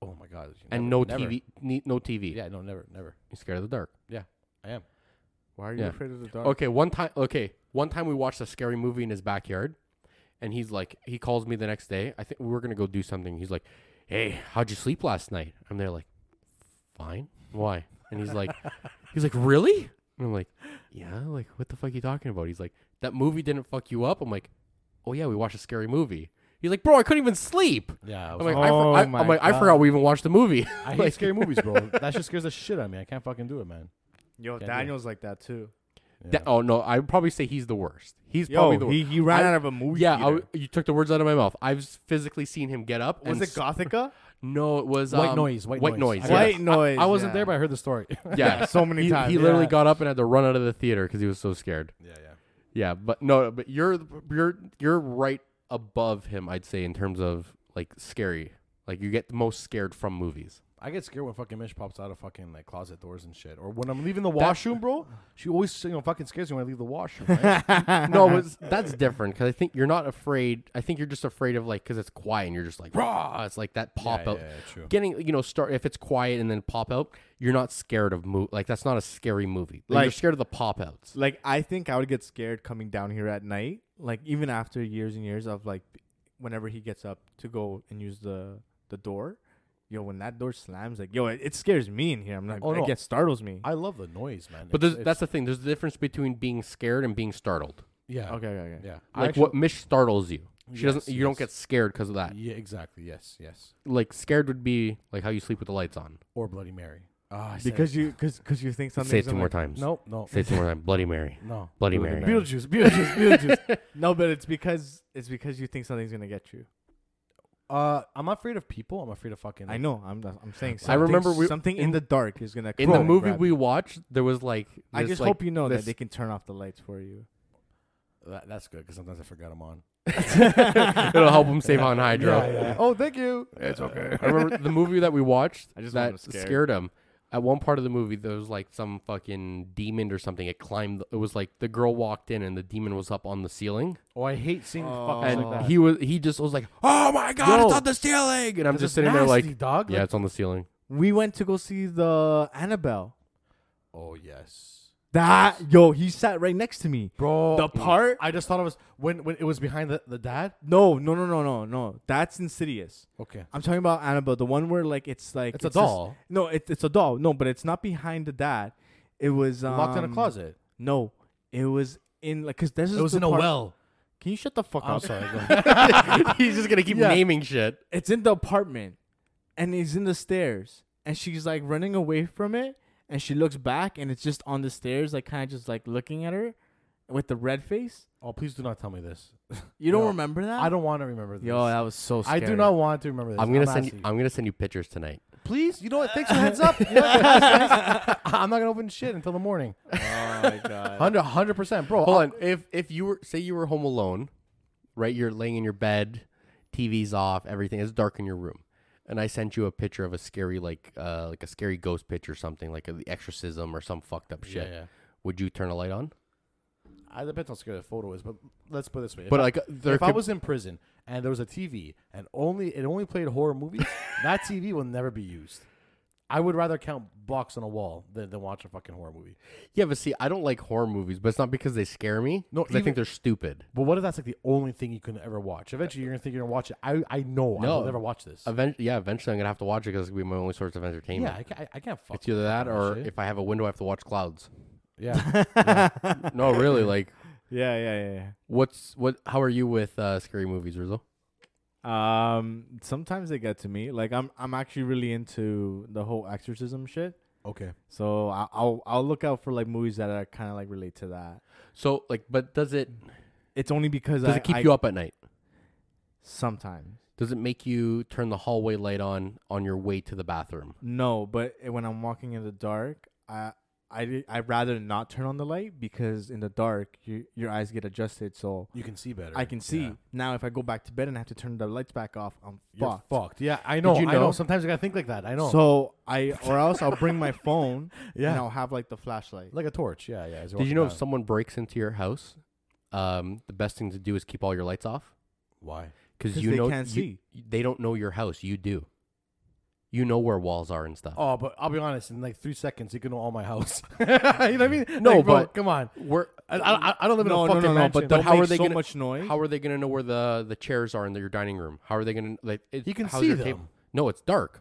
[SPEAKER 5] Oh my god! you
[SPEAKER 4] and
[SPEAKER 5] never-
[SPEAKER 4] no
[SPEAKER 5] never.
[SPEAKER 4] TV? ne- No TV.
[SPEAKER 5] Yeah, no, never, never.
[SPEAKER 4] You scared of the dark?
[SPEAKER 5] I am.
[SPEAKER 2] Why are you
[SPEAKER 4] Yeah. Oh.
[SPEAKER 2] afraid of the dark?
[SPEAKER 4] Okay, one time. Okay, one time we watched a scary movie in his backyard, and he's like, he calls me the next day. I think we were gonna go do something. He's like, "Hey, how'd you sleep last night?" I'm there like, "Fine." Why? And he's like, he's like, "Really?" And I'm like, "Yeah." Like, what the fuck are you talking about? He's like, "That movie didn't fuck you up." I'm like, "Oh yeah, we watched a scary movie." He's like, "Bro, I couldn't even sleep."
[SPEAKER 5] Yeah, I,
[SPEAKER 4] I'm
[SPEAKER 5] was
[SPEAKER 4] like,
[SPEAKER 5] like,
[SPEAKER 4] I, for-
[SPEAKER 2] Oh
[SPEAKER 4] I,
[SPEAKER 2] my
[SPEAKER 4] am like, I
[SPEAKER 2] God.
[SPEAKER 4] forgot we even watched the movie.
[SPEAKER 5] I hate
[SPEAKER 4] like-
[SPEAKER 5] scary movies, bro. that just scares the shit out of me. I can't fucking do it, man.
[SPEAKER 2] Yo,
[SPEAKER 5] do it.
[SPEAKER 2] Daniel's like that too.
[SPEAKER 4] Da- oh no, I'd probably say he's the worst. He's probably the
[SPEAKER 2] Yo,
[SPEAKER 4] worst.
[SPEAKER 2] Oh, he, he ran
[SPEAKER 4] I-
[SPEAKER 2] out of a movie.
[SPEAKER 4] Yeah, I
[SPEAKER 2] theater.
[SPEAKER 4] w you took the words out of my mouth. I've s- physically seen him get up.
[SPEAKER 2] was
[SPEAKER 4] and
[SPEAKER 2] it
[SPEAKER 4] s-
[SPEAKER 2] Gothica?
[SPEAKER 4] No, it was
[SPEAKER 5] White
[SPEAKER 4] um,
[SPEAKER 5] noise, white noise. I
[SPEAKER 4] yeah.
[SPEAKER 5] got
[SPEAKER 2] White noise.
[SPEAKER 5] I wasn't
[SPEAKER 2] yeah.
[SPEAKER 5] there, but I heard the story. yeah,
[SPEAKER 4] Yeah,
[SPEAKER 2] so many
[SPEAKER 4] he,
[SPEAKER 2] times,
[SPEAKER 4] He literally
[SPEAKER 2] yeah.
[SPEAKER 4] got up and had to run out of the theater because he was so scared.
[SPEAKER 5] yeah.
[SPEAKER 4] Yeah, but no, but you're you're you're right above him, I'd say, in terms of like scary. Like you get the most scared from movies.
[SPEAKER 5] I get scared when fucking Mish pops out of fucking like closet doors and shit, or when I'm leaving the washroom, bro. She always you know fucking scares me when I leave the washroom. Right?
[SPEAKER 4] no, it's, that's different because I think you're not afraid. I think you're just afraid of like because it's quiet and you're just like raw. It's like that pop
[SPEAKER 5] yeah,
[SPEAKER 4] out.
[SPEAKER 5] yeah, true.
[SPEAKER 4] Getting you know start if it's quiet and then pop out, you're not scared of mo Like that's not a scary movie. Like, you're
[SPEAKER 2] Like-
[SPEAKER 4] scared of the pop outs.
[SPEAKER 2] Like I think I would get scared coming down here at night. Like even after years and years of like, whenever he gets up to go and use the the door, yo, when that door slams, like yo, it, it scares me in here. I'm like,
[SPEAKER 5] Oh, no.
[SPEAKER 2] it gets startles me.
[SPEAKER 5] I love the noise, man.
[SPEAKER 4] But
[SPEAKER 5] It's-
[SPEAKER 4] there's, that's the thing. There's a difference between being scared and being startled.
[SPEAKER 5] yeah,
[SPEAKER 2] okay, okay, okay.
[SPEAKER 5] yeah. I
[SPEAKER 4] Like
[SPEAKER 5] actually-
[SPEAKER 4] what Mish startles you. She doesn't.
[SPEAKER 5] Yes,
[SPEAKER 4] You don't
[SPEAKER 5] yes.
[SPEAKER 4] get scared because of that.
[SPEAKER 5] Yeah, exactly. Yes, yes.
[SPEAKER 4] Like scared would be like how you sleep with the lights on.
[SPEAKER 5] Or Bloody Mary. Ah, I said
[SPEAKER 2] Because you, because, because you think something.
[SPEAKER 4] Say it two more times.
[SPEAKER 5] Nope, no,
[SPEAKER 4] Say it two more times. Bloody Mary.
[SPEAKER 5] no.
[SPEAKER 4] Bloody Mary.
[SPEAKER 5] Beetlejuice, Beetlejuice, Beetlejuice.
[SPEAKER 2] No, but it's because it's because you think something's gonna get you.
[SPEAKER 5] Uh, I'm not afraid of people. I'm afraid of fucking.
[SPEAKER 2] I know. I'm. I'm saying.
[SPEAKER 4] I remember
[SPEAKER 2] something-
[SPEAKER 4] we-
[SPEAKER 2] something in,
[SPEAKER 4] in-
[SPEAKER 2] the dark is gonna.
[SPEAKER 4] In
[SPEAKER 2] crawl
[SPEAKER 4] the
[SPEAKER 2] and
[SPEAKER 4] movie
[SPEAKER 2] grab
[SPEAKER 4] we
[SPEAKER 2] you.
[SPEAKER 4] watched, there was like
[SPEAKER 2] I
[SPEAKER 4] this,
[SPEAKER 2] just
[SPEAKER 4] like,
[SPEAKER 2] hope you know
[SPEAKER 4] this-
[SPEAKER 2] that they can turn off the lights for you.
[SPEAKER 5] That, that's good because sometimes I forgot I'm on.
[SPEAKER 4] It'll help him save on hydro.
[SPEAKER 5] Oh, thank you.
[SPEAKER 4] It's okay. I remember the movie that we watched
[SPEAKER 2] I just want
[SPEAKER 4] that
[SPEAKER 2] him scared.
[SPEAKER 4] scared him. At one part of the movie, there was like some fucking demon or something. It climbed. It was like the girl walked in and the demon was up on the ceiling,
[SPEAKER 5] Oh, I hate seeing fuckers
[SPEAKER 4] and
[SPEAKER 5] like that.
[SPEAKER 4] he was he just was like, "Oh my god, it's
[SPEAKER 5] Yo.
[SPEAKER 4] on the ceiling!" And I'm
[SPEAKER 5] That's
[SPEAKER 4] just
[SPEAKER 5] a
[SPEAKER 4] sitting there
[SPEAKER 5] nasty
[SPEAKER 4] like,
[SPEAKER 5] dog.
[SPEAKER 4] "Yeah,
[SPEAKER 5] Like-
[SPEAKER 4] it's on the ceiling."
[SPEAKER 2] We went to go see the Annabelle.
[SPEAKER 5] oh yes,
[SPEAKER 2] That yo, he sat right next to me.
[SPEAKER 5] bro.
[SPEAKER 2] The part-
[SPEAKER 5] I just thought it was when when it was behind the, the dad.
[SPEAKER 2] No, no, no, no, no, no. That's Insidious.
[SPEAKER 5] Okay.
[SPEAKER 2] I'm talking about Annabelle, the one where like it's like
[SPEAKER 5] It's a
[SPEAKER 2] just-
[SPEAKER 5] doll.
[SPEAKER 2] no, it, it's a doll. No, but it's not behind the dad. It was um,
[SPEAKER 5] Locked in a closet.
[SPEAKER 2] No, it was in like because this is
[SPEAKER 5] It was
[SPEAKER 2] the
[SPEAKER 5] in a
[SPEAKER 2] part-
[SPEAKER 5] well.
[SPEAKER 2] Can you shut the fuck
[SPEAKER 5] I'm
[SPEAKER 2] up?
[SPEAKER 5] sorry. go ahead.
[SPEAKER 4] He's just gonna keep
[SPEAKER 2] Yeah.
[SPEAKER 4] naming shit.
[SPEAKER 2] It's in the apartment, and he's in the stairs, and she's like running away from it, and she looks back, and it's just on the stairs, like kind of just like looking at her with the red face.
[SPEAKER 5] oh, please do not tell me this.
[SPEAKER 2] You don't
[SPEAKER 5] No,
[SPEAKER 2] remember that?
[SPEAKER 5] I don't want to remember this.
[SPEAKER 2] Yo, that was so.
[SPEAKER 5] I
[SPEAKER 2] Scary.
[SPEAKER 5] do not want to remember this.
[SPEAKER 4] I'm gonna send you,
[SPEAKER 5] asking
[SPEAKER 4] I'm gonna send you pictures tonight.
[SPEAKER 5] Please, you know what? Thanks for heads up. You know what? Guys, guys, I'm not gonna open shit until the morning.
[SPEAKER 2] Oh my god.
[SPEAKER 5] Hundred, hundred percent, bro.
[SPEAKER 4] Hold on. If if you were say you were home alone, right? You're laying in your bed, TV's off, everything is dark in your room, and I sent you a picture of a scary like uh like a scary ghost picture or something like the exorcism or some fucked up shit.
[SPEAKER 5] yeah.
[SPEAKER 4] Would you turn a light on?
[SPEAKER 5] I depends how scary the photo is, but let's put it this way. If
[SPEAKER 4] But
[SPEAKER 5] I-
[SPEAKER 4] like there
[SPEAKER 5] if I
[SPEAKER 4] could-
[SPEAKER 5] was in prison and there was a TV and only it only played horror movies, that TV will never be used. I would rather count blocks on a wall than, than watch a fucking horror movie.
[SPEAKER 4] yeah, but see, I don't like horror movies, but it's not because they scare me.
[SPEAKER 5] No,
[SPEAKER 4] 'cause I
[SPEAKER 5] even-
[SPEAKER 4] think they're stupid.
[SPEAKER 5] But what if that's like the only thing you can ever watch? Eventually, you're gonna think you're gonna watch it. I I know I
[SPEAKER 4] No.
[SPEAKER 5] will never watch this.
[SPEAKER 4] Event- yeah, eventually I'm gonna have to watch it because it's gonna be my only source of
[SPEAKER 5] yeah,
[SPEAKER 4] entertainment.
[SPEAKER 5] I, ca- I, I can't fuck.
[SPEAKER 4] it's either that or
[SPEAKER 5] shit.
[SPEAKER 4] if I have a window, I have to watch clouds.
[SPEAKER 5] yeah,
[SPEAKER 4] no, really, like
[SPEAKER 2] Yeah, yeah, yeah,
[SPEAKER 4] what's what? How are you with uh, scary movies, Rizzo?
[SPEAKER 2] yeah. Um, sometimes they get to me. Like I'm, I'm actually really into the whole exorcism shit.
[SPEAKER 5] okay.
[SPEAKER 2] So I- I'll, I'll look out for like movies that are kind of like relate to that.
[SPEAKER 4] So like, but does it
[SPEAKER 2] It's only because
[SPEAKER 4] Does
[SPEAKER 2] I,
[SPEAKER 4] it keep
[SPEAKER 2] I-
[SPEAKER 4] you up at night?
[SPEAKER 2] sometimes.
[SPEAKER 4] Does it make you turn the hallway light on on your way to the bathroom?
[SPEAKER 2] No, but when I'm walking in the dark, I, I, I'd rather not turn on the light because in the dark, you, your eyes get adjusted, so
[SPEAKER 5] You can see better.
[SPEAKER 2] I can see.
[SPEAKER 5] Yeah.
[SPEAKER 2] Now, if I go back to bed and I have to turn the lights back off, I'm
[SPEAKER 5] You're
[SPEAKER 2] fucked.
[SPEAKER 5] fucked. Yeah, I know.
[SPEAKER 4] you
[SPEAKER 5] I know.
[SPEAKER 4] know-
[SPEAKER 5] Sometimes I gotta think like that. I know.
[SPEAKER 2] So I, or else I'll bring my phone.
[SPEAKER 5] Yeah.
[SPEAKER 2] and I'll have like the flashlight.
[SPEAKER 5] like a torch. Yeah, yeah. as
[SPEAKER 4] Did
[SPEAKER 5] walking
[SPEAKER 4] you know
[SPEAKER 5] down.
[SPEAKER 4] if someone breaks into your house, um, the best thing to do is keep all your lights off
[SPEAKER 5] why?
[SPEAKER 4] because
[SPEAKER 2] 'Cause
[SPEAKER 4] you
[SPEAKER 2] they
[SPEAKER 4] know
[SPEAKER 2] can't
[SPEAKER 4] you- they don't know your house. You do. You know where walls are and stuff.
[SPEAKER 5] Oh, but I'll be honest. In like three seconds, you can know all my house. you know what I mean?
[SPEAKER 4] No,
[SPEAKER 5] Like, bro,
[SPEAKER 4] but-
[SPEAKER 5] come on.
[SPEAKER 4] Where?
[SPEAKER 5] I, I, I don't live in
[SPEAKER 2] No,
[SPEAKER 5] a
[SPEAKER 2] no,
[SPEAKER 5] fucking
[SPEAKER 2] no, no,
[SPEAKER 5] mansion.
[SPEAKER 2] but don't
[SPEAKER 4] how are
[SPEAKER 2] make
[SPEAKER 4] they
[SPEAKER 2] so
[SPEAKER 4] gonna-
[SPEAKER 2] much noise.
[SPEAKER 4] How are they gonna know where the the chairs are in your dining room? How are they gonna like? It,
[SPEAKER 5] You can
[SPEAKER 4] how's
[SPEAKER 5] see
[SPEAKER 4] your table-
[SPEAKER 5] them.
[SPEAKER 4] No, it's dark.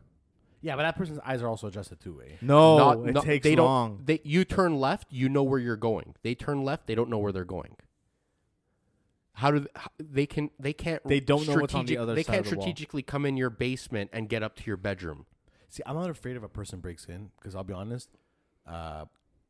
[SPEAKER 5] yeah, but that person's eyes are also adjusted too. Eh?
[SPEAKER 2] no,
[SPEAKER 4] Not-
[SPEAKER 2] Oh, it
[SPEAKER 4] not-
[SPEAKER 2] takes
[SPEAKER 4] they don't-
[SPEAKER 2] long.
[SPEAKER 4] They, you turn left, you know where you're going. They turn left, they don't know where they're going. How do they, how- they can they can't
[SPEAKER 2] They don't know what's on the
[SPEAKER 4] strategic-
[SPEAKER 2] other
[SPEAKER 4] They
[SPEAKER 2] side
[SPEAKER 4] can't
[SPEAKER 2] of the wall.
[SPEAKER 4] strategically come in your basement and get up to your bedroom.
[SPEAKER 5] See, I'm not afraid if a person breaks in because I'll be honest, uh,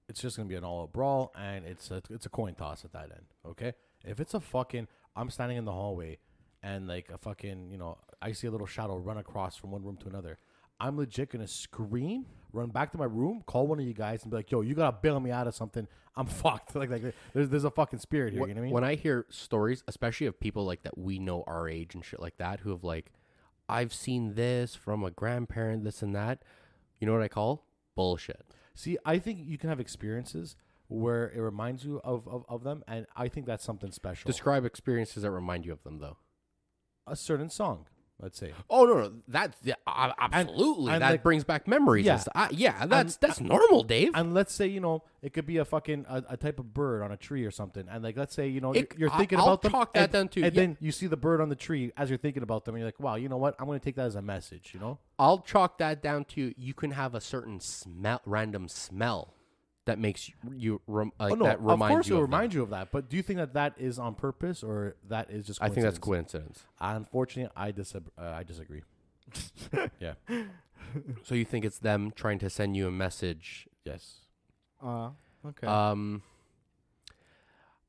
[SPEAKER 5] it's just gonna be an all-out brawl and it's a it's a coin toss at that end. Okay, if it's a fucking I'm standing in the hallway and like a fucking you know I see a little shadow run across from one room to another. I'm legit gonna scream, run back to my room, call one of you guys, and be like, "Yo, you gotta bail me out of something. I'm fucked. Like, like there's there's a fucking spirit here. you know what I mean?
[SPEAKER 4] When I hear stories, especially of people like that we know our age and shit like that, who have like, I've seen this from a grandparent, this and that. You know what I call bullshit.
[SPEAKER 5] See, I think you can have experiences where it reminds you of, of, of them, and I think that's something special.
[SPEAKER 4] Describe experiences that remind you of them, though.
[SPEAKER 5] a certain song, let's say.
[SPEAKER 4] Oh no, no, that's yeah, a- absolutely
[SPEAKER 5] and
[SPEAKER 4] that
[SPEAKER 5] like-
[SPEAKER 4] brings back memories.
[SPEAKER 5] Yeah.
[SPEAKER 4] Yeah, I, yeah, that's that's normal, Dave.
[SPEAKER 5] And let's say you know it could be a fucking a, a type of bird on a tree or something. And like let's say you know
[SPEAKER 4] It-
[SPEAKER 5] you're
[SPEAKER 4] I-
[SPEAKER 5] thinking
[SPEAKER 4] I'll
[SPEAKER 5] about them.
[SPEAKER 4] chalk that
[SPEAKER 5] and,
[SPEAKER 4] down too,
[SPEAKER 5] And
[SPEAKER 4] yeah.
[SPEAKER 5] then you see the bird on the tree as you're thinking about them, and you're like, wow, you know what? I'm going to take that as a message. You know,
[SPEAKER 4] I'll chalk that down to you can have a certain smell, random smell that makes you, you rem, like,
[SPEAKER 5] oh no,
[SPEAKER 4] that
[SPEAKER 5] of
[SPEAKER 4] reminds
[SPEAKER 5] course
[SPEAKER 4] you.
[SPEAKER 5] it'll
[SPEAKER 4] of them.
[SPEAKER 5] remind you of that. But do you think that that is on purpose or that is just?
[SPEAKER 4] I think that's
[SPEAKER 5] coincidence?
[SPEAKER 4] coincidence.
[SPEAKER 5] Unfortunately, I disab- uh, I disagree. yeah.
[SPEAKER 4] So you think it's them trying to send you a message?
[SPEAKER 5] Yes.
[SPEAKER 2] Uh, okay.
[SPEAKER 4] Um,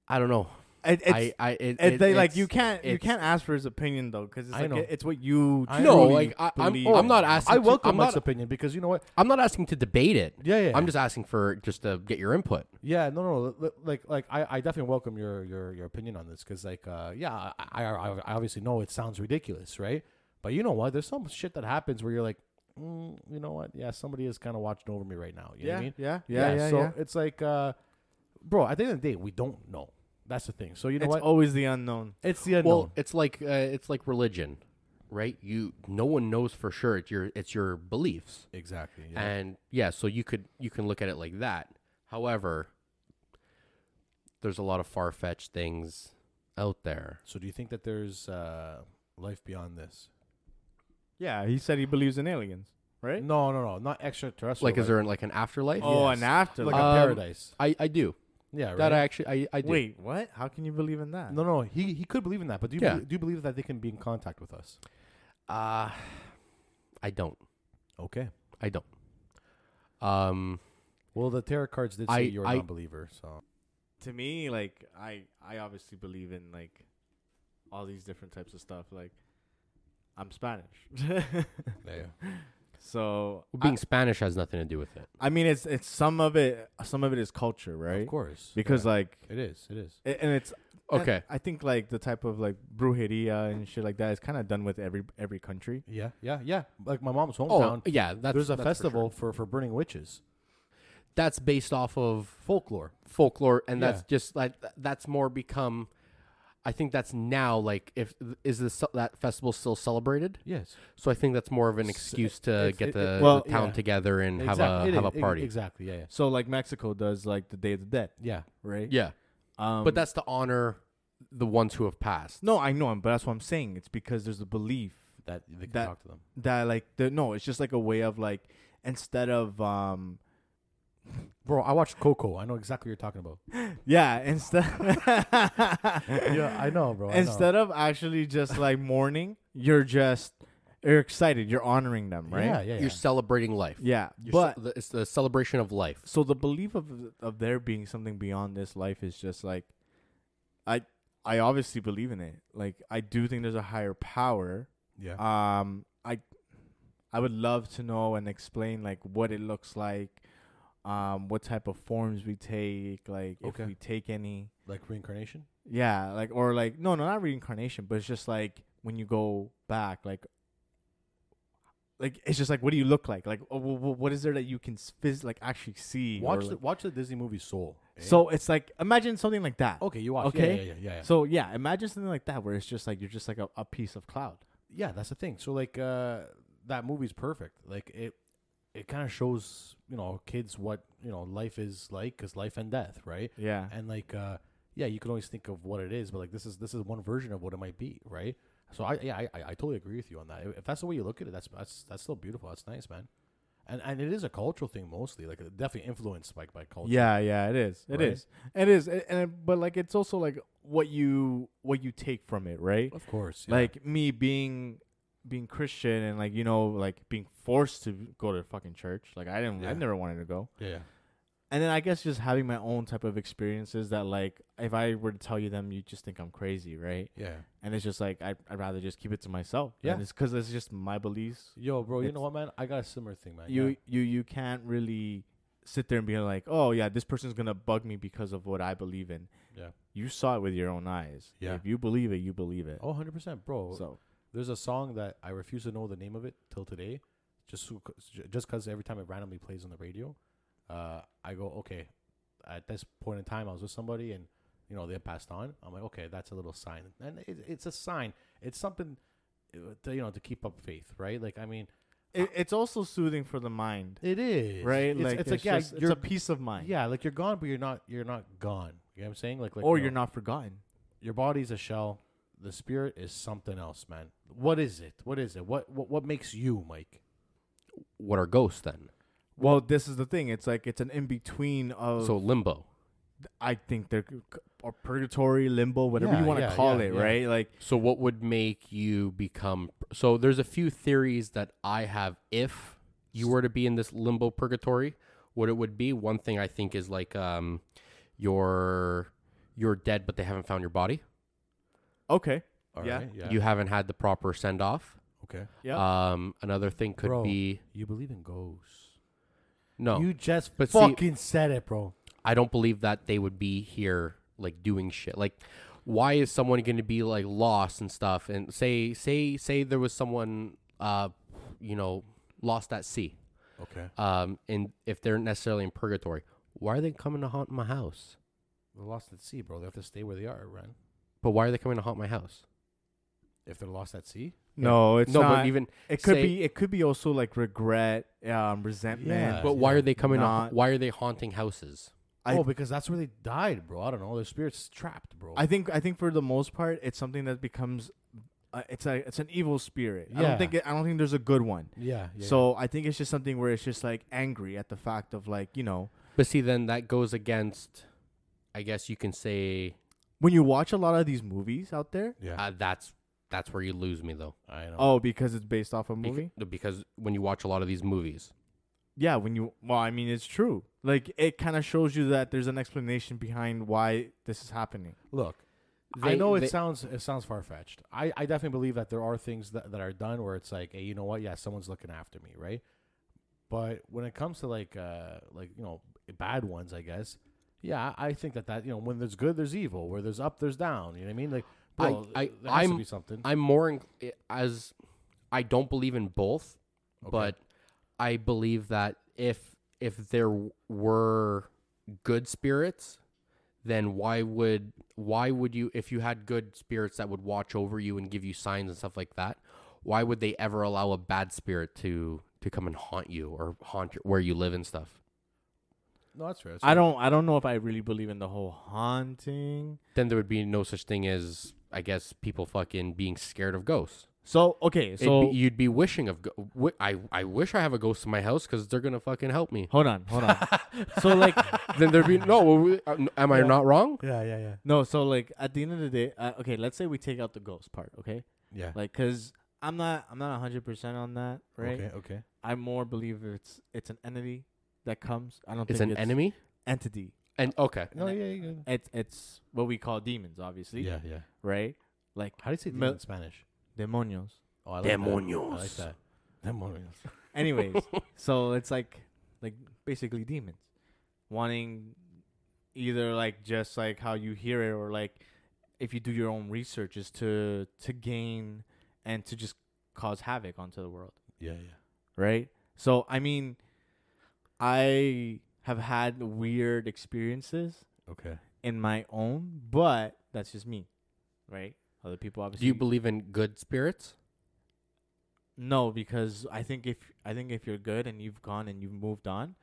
[SPEAKER 4] I don't know.
[SPEAKER 2] it, it's,
[SPEAKER 4] I, I, it,
[SPEAKER 2] it,
[SPEAKER 4] it-
[SPEAKER 2] they, like
[SPEAKER 4] it's-
[SPEAKER 2] you can't you
[SPEAKER 4] it's-
[SPEAKER 2] can't ask for his opinion though because it's
[SPEAKER 5] I
[SPEAKER 2] like
[SPEAKER 5] know.
[SPEAKER 2] it- it's what you
[SPEAKER 5] I
[SPEAKER 4] No,
[SPEAKER 2] truly
[SPEAKER 4] like I, I'm,
[SPEAKER 2] believe.
[SPEAKER 4] I'm not asking.
[SPEAKER 5] I
[SPEAKER 4] to-
[SPEAKER 5] welcome
[SPEAKER 4] I'm
[SPEAKER 5] Mike's
[SPEAKER 4] not,
[SPEAKER 5] opinion because you know what?
[SPEAKER 4] I'm not asking to debate it.
[SPEAKER 5] Yeah, yeah,
[SPEAKER 4] I'm
[SPEAKER 5] yeah.
[SPEAKER 4] just asking for just to get your input.
[SPEAKER 5] Yeah, no, no, li- li- like, like I, I definitely welcome your, your, your opinion on this because, like, uh, yeah, I, I, I I obviously know it sounds ridiculous, right? But you know what? There's some shit that happens where you're like, mm, you know what? Yeah, somebody is kind of watching over me right now. You know what I
[SPEAKER 2] yeah,
[SPEAKER 5] mean?
[SPEAKER 2] yeah yeah yeah yeah.
[SPEAKER 5] so it's like, uh, bro, at the end of the day, we don't know. That's the thing. So you know
[SPEAKER 2] it's
[SPEAKER 5] what?
[SPEAKER 2] always the unknown.
[SPEAKER 5] it's the unknown.
[SPEAKER 4] Well, it's like uh, it's like religion, right? You no one knows for sure. It's your it's your beliefs,
[SPEAKER 5] exactly.
[SPEAKER 4] and yeah, so you could you can look at it like that. However, there's a lot of far fetched things out there.
[SPEAKER 5] so do you think that there's uh, life beyond this?
[SPEAKER 2] Yeah, he said he believes in aliens, right?
[SPEAKER 5] No, no, no, not extraterrestrial.
[SPEAKER 4] Like, is there like an afterlife?
[SPEAKER 2] Oh,
[SPEAKER 5] Yes.
[SPEAKER 2] an afterlife.
[SPEAKER 5] like a
[SPEAKER 4] Um,
[SPEAKER 5] paradise?
[SPEAKER 4] I I do
[SPEAKER 5] Yeah, right.
[SPEAKER 4] that. I actually I I do.
[SPEAKER 2] Wait, what? How can you believe in that?
[SPEAKER 5] No, no, he he could believe in that, but do you
[SPEAKER 4] Yeah.
[SPEAKER 5] belie- do you believe that they can be in contact with us?
[SPEAKER 4] Uh, I don't.
[SPEAKER 5] Okay.
[SPEAKER 4] I don't. Um,
[SPEAKER 5] Well, the tarot cards did say
[SPEAKER 4] I-
[SPEAKER 5] you're a
[SPEAKER 4] I-
[SPEAKER 5] non-believer, so
[SPEAKER 2] To me, like I, I obviously believe in like all these different types of stuff. Like I'm Spanish, so
[SPEAKER 4] being Spanish has nothing to do with it.
[SPEAKER 2] I mean, it's it's some of it. Some of it is culture, right?
[SPEAKER 5] of course,
[SPEAKER 2] Because
[SPEAKER 5] Yeah.
[SPEAKER 2] like,
[SPEAKER 5] it is, it is.
[SPEAKER 2] a- and it's and
[SPEAKER 4] Okay.
[SPEAKER 2] I think like the type of like brujeria and shit like that is kind of done with every every country.
[SPEAKER 5] Yeah, yeah, yeah. Like my mom's
[SPEAKER 4] Oh
[SPEAKER 5] hometown,
[SPEAKER 4] yeah, that's
[SPEAKER 5] there's a
[SPEAKER 4] that's for
[SPEAKER 5] festival
[SPEAKER 4] sure.
[SPEAKER 5] for, for burning witches,
[SPEAKER 4] that's based off of
[SPEAKER 5] folklore.
[SPEAKER 4] folklore and that's
[SPEAKER 5] Yeah.
[SPEAKER 4] just like th- that's more become i think that's now like if is this that festival still celebrated
[SPEAKER 5] Yes,
[SPEAKER 4] so i think that's more of an excuse to
[SPEAKER 5] it's-
[SPEAKER 4] get
[SPEAKER 5] it-
[SPEAKER 4] the,
[SPEAKER 5] it-
[SPEAKER 4] the
[SPEAKER 5] well,
[SPEAKER 4] town
[SPEAKER 5] yeah.
[SPEAKER 4] together and
[SPEAKER 5] Exact-
[SPEAKER 4] have a
[SPEAKER 5] it
[SPEAKER 4] have
[SPEAKER 5] is,
[SPEAKER 4] a
[SPEAKER 5] it-
[SPEAKER 4] party
[SPEAKER 5] exactly, yeah, yeah,
[SPEAKER 2] So like Mexico does like the Day of the Dead,
[SPEAKER 5] yeah.
[SPEAKER 2] right?
[SPEAKER 4] yeah
[SPEAKER 2] Um,
[SPEAKER 4] but that's to honor the ones who have passed
[SPEAKER 2] no, I know, but that's what I'm saying. It's because there's a belief
[SPEAKER 5] That they can
[SPEAKER 2] That-
[SPEAKER 5] talk to them.
[SPEAKER 2] that like the no it's just like a way of like instead of um
[SPEAKER 5] Bro, I watched Coco. I know exactly what you're talking about.
[SPEAKER 2] yeah instead
[SPEAKER 5] yeah, I know, bro. I know.
[SPEAKER 2] instead of actually just like mourning you're just you're excited you're honoring them right
[SPEAKER 5] yeah, yeah, yeah.
[SPEAKER 4] you're celebrating life
[SPEAKER 2] yeah
[SPEAKER 4] You're ce-
[SPEAKER 2] but
[SPEAKER 4] the- it's the celebration of life
[SPEAKER 2] so the belief of of there being something beyond this life is just like i i obviously believe in it like i do think there's a higher power
[SPEAKER 5] yeah.
[SPEAKER 2] um i i would love to know and explain like what it looks like um what type of forms we take like
[SPEAKER 5] Okay.
[SPEAKER 2] if we take any
[SPEAKER 5] like reincarnation.
[SPEAKER 2] yeah like or like no no not reincarnation but it's just like when you go back like like it's just like what do you look like like oh, wh- wh- what is there that you can s- phys- like actually see or,
[SPEAKER 5] Watch the
[SPEAKER 2] like-
[SPEAKER 5] watch the Disney movie Soul. eh?
[SPEAKER 2] so it's like imagine something like that
[SPEAKER 5] okay, you watch.
[SPEAKER 2] Okay.
[SPEAKER 5] yeah, yeah, yeah, yeah, yeah.
[SPEAKER 2] so yeah imagine something like that where it's just like you're just like a, a piece of cloud
[SPEAKER 5] yeah, that's the thing. So like uh that movie's perfect. Like it it kind of shows, you know, kids what, you know, life is like cuz life and death, right?
[SPEAKER 2] yeah
[SPEAKER 5] And like uh yeah, you can always think of what it is, but like this is this is one version of what it might be, right? So I yeah, I, I I totally agree with you on that. If that's the way you look at it, that's that's that's still beautiful. That's nice, man. And and it is a cultural thing mostly, like uh, definitely influenced by by culture.
[SPEAKER 2] Yeah, yeah, it is. It
[SPEAKER 5] Right?
[SPEAKER 2] is. It is. A- And it- but like it's also like what you what you take from it, right?
[SPEAKER 5] Of course. yeah.
[SPEAKER 2] Like me being being Christian and like you know like being forced to go to fucking church. Like I didn't
[SPEAKER 5] Yeah.
[SPEAKER 2] I never wanted to go.
[SPEAKER 5] yeah, yeah.
[SPEAKER 2] And then I guess just having my own type of experiences that like if I were to tell you them you just think I'm crazy, right?
[SPEAKER 5] Yeah.
[SPEAKER 2] And it's just like I I'd rather just keep it to myself.
[SPEAKER 5] Yeah.
[SPEAKER 2] And it's cuz it's just my beliefs.
[SPEAKER 5] Yo, bro, you
[SPEAKER 2] It's-
[SPEAKER 5] know what, man? I got a similar thing, man.
[SPEAKER 2] You
[SPEAKER 5] Yeah.
[SPEAKER 2] you you can't really sit there and be like, "Oh yeah, this person's going to bug me because of what I believe in."
[SPEAKER 5] yeah.
[SPEAKER 2] you saw it with your own eyes.
[SPEAKER 5] Yeah.
[SPEAKER 2] If you believe it, you believe it.
[SPEAKER 5] Oh, 100%, bro.
[SPEAKER 2] so
[SPEAKER 5] There's a song that I refuse to know the name of it till today, just so, just because every time it randomly plays on the radio, uh, I go okay. At this point in time, I was with somebody and you know they had passed on. I'm like, okay, that's a little sign, and it, it's a sign. It's something, uh, to, you know, to keep up faith, right? Like I mean,
[SPEAKER 2] It, it's also soothing for the mind,
[SPEAKER 5] it is
[SPEAKER 2] right?
[SPEAKER 5] It's,
[SPEAKER 2] like
[SPEAKER 5] it's, like yeah,
[SPEAKER 2] just- it's
[SPEAKER 5] you're
[SPEAKER 2] a peace of mind.
[SPEAKER 5] yeah, like you're gone, but you're not you're not gone. You know what I'm saying? Like like
[SPEAKER 2] or
[SPEAKER 5] you
[SPEAKER 2] you're
[SPEAKER 5] know,
[SPEAKER 2] not forgotten.
[SPEAKER 5] your body's a shell. The spirit is something else, man. What is it? What is it? What what, what makes you, Mike?
[SPEAKER 4] What are ghosts then?
[SPEAKER 2] Well, this is the thing. It's like it's an in between
[SPEAKER 5] Oh.
[SPEAKER 2] of
[SPEAKER 4] So limbo.
[SPEAKER 2] I think they're or purgatory, limbo, whatever
[SPEAKER 5] Yeah,
[SPEAKER 2] you want to
[SPEAKER 5] yeah,
[SPEAKER 2] call
[SPEAKER 5] yeah,
[SPEAKER 2] it,
[SPEAKER 5] yeah.
[SPEAKER 2] right? Like
[SPEAKER 4] So what would make you become so there's a few theories that I have if you were to be in this limbo purgatory, what it would be. One thing I think is like um you're you're dead but they haven't found your body.
[SPEAKER 2] okay,
[SPEAKER 5] All
[SPEAKER 2] Yeah.
[SPEAKER 5] right, yeah.
[SPEAKER 4] You haven't had the proper send off.
[SPEAKER 5] okay?
[SPEAKER 2] yeah,
[SPEAKER 4] Um another thing could
[SPEAKER 5] Bro,
[SPEAKER 4] be
[SPEAKER 5] You believe in ghosts?
[SPEAKER 4] no.
[SPEAKER 5] You just
[SPEAKER 4] But see-
[SPEAKER 5] fucking said it, bro.
[SPEAKER 4] I don't believe that they would be here like doing shit. Like why is someone going to be like lost and stuff and say say say there was someone uh you know lost at sea.
[SPEAKER 5] Okay.
[SPEAKER 4] um, and if they're necessarily in purgatory, why are they coming to haunt my house?
[SPEAKER 5] They're lost at sea, bro. They have to stay where they are, Ren.
[SPEAKER 4] But why are they coming to haunt my house?
[SPEAKER 5] If they're lost at sea,
[SPEAKER 2] no, it's
[SPEAKER 4] no,
[SPEAKER 2] not.
[SPEAKER 4] but even
[SPEAKER 2] it could
[SPEAKER 4] say-
[SPEAKER 2] be. It could be also like regret, um, resentment.
[SPEAKER 5] Yeah.
[SPEAKER 4] but why are they coming?
[SPEAKER 2] Not-
[SPEAKER 4] to, why are they haunting houses?
[SPEAKER 2] I-
[SPEAKER 5] oh, because that's where they died, bro. I don't know. Their spirit's trapped, bro.
[SPEAKER 2] I think. I think for the most part, it's something that becomes. Uh, it's a. It's an evil spirit. I
[SPEAKER 5] Yeah.
[SPEAKER 2] don't think. It, I don't think there's a good one.
[SPEAKER 5] yeah, yeah.
[SPEAKER 2] So I think it's just something where it's just like angry at the fact of like you know
[SPEAKER 4] But see, then that goes against. I guess you can say
[SPEAKER 2] when you watch a lot of these movies out there.
[SPEAKER 5] yeah.
[SPEAKER 4] uh, that's that's where you lose me though,
[SPEAKER 5] I know.
[SPEAKER 2] Oh, because it's based off a
[SPEAKER 4] Bec-
[SPEAKER 2] movie.
[SPEAKER 4] because when you watch a lot of these movies,
[SPEAKER 2] yeah, when you well, I mean, it's true. Like it kind of shows you that there's an explanation behind why this is happening.
[SPEAKER 5] Look, I
[SPEAKER 4] They-
[SPEAKER 5] know it
[SPEAKER 4] they-
[SPEAKER 5] sounds it sounds far fetched. I, I definitely believe that there are things that, that are done where it's like, hey, you know what? Yeah, someone's looking after me, right? But when it comes to like uh like you know bad ones, I guess. Yeah, I I think that that you know when there's good, there's evil. Where there's up, there's down. You know what I mean? Like,
[SPEAKER 4] I-
[SPEAKER 5] bro,
[SPEAKER 4] I-
[SPEAKER 5] there has to
[SPEAKER 4] I'm-
[SPEAKER 5] be something.
[SPEAKER 4] I'm more inc- as I don't believe in both, but I believe that if if there w- were good spirits, then why would why would you if you had good spirits that would watch over you and give you signs and stuff like that, why would they ever allow a bad spirit to to come and haunt you or haunt your, where you live and stuff?
[SPEAKER 5] no, that's fair. that's
[SPEAKER 2] I
[SPEAKER 5] fair.
[SPEAKER 2] don't. I don't know if I really believe in the whole haunting.
[SPEAKER 4] Then there would be no such thing as I guess people fucking being scared of ghosts.
[SPEAKER 2] So okay,
[SPEAKER 4] It'd be-
[SPEAKER 2] so
[SPEAKER 4] you'd be wishing of go- wi- I I wish I have a ghost in my house because they're gonna fucking help me.
[SPEAKER 2] hold on, hold on. so like,
[SPEAKER 4] then there'd be no. well, we- uh, Am I not wrong?
[SPEAKER 5] Yeah, yeah, yeah,
[SPEAKER 2] no, so like at the end of the day, uh, okay, let's say we take out the ghost part, okay?
[SPEAKER 5] yeah.
[SPEAKER 2] Like, cause I'm not, I'm not hundred percent on that, right?
[SPEAKER 5] Okay, okay.
[SPEAKER 2] I more believe it's, it's an entity that comes. I don't
[SPEAKER 4] It's
[SPEAKER 2] think
[SPEAKER 4] an enemy.
[SPEAKER 2] entity.
[SPEAKER 4] And okay,
[SPEAKER 5] No,
[SPEAKER 2] And
[SPEAKER 5] yeah, yeah,
[SPEAKER 2] It's, it's what we call demons, obviously.
[SPEAKER 5] yeah, yeah.
[SPEAKER 2] Right. Like
[SPEAKER 5] How do you say
[SPEAKER 2] Mel-
[SPEAKER 5] demon in Spanish?
[SPEAKER 2] demonios.
[SPEAKER 5] Oh, I like that. I like
[SPEAKER 4] Demonios.
[SPEAKER 5] that. Demonios.
[SPEAKER 2] Anyways, so it's like like basically demons wanting either like just like how you hear it or like if you do your own research is to to gain and to just cause havoc onto the world,
[SPEAKER 5] Yeah, yeah.
[SPEAKER 2] right? So I mean I have had weird experiences
[SPEAKER 5] Okay.
[SPEAKER 2] in my own, but that's just me, right? Other people
[SPEAKER 4] do
[SPEAKER 2] obviously
[SPEAKER 4] you believe in good spirits?
[SPEAKER 2] No, because I think if I think if you're good and you've gone and you've moved on,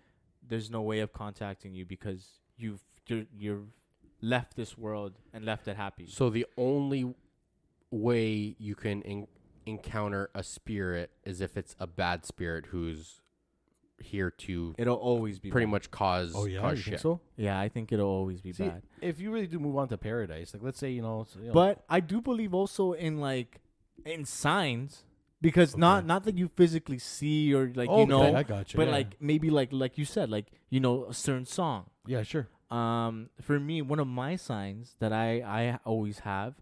[SPEAKER 2] there's no way of contacting you because you've you're, you've left this world and left it happy.
[SPEAKER 4] So the only way you can en- encounter a spirit is if it's a bad spirit who's here to
[SPEAKER 2] It'll always be
[SPEAKER 4] pretty
[SPEAKER 2] bad.
[SPEAKER 4] much cause
[SPEAKER 5] Oh,
[SPEAKER 4] cause shit.
[SPEAKER 5] so?
[SPEAKER 2] Yeah, I think it'll always be
[SPEAKER 5] See,
[SPEAKER 2] bad.
[SPEAKER 5] if you really do move on to paradise, like let's say you know, so, you know-
[SPEAKER 2] But I do believe also in like in signs because not
[SPEAKER 5] Okay.
[SPEAKER 2] not that you physically see or like
[SPEAKER 5] Oh, Okay,
[SPEAKER 2] you know,
[SPEAKER 5] I got you.
[SPEAKER 2] but
[SPEAKER 5] yeah.
[SPEAKER 2] like maybe like like you said like you know a certain song.
[SPEAKER 5] yeah, sure.
[SPEAKER 2] um, for me, one of my signs that I, I always have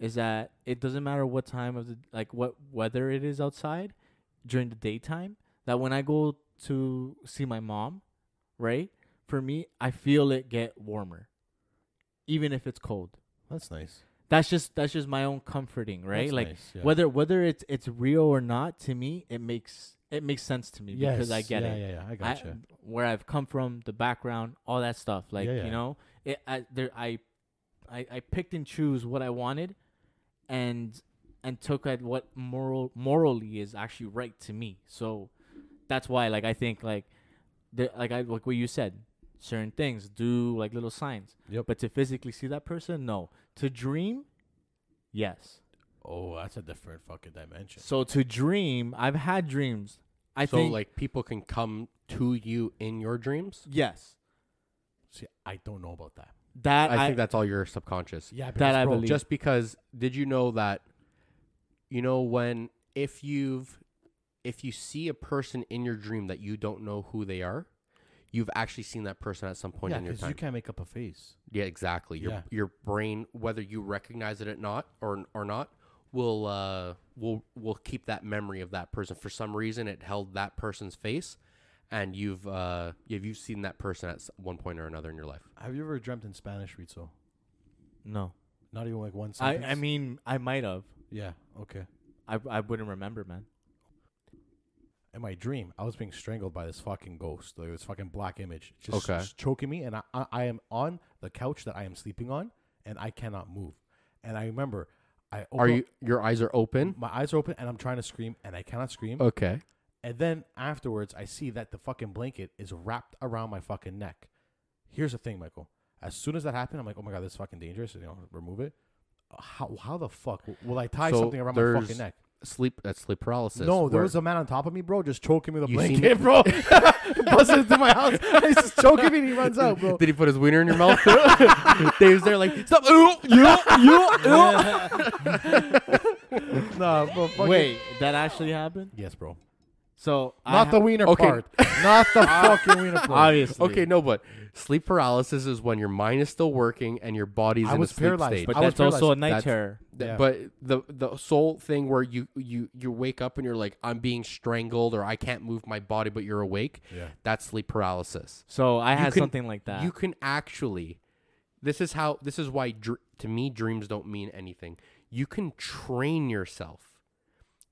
[SPEAKER 2] is that it doesn't matter what time of the like what weather it is outside during the daytime. That when I go to see my mom, right? For me, I feel it get warmer, even if it's cold.
[SPEAKER 5] That's nice.
[SPEAKER 2] that's just that's just my own comforting, right?
[SPEAKER 4] That's
[SPEAKER 2] like
[SPEAKER 4] nice, yeah.
[SPEAKER 2] whether whether it's it's real or not to me, it makes it makes sense to me because I
[SPEAKER 5] Yes,
[SPEAKER 2] get
[SPEAKER 5] yeah,
[SPEAKER 2] it.
[SPEAKER 5] Yeah, yeah, I
[SPEAKER 2] I-
[SPEAKER 5] gotcha.
[SPEAKER 2] where I've come from, the background, all that stuff. Like
[SPEAKER 5] Yeah, yeah.
[SPEAKER 2] you know, it, I there I, I I picked and choose what I wanted, and and took at what moral morally is actually right to me. So that's why like I think like the like I like what you said, certain things do like little signs.
[SPEAKER 5] Yep.
[SPEAKER 2] But to physically see that person, no. To dream, yes.
[SPEAKER 5] oh, that's a different fucking dimension.
[SPEAKER 2] So to dream, I've had dreams. I
[SPEAKER 4] so
[SPEAKER 2] think
[SPEAKER 4] like people can come to you in your dreams.
[SPEAKER 2] yes.
[SPEAKER 5] See, I don't know about that.
[SPEAKER 2] That
[SPEAKER 4] I, think that's all your subconscious.
[SPEAKER 5] Yeah,
[SPEAKER 2] because, I bro, believe.
[SPEAKER 4] Just because did you know that you know when if you've if you see a person in your dream that you don't know who they are, you've actually seen that person at some point
[SPEAKER 5] yeah,
[SPEAKER 4] in your
[SPEAKER 5] because
[SPEAKER 4] time.
[SPEAKER 5] you can't make up a face.
[SPEAKER 4] Yeah, exactly. Your
[SPEAKER 5] Yeah.
[SPEAKER 4] your brain, whether you recognize it or not, or or not, will uh will will keep that memory of that person. For some reason, it held that person's face, and you've uh you've, you've seen that person at s- one point or another in your life.
[SPEAKER 5] Have you ever dreamt in Spanish, Rizzo?
[SPEAKER 2] no.
[SPEAKER 5] Not even like one
[SPEAKER 2] I,
[SPEAKER 5] sentence.
[SPEAKER 2] I mean I might have.
[SPEAKER 5] yeah, okay.
[SPEAKER 2] I I wouldn't remember, man.
[SPEAKER 5] In my dream, I was being strangled by this fucking ghost, like this fucking black image, just
[SPEAKER 4] Okay.
[SPEAKER 5] s- choking me, and I, I I am on the couch that I am sleeping on, and I cannot move. And I remember, I open
[SPEAKER 4] Are you your eyes are open?
[SPEAKER 5] My eyes are open, and I'm trying to scream, and I cannot scream.
[SPEAKER 4] Okay.
[SPEAKER 5] And then afterwards, I see that the fucking blanket is wrapped around my fucking neck. Here's the thing, Michael. As soon as that happened, I'm like, oh my god, this is fucking dangerous. You know, remove it. Uh, How how the fuck w- will I tie
[SPEAKER 4] So
[SPEAKER 5] something around my fucking
[SPEAKER 4] there's
[SPEAKER 5] neck?
[SPEAKER 4] Sleep that's sleep paralysis.
[SPEAKER 5] No, there
[SPEAKER 4] where-
[SPEAKER 5] was a man on top of me, bro, just choking me with a
[SPEAKER 4] You seen
[SPEAKER 5] blanket, bro. Busted into my house. He's just choking me and he runs out, bro.
[SPEAKER 4] Did he put his wiener in your mouth? Dave's there like stop. Ooh, you
[SPEAKER 5] Nah, bro, fucking-
[SPEAKER 2] Wait, that actually happened?
[SPEAKER 5] Yes, bro.
[SPEAKER 2] So I
[SPEAKER 5] Not
[SPEAKER 2] ha-
[SPEAKER 5] the wiener
[SPEAKER 4] Okay.
[SPEAKER 5] part. Not the fucking wiener part.
[SPEAKER 2] obviously.
[SPEAKER 4] Okay, no, but sleep paralysis is when your mind is still working and your body's
[SPEAKER 5] I
[SPEAKER 4] in
[SPEAKER 5] was
[SPEAKER 4] a sleep
[SPEAKER 5] paralyzed,
[SPEAKER 4] state.
[SPEAKER 5] but
[SPEAKER 2] but
[SPEAKER 5] I was
[SPEAKER 2] that's also a
[SPEAKER 5] paralyzed.
[SPEAKER 2] night
[SPEAKER 4] That's-
[SPEAKER 2] terror.
[SPEAKER 4] Th-
[SPEAKER 5] Yeah.
[SPEAKER 4] But the the sole thing where you you you wake up and you're like I'm being strangled or I can't move my body but you're awake.
[SPEAKER 5] Yeah.
[SPEAKER 4] That's sleep paralysis.
[SPEAKER 2] So I had
[SPEAKER 4] can-
[SPEAKER 2] something like that.
[SPEAKER 4] You can actually This is how this is why dr- to me dreams don't mean anything. You can train yourself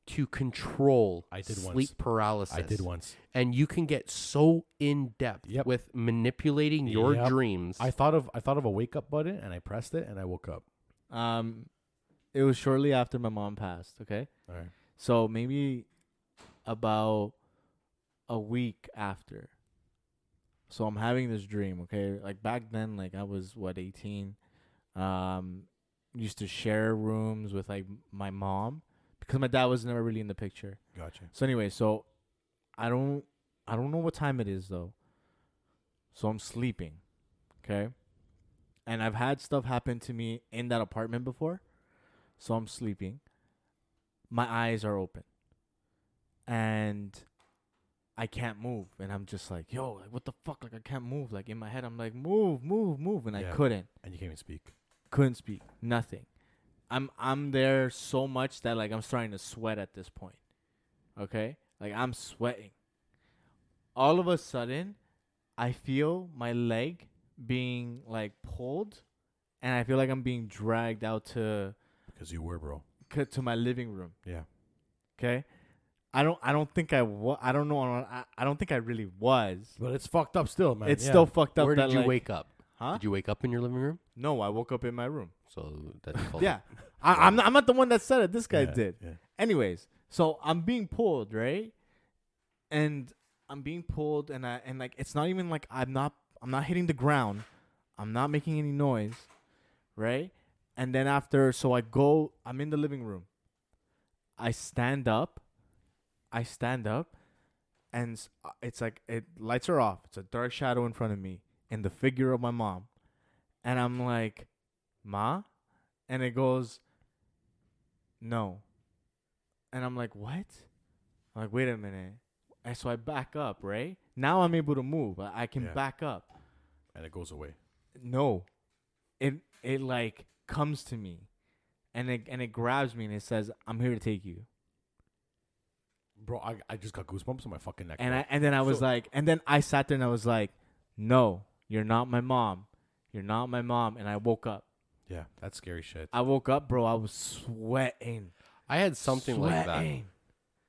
[SPEAKER 4] to control
[SPEAKER 5] I did
[SPEAKER 4] sleep
[SPEAKER 5] once.
[SPEAKER 4] paralysis.
[SPEAKER 5] I did once.
[SPEAKER 4] And you can get so in depth
[SPEAKER 5] Yep.
[SPEAKER 4] with manipulating your
[SPEAKER 5] Yep.
[SPEAKER 4] dreams.
[SPEAKER 5] I thought of I thought of a wake up button and I pressed it and I woke up.
[SPEAKER 2] um it was shortly after my mom passed, okay?
[SPEAKER 5] All right.
[SPEAKER 2] So maybe about a week after. So I'm having this dream, okay? Like back then, like I was what, eighteen. Um used to share rooms with like my mom because my dad was never really in the picture.
[SPEAKER 5] Gotcha.
[SPEAKER 2] So anyway, so I don't I don't know what time it is though. So I'm sleeping. Okay? And I've had stuff happen to me in that apartment before. So I'm sleeping. My eyes are open. And I can't move and I'm just like, yo, like what the fuck? Like I can't move. Like in my head I'm like, move, move, move and I
[SPEAKER 5] Yeah.
[SPEAKER 2] couldn't
[SPEAKER 5] And you can't even speak.
[SPEAKER 2] couldn't speak nothing i'm i'm there so much that like i'm starting to sweat at this point okay like i'm sweating all of a sudden i feel my leg being like pulled and i feel like i'm being dragged out to
[SPEAKER 5] Because you were, bro.
[SPEAKER 2] c- to my living room
[SPEAKER 5] Yeah.
[SPEAKER 2] okay i don't i don't think i wa- i don't know I, I don't think i really was
[SPEAKER 5] But it's fucked up still, man.
[SPEAKER 2] it's
[SPEAKER 5] Yeah.
[SPEAKER 2] still fucked up
[SPEAKER 4] Where
[SPEAKER 2] that
[SPEAKER 4] did you
[SPEAKER 2] like-
[SPEAKER 4] wake up?
[SPEAKER 2] huh
[SPEAKER 4] Did you wake up in your living room?
[SPEAKER 2] no i woke up in my room
[SPEAKER 4] So that's called
[SPEAKER 2] yeah I, I'm, not, I'm not the one that said it this guy
[SPEAKER 5] Yeah,
[SPEAKER 2] did
[SPEAKER 5] yeah.
[SPEAKER 2] anyways so i'm being pulled right and i'm being pulled and i and like it's not even like i'm not i'm not hitting the ground i'm not making any noise right and then after so i go i'm in the living room i stand up i stand up and s- uh, it's like it lights are off it's a dark shadow in front of me and the figure of my mom and i'm like ma and it goes no and I'm like, what? I'm like, wait a minute. And so I back up, right? Now I'm able to move. I, I can
[SPEAKER 5] Yeah.
[SPEAKER 2] back up.
[SPEAKER 5] And it goes away.
[SPEAKER 2] No, it it like comes to me, and it and it grabs me and it says, "I'm here to take you."
[SPEAKER 5] Bro, I, I just got goosebumps on my fucking neck.
[SPEAKER 2] And
[SPEAKER 5] bro.
[SPEAKER 2] I and then I was
[SPEAKER 5] So-
[SPEAKER 2] like, and then I sat there and I was like, "No, you're not my mom. You're not my mom." And I woke up.
[SPEAKER 5] Yeah, that's scary shit.
[SPEAKER 2] I woke up, bro. I was sweating,
[SPEAKER 4] I had something like that
[SPEAKER 2] sweating,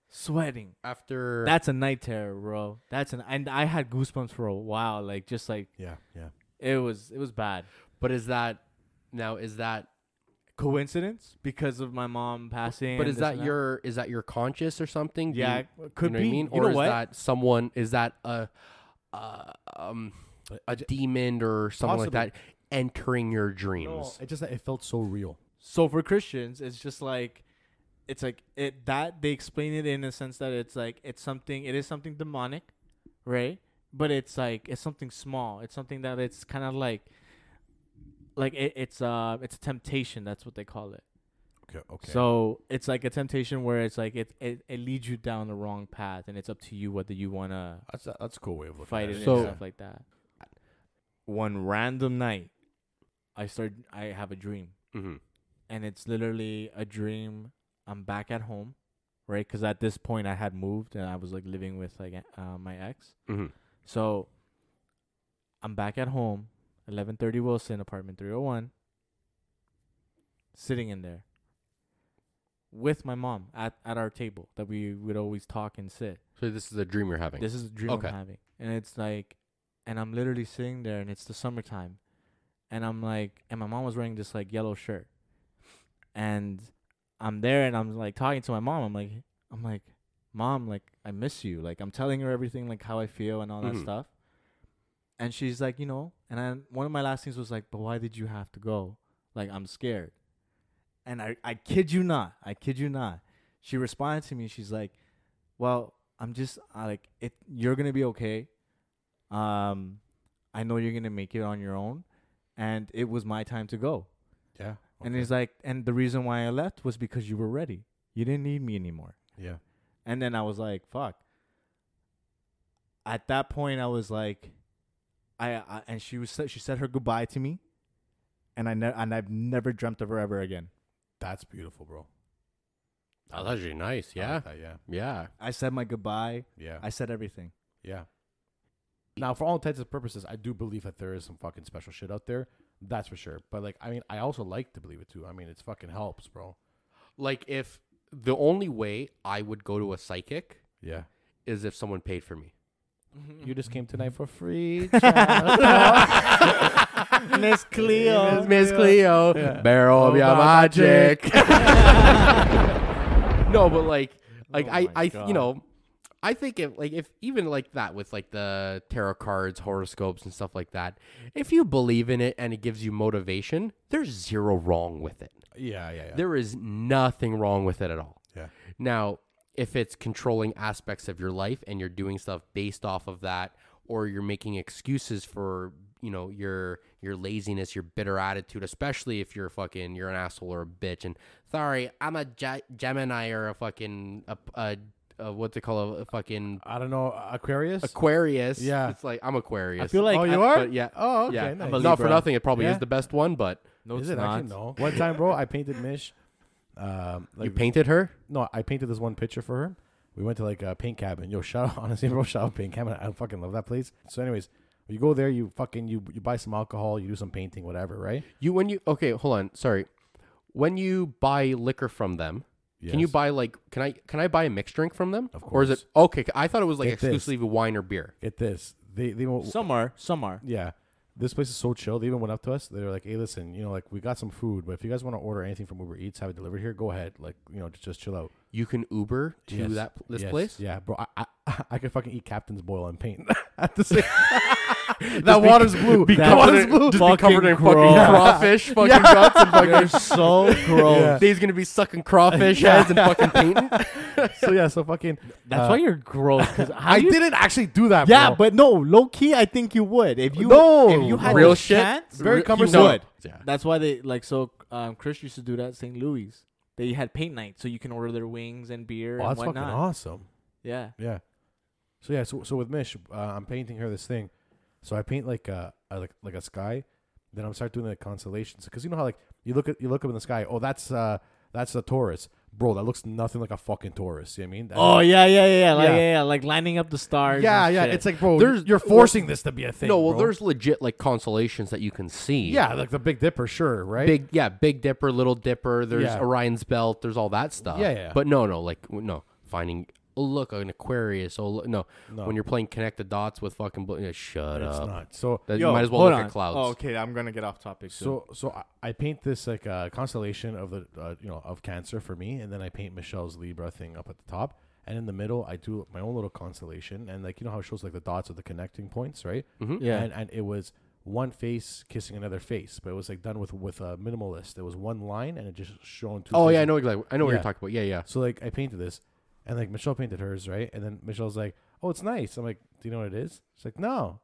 [SPEAKER 2] sweating.
[SPEAKER 4] after.
[SPEAKER 2] That's a night terror, bro. That's an and I had goosebumps for a while. Like just like
[SPEAKER 5] Yeah, yeah.
[SPEAKER 2] it was, it was bad.
[SPEAKER 4] but is that now? Is that
[SPEAKER 2] Coincidence because of my mom passing.
[SPEAKER 4] but is
[SPEAKER 2] this
[SPEAKER 4] that
[SPEAKER 2] and
[SPEAKER 4] your is that your conscious or something? Do
[SPEAKER 2] Yeah,
[SPEAKER 4] you-
[SPEAKER 2] it could
[SPEAKER 4] you know
[SPEAKER 2] be.
[SPEAKER 4] What I mean?
[SPEAKER 2] You
[SPEAKER 4] or
[SPEAKER 2] know
[SPEAKER 4] is
[SPEAKER 2] what?
[SPEAKER 4] that someone? Is that a uh, um a demon or something
[SPEAKER 5] Possibly.
[SPEAKER 4] like that entering your dreams?
[SPEAKER 5] It just it felt so real.
[SPEAKER 2] So for Christians, it's just like it's like it that they explain it in a sense that it's like it's something it is something demonic, right? But it's like it's something small. It's something that it's kind of like like it, it's uh it's a temptation. That's what they call it.
[SPEAKER 5] Okay, okay.
[SPEAKER 2] So it's like a temptation where it's like it, it it leads you down the wrong path, and it's up to you whether you wanna
[SPEAKER 5] that's a, that's a cool way of looking
[SPEAKER 2] fight
[SPEAKER 5] at
[SPEAKER 2] it
[SPEAKER 5] it.
[SPEAKER 4] So-
[SPEAKER 2] and stuff like that. One random night, I start I have a dream
[SPEAKER 4] Mm-hmm.
[SPEAKER 2] and it's literally a dream. I'm back at home, right? Because at this point I had moved and I was like living with like uh, my ex.
[SPEAKER 4] Mm-hmm.
[SPEAKER 2] So I'm back at home, 1130 Wilson, apartment 301, sitting in there with my mom at, at our table that we would always talk and sit.
[SPEAKER 4] So this is a dream you're having.
[SPEAKER 2] This is a dream
[SPEAKER 4] Okay.
[SPEAKER 2] I'm having. And it's like, and I'm literally sitting there and it's the summertime. And I'm like, and my mom was wearing this like yellow shirt. And I'm there and I'm like talking to my mom. I'm like, I'm like, mom, like, I miss you. Like, I'm telling her everything, like how I feel and all that
[SPEAKER 4] Mhm.
[SPEAKER 2] stuff. And she's like, you know, and I, one of my last things was like, but why did you have to go? Like, I'm scared. And I, I kid you not, I kid you not. She responded to me. She's like, well, I'm just I, like it. You're gonna be okay. Um, I know you're gonna make it on your own, and it was my time to go.
[SPEAKER 5] Yeah.
[SPEAKER 2] And
[SPEAKER 5] okay.
[SPEAKER 2] it's like, and the reason why I left was because you were ready. You didn't need me anymore.
[SPEAKER 5] yeah.
[SPEAKER 2] And then I was like, fuck. At that point, I was like, I, I and she was she said her goodbye to me, and I ne- and I've never dreamt of her ever again.
[SPEAKER 5] That's beautiful, bro.
[SPEAKER 4] oh, that's really nice.
[SPEAKER 5] I
[SPEAKER 4] Yeah,
[SPEAKER 5] like that, yeah.
[SPEAKER 4] yeah.
[SPEAKER 2] I said my goodbye.
[SPEAKER 5] Yeah.
[SPEAKER 2] I said everything.
[SPEAKER 5] yeah. Now, for all intents and purposes, I do believe that there is some fucking special shit out there. That's for sure. But like, I mean, I also like to believe it too. I mean, it's fucking helps, bro.
[SPEAKER 4] Like if the only way I would go to a psychic
[SPEAKER 5] Yeah.
[SPEAKER 4] is if someone paid for me.
[SPEAKER 5] You just came tonight for free.
[SPEAKER 2] Miss Cleo.
[SPEAKER 4] Miss Cleo, barrel
[SPEAKER 2] Oh,
[SPEAKER 4] of your magic. no, but like, like I,
[SPEAKER 2] Oh my
[SPEAKER 4] I, th-
[SPEAKER 2] God.
[SPEAKER 4] you know, I think if like if even like that with like the tarot cards, horoscopes, and stuff like that, if you believe in it and it gives you motivation, there's zero wrong with it.
[SPEAKER 5] yeah, yeah, yeah.
[SPEAKER 4] There is nothing wrong with it at all.
[SPEAKER 5] Yeah.
[SPEAKER 4] Now, if it's controlling aspects of your life and you're doing stuff based off of that, or you're making excuses for you know your your laziness, your bitter attitude, especially if you're fucking you're an asshole or a bitch, and sorry, I'm a Ge- Gemini or a fucking a, a, a what's it called a, fucking
[SPEAKER 5] I don't know. Aquarius?
[SPEAKER 4] Aquarius.
[SPEAKER 5] Yeah.
[SPEAKER 4] it's like I'm Aquarius.
[SPEAKER 2] I feel like
[SPEAKER 5] oh,
[SPEAKER 2] I-
[SPEAKER 5] you are?
[SPEAKER 4] but yeah.
[SPEAKER 5] Oh, okay.
[SPEAKER 4] yeah,
[SPEAKER 5] nice.
[SPEAKER 2] a
[SPEAKER 4] not for
[SPEAKER 2] Libra.
[SPEAKER 4] nothing. It probably
[SPEAKER 5] Yeah.
[SPEAKER 4] is the best one, but
[SPEAKER 2] No,
[SPEAKER 5] Is
[SPEAKER 2] it's
[SPEAKER 5] it
[SPEAKER 2] not.
[SPEAKER 5] actually no? One time, bro, I painted Mish. Um,
[SPEAKER 4] you
[SPEAKER 5] like
[SPEAKER 4] painted her.
[SPEAKER 5] no, I painted this one picture for her. We went to like a paint cabin. Yo, shout out honestly, bro, shout out paint cabin. I fucking love that place. So, anyways, you go there, you fucking you you buy some alcohol, you do some painting, whatever, right?
[SPEAKER 4] You when you okay, hold on, sorry. When you buy liquor from them, can you
[SPEAKER 5] Yes.
[SPEAKER 4] buy like can I can I buy a mixed drink from them?
[SPEAKER 5] Of
[SPEAKER 4] Or is it okay? I thought it was like
[SPEAKER 5] Get this.
[SPEAKER 4] exclusively wine or beer.
[SPEAKER 5] Get this, they they won't.
[SPEAKER 2] Some are. Some are.
[SPEAKER 5] yeah. This place is so chill. They even went up to us. They were like, "Hey, listen, you know, like we got some food, but if you guys want to order anything from Uber Eats, have it delivered here. Go ahead, like you know, just, just chill out."
[SPEAKER 4] You can Uber to
[SPEAKER 5] Yes.
[SPEAKER 4] that this
[SPEAKER 5] Yes.
[SPEAKER 4] place.
[SPEAKER 5] Yeah, bro. I, I I could fucking eat Captain's Boil and paint at the same.
[SPEAKER 4] That water's blue. Be
[SPEAKER 2] That
[SPEAKER 4] covered
[SPEAKER 2] water's
[SPEAKER 4] in-
[SPEAKER 2] blue.
[SPEAKER 4] Just be covered in
[SPEAKER 2] Fucking
[SPEAKER 4] fucking
[SPEAKER 2] gross.
[SPEAKER 4] crawfish, fucking guts, and fucking.
[SPEAKER 2] You're so gross.
[SPEAKER 4] Dave's gonna be sucking crawfish heads and fucking painting.
[SPEAKER 5] so yeah, so fucking.
[SPEAKER 2] That's
[SPEAKER 5] uh,
[SPEAKER 2] why you're gross. 'cause how
[SPEAKER 5] I
[SPEAKER 2] you-
[SPEAKER 5] didn't actually do that.
[SPEAKER 2] Yeah,
[SPEAKER 5] bro.
[SPEAKER 2] but no, low key, I think you would if you
[SPEAKER 5] No.
[SPEAKER 2] if you had
[SPEAKER 4] Real
[SPEAKER 2] the
[SPEAKER 4] shit?
[SPEAKER 2] chance,
[SPEAKER 5] Very
[SPEAKER 2] you
[SPEAKER 5] cumbersome.
[SPEAKER 2] would.
[SPEAKER 4] Yeah.
[SPEAKER 2] That's why they like so. Um, Chris used to do that at St. Louis. They had paint night, so you can order their wings and beer
[SPEAKER 5] Oh,
[SPEAKER 2] and
[SPEAKER 5] that's fucking
[SPEAKER 2] whatnot.
[SPEAKER 5] awesome.
[SPEAKER 2] Yeah,
[SPEAKER 5] Yeah. So yeah, so so with Mish, uh, I'm painting her this thing. So I paint like a, a like like a sky. Then I'm start doing the constellations because you know how like you look at you look up in the sky. Oh, that's uh that's a Taurus. bro, that looks nothing like a fucking Taurus. You know what I mean? That-
[SPEAKER 6] Oh yeah, yeah, yeah, yeah, like,
[SPEAKER 5] Yeah.
[SPEAKER 6] yeah, yeah, like lining up the stars.
[SPEAKER 5] yeah,
[SPEAKER 6] and
[SPEAKER 5] yeah.
[SPEAKER 6] shit.
[SPEAKER 5] It's like, bro,
[SPEAKER 4] There's-
[SPEAKER 5] you're forcing this to be a thing.
[SPEAKER 4] no, well,
[SPEAKER 5] bro.
[SPEAKER 4] there's legit like constellations that you can see.
[SPEAKER 5] yeah, like the Big Dipper, sure, right?
[SPEAKER 4] Big, yeah, Big Dipper, Little Dipper. There's
[SPEAKER 5] Yeah.
[SPEAKER 4] Orion's Belt. There's all that stuff.
[SPEAKER 5] Yeah, yeah.
[SPEAKER 4] But no, no, like w- no, finding. Oh, look, an Aquarius. Oh, look, no. When you're playing connect the dots with fucking, bl- yeah, shut
[SPEAKER 5] it's
[SPEAKER 4] up.
[SPEAKER 5] not. Uh, So
[SPEAKER 4] That,
[SPEAKER 2] Yo,
[SPEAKER 4] you might as well
[SPEAKER 2] hold
[SPEAKER 4] look
[SPEAKER 2] on.
[SPEAKER 4] at clouds.
[SPEAKER 2] Oh, okay, I'm gonna get off topic. soon.
[SPEAKER 5] So so I, I paint this like uh, constellation of the uh, you know of Cancer for me, and then I paint Michelle's Libra thing up at the top, and in the middle I do my own little constellation, and like you know how it shows like the dots of the connecting points, right? Mm-hmm.
[SPEAKER 6] Yeah.
[SPEAKER 5] and, and it was one face kissing another face, but it was like done with with a minimalist. It was one line, and it just shown two.
[SPEAKER 4] Oh yeah,
[SPEAKER 5] faces.
[SPEAKER 4] I know exactly. I know what
[SPEAKER 5] Yeah.
[SPEAKER 4] you're talking about. Yeah, yeah.
[SPEAKER 5] So like I painted this, and like Michelle painted hers, right? And then Michelle's like, "Oh, it's nice." I'm like, "Do you know what it is?" She's like, "No."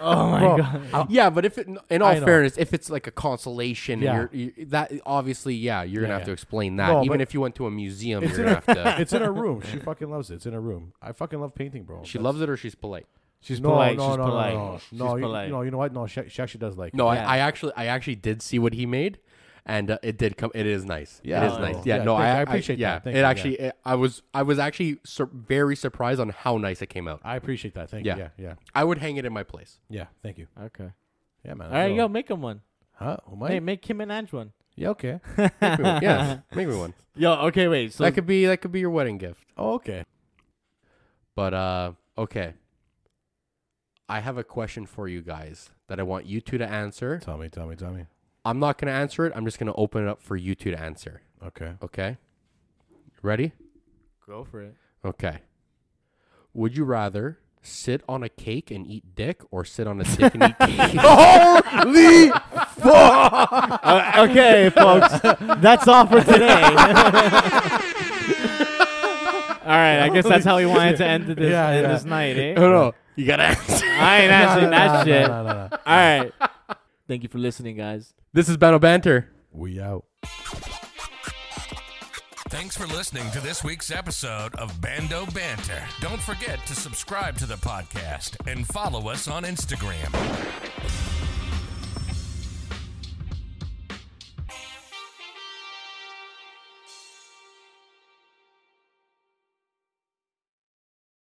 [SPEAKER 6] oh my
[SPEAKER 5] Bro,
[SPEAKER 6] god.
[SPEAKER 4] Yeah, but if it, in all
[SPEAKER 5] I know.
[SPEAKER 4] fairness, if it's like a constellation,
[SPEAKER 5] Yeah.
[SPEAKER 4] yeah. you're, you, that obviously, yeah, you're gonna
[SPEAKER 5] Yeah,
[SPEAKER 4] have
[SPEAKER 5] yeah.
[SPEAKER 4] to explain that.
[SPEAKER 5] No,
[SPEAKER 4] Even
[SPEAKER 5] but-
[SPEAKER 4] if you went to a museum,
[SPEAKER 5] It's
[SPEAKER 4] you're gonna have to.
[SPEAKER 5] it's in her room. She fucking loves it. It's in her room. I fucking love painting, bro.
[SPEAKER 4] She
[SPEAKER 5] That's-
[SPEAKER 4] loves it or she's polite.
[SPEAKER 5] She's
[SPEAKER 6] polite,
[SPEAKER 5] No,
[SPEAKER 6] she's
[SPEAKER 5] no,
[SPEAKER 6] polite.
[SPEAKER 5] No, no,
[SPEAKER 6] She's
[SPEAKER 5] no, you,
[SPEAKER 6] polite.
[SPEAKER 5] You know, you know what? No, she, she actually does like.
[SPEAKER 4] No,
[SPEAKER 5] it.
[SPEAKER 6] Yeah.
[SPEAKER 4] I, I actually, I actually did see what he made, and uh, it did come. It is nice.
[SPEAKER 6] Yeah.
[SPEAKER 4] it is nice.
[SPEAKER 5] Oh.
[SPEAKER 4] Yeah,
[SPEAKER 5] Yeah,
[SPEAKER 4] no,
[SPEAKER 5] thank-
[SPEAKER 4] I,
[SPEAKER 5] I appreciate
[SPEAKER 4] yeah,
[SPEAKER 5] that. Thank
[SPEAKER 4] it
[SPEAKER 5] you, yeah.
[SPEAKER 4] actually, it- I was, I was actually sur- very surprised on how nice it came out.
[SPEAKER 5] I appreciate that. Thank
[SPEAKER 4] Yeah.
[SPEAKER 5] you. Yeah, yeah,
[SPEAKER 4] I would hang it in my place.
[SPEAKER 5] yeah. Thank you.
[SPEAKER 6] Okay.
[SPEAKER 5] Yeah, man.
[SPEAKER 6] All right, yo,
[SPEAKER 5] yo.
[SPEAKER 6] make him one.
[SPEAKER 5] Huh? Oh, my.
[SPEAKER 6] Hey, make him and Ange one.
[SPEAKER 5] yeah. Okay.
[SPEAKER 4] Make me one. yeah, make me one.
[SPEAKER 6] Yo, okay, wait. So
[SPEAKER 4] that could be, that could be your wedding gift.
[SPEAKER 5] Oh, okay.
[SPEAKER 4] But uh, okay. I have a question for you guys that I want you two to answer.
[SPEAKER 5] Tell me. Tell me. Tell me.
[SPEAKER 4] I'm not gonna answer it. I'm just gonna open it up for you two to answer.
[SPEAKER 5] Okay.
[SPEAKER 4] Okay. Ready?
[SPEAKER 2] go for it.
[SPEAKER 4] Okay. Would you rather sit on a cake and eat dick or sit on a dick and eat cake? Holy
[SPEAKER 6] Uh, okay, folks, that's all for today. all right, I guess that's how we wanted to end this,
[SPEAKER 5] Yeah,
[SPEAKER 6] end
[SPEAKER 5] yeah.
[SPEAKER 6] this night, eh?
[SPEAKER 4] No, no. You gotta answer.
[SPEAKER 6] I ain't answering that shit.
[SPEAKER 5] No, no, no.
[SPEAKER 6] All right. Thank you for listening, guys.
[SPEAKER 4] This is Bano Banter.
[SPEAKER 5] We out.
[SPEAKER 1] Thanks for listening to this week's episode of Bando Banter. Don't forget to subscribe to the podcast and follow us on Instagram.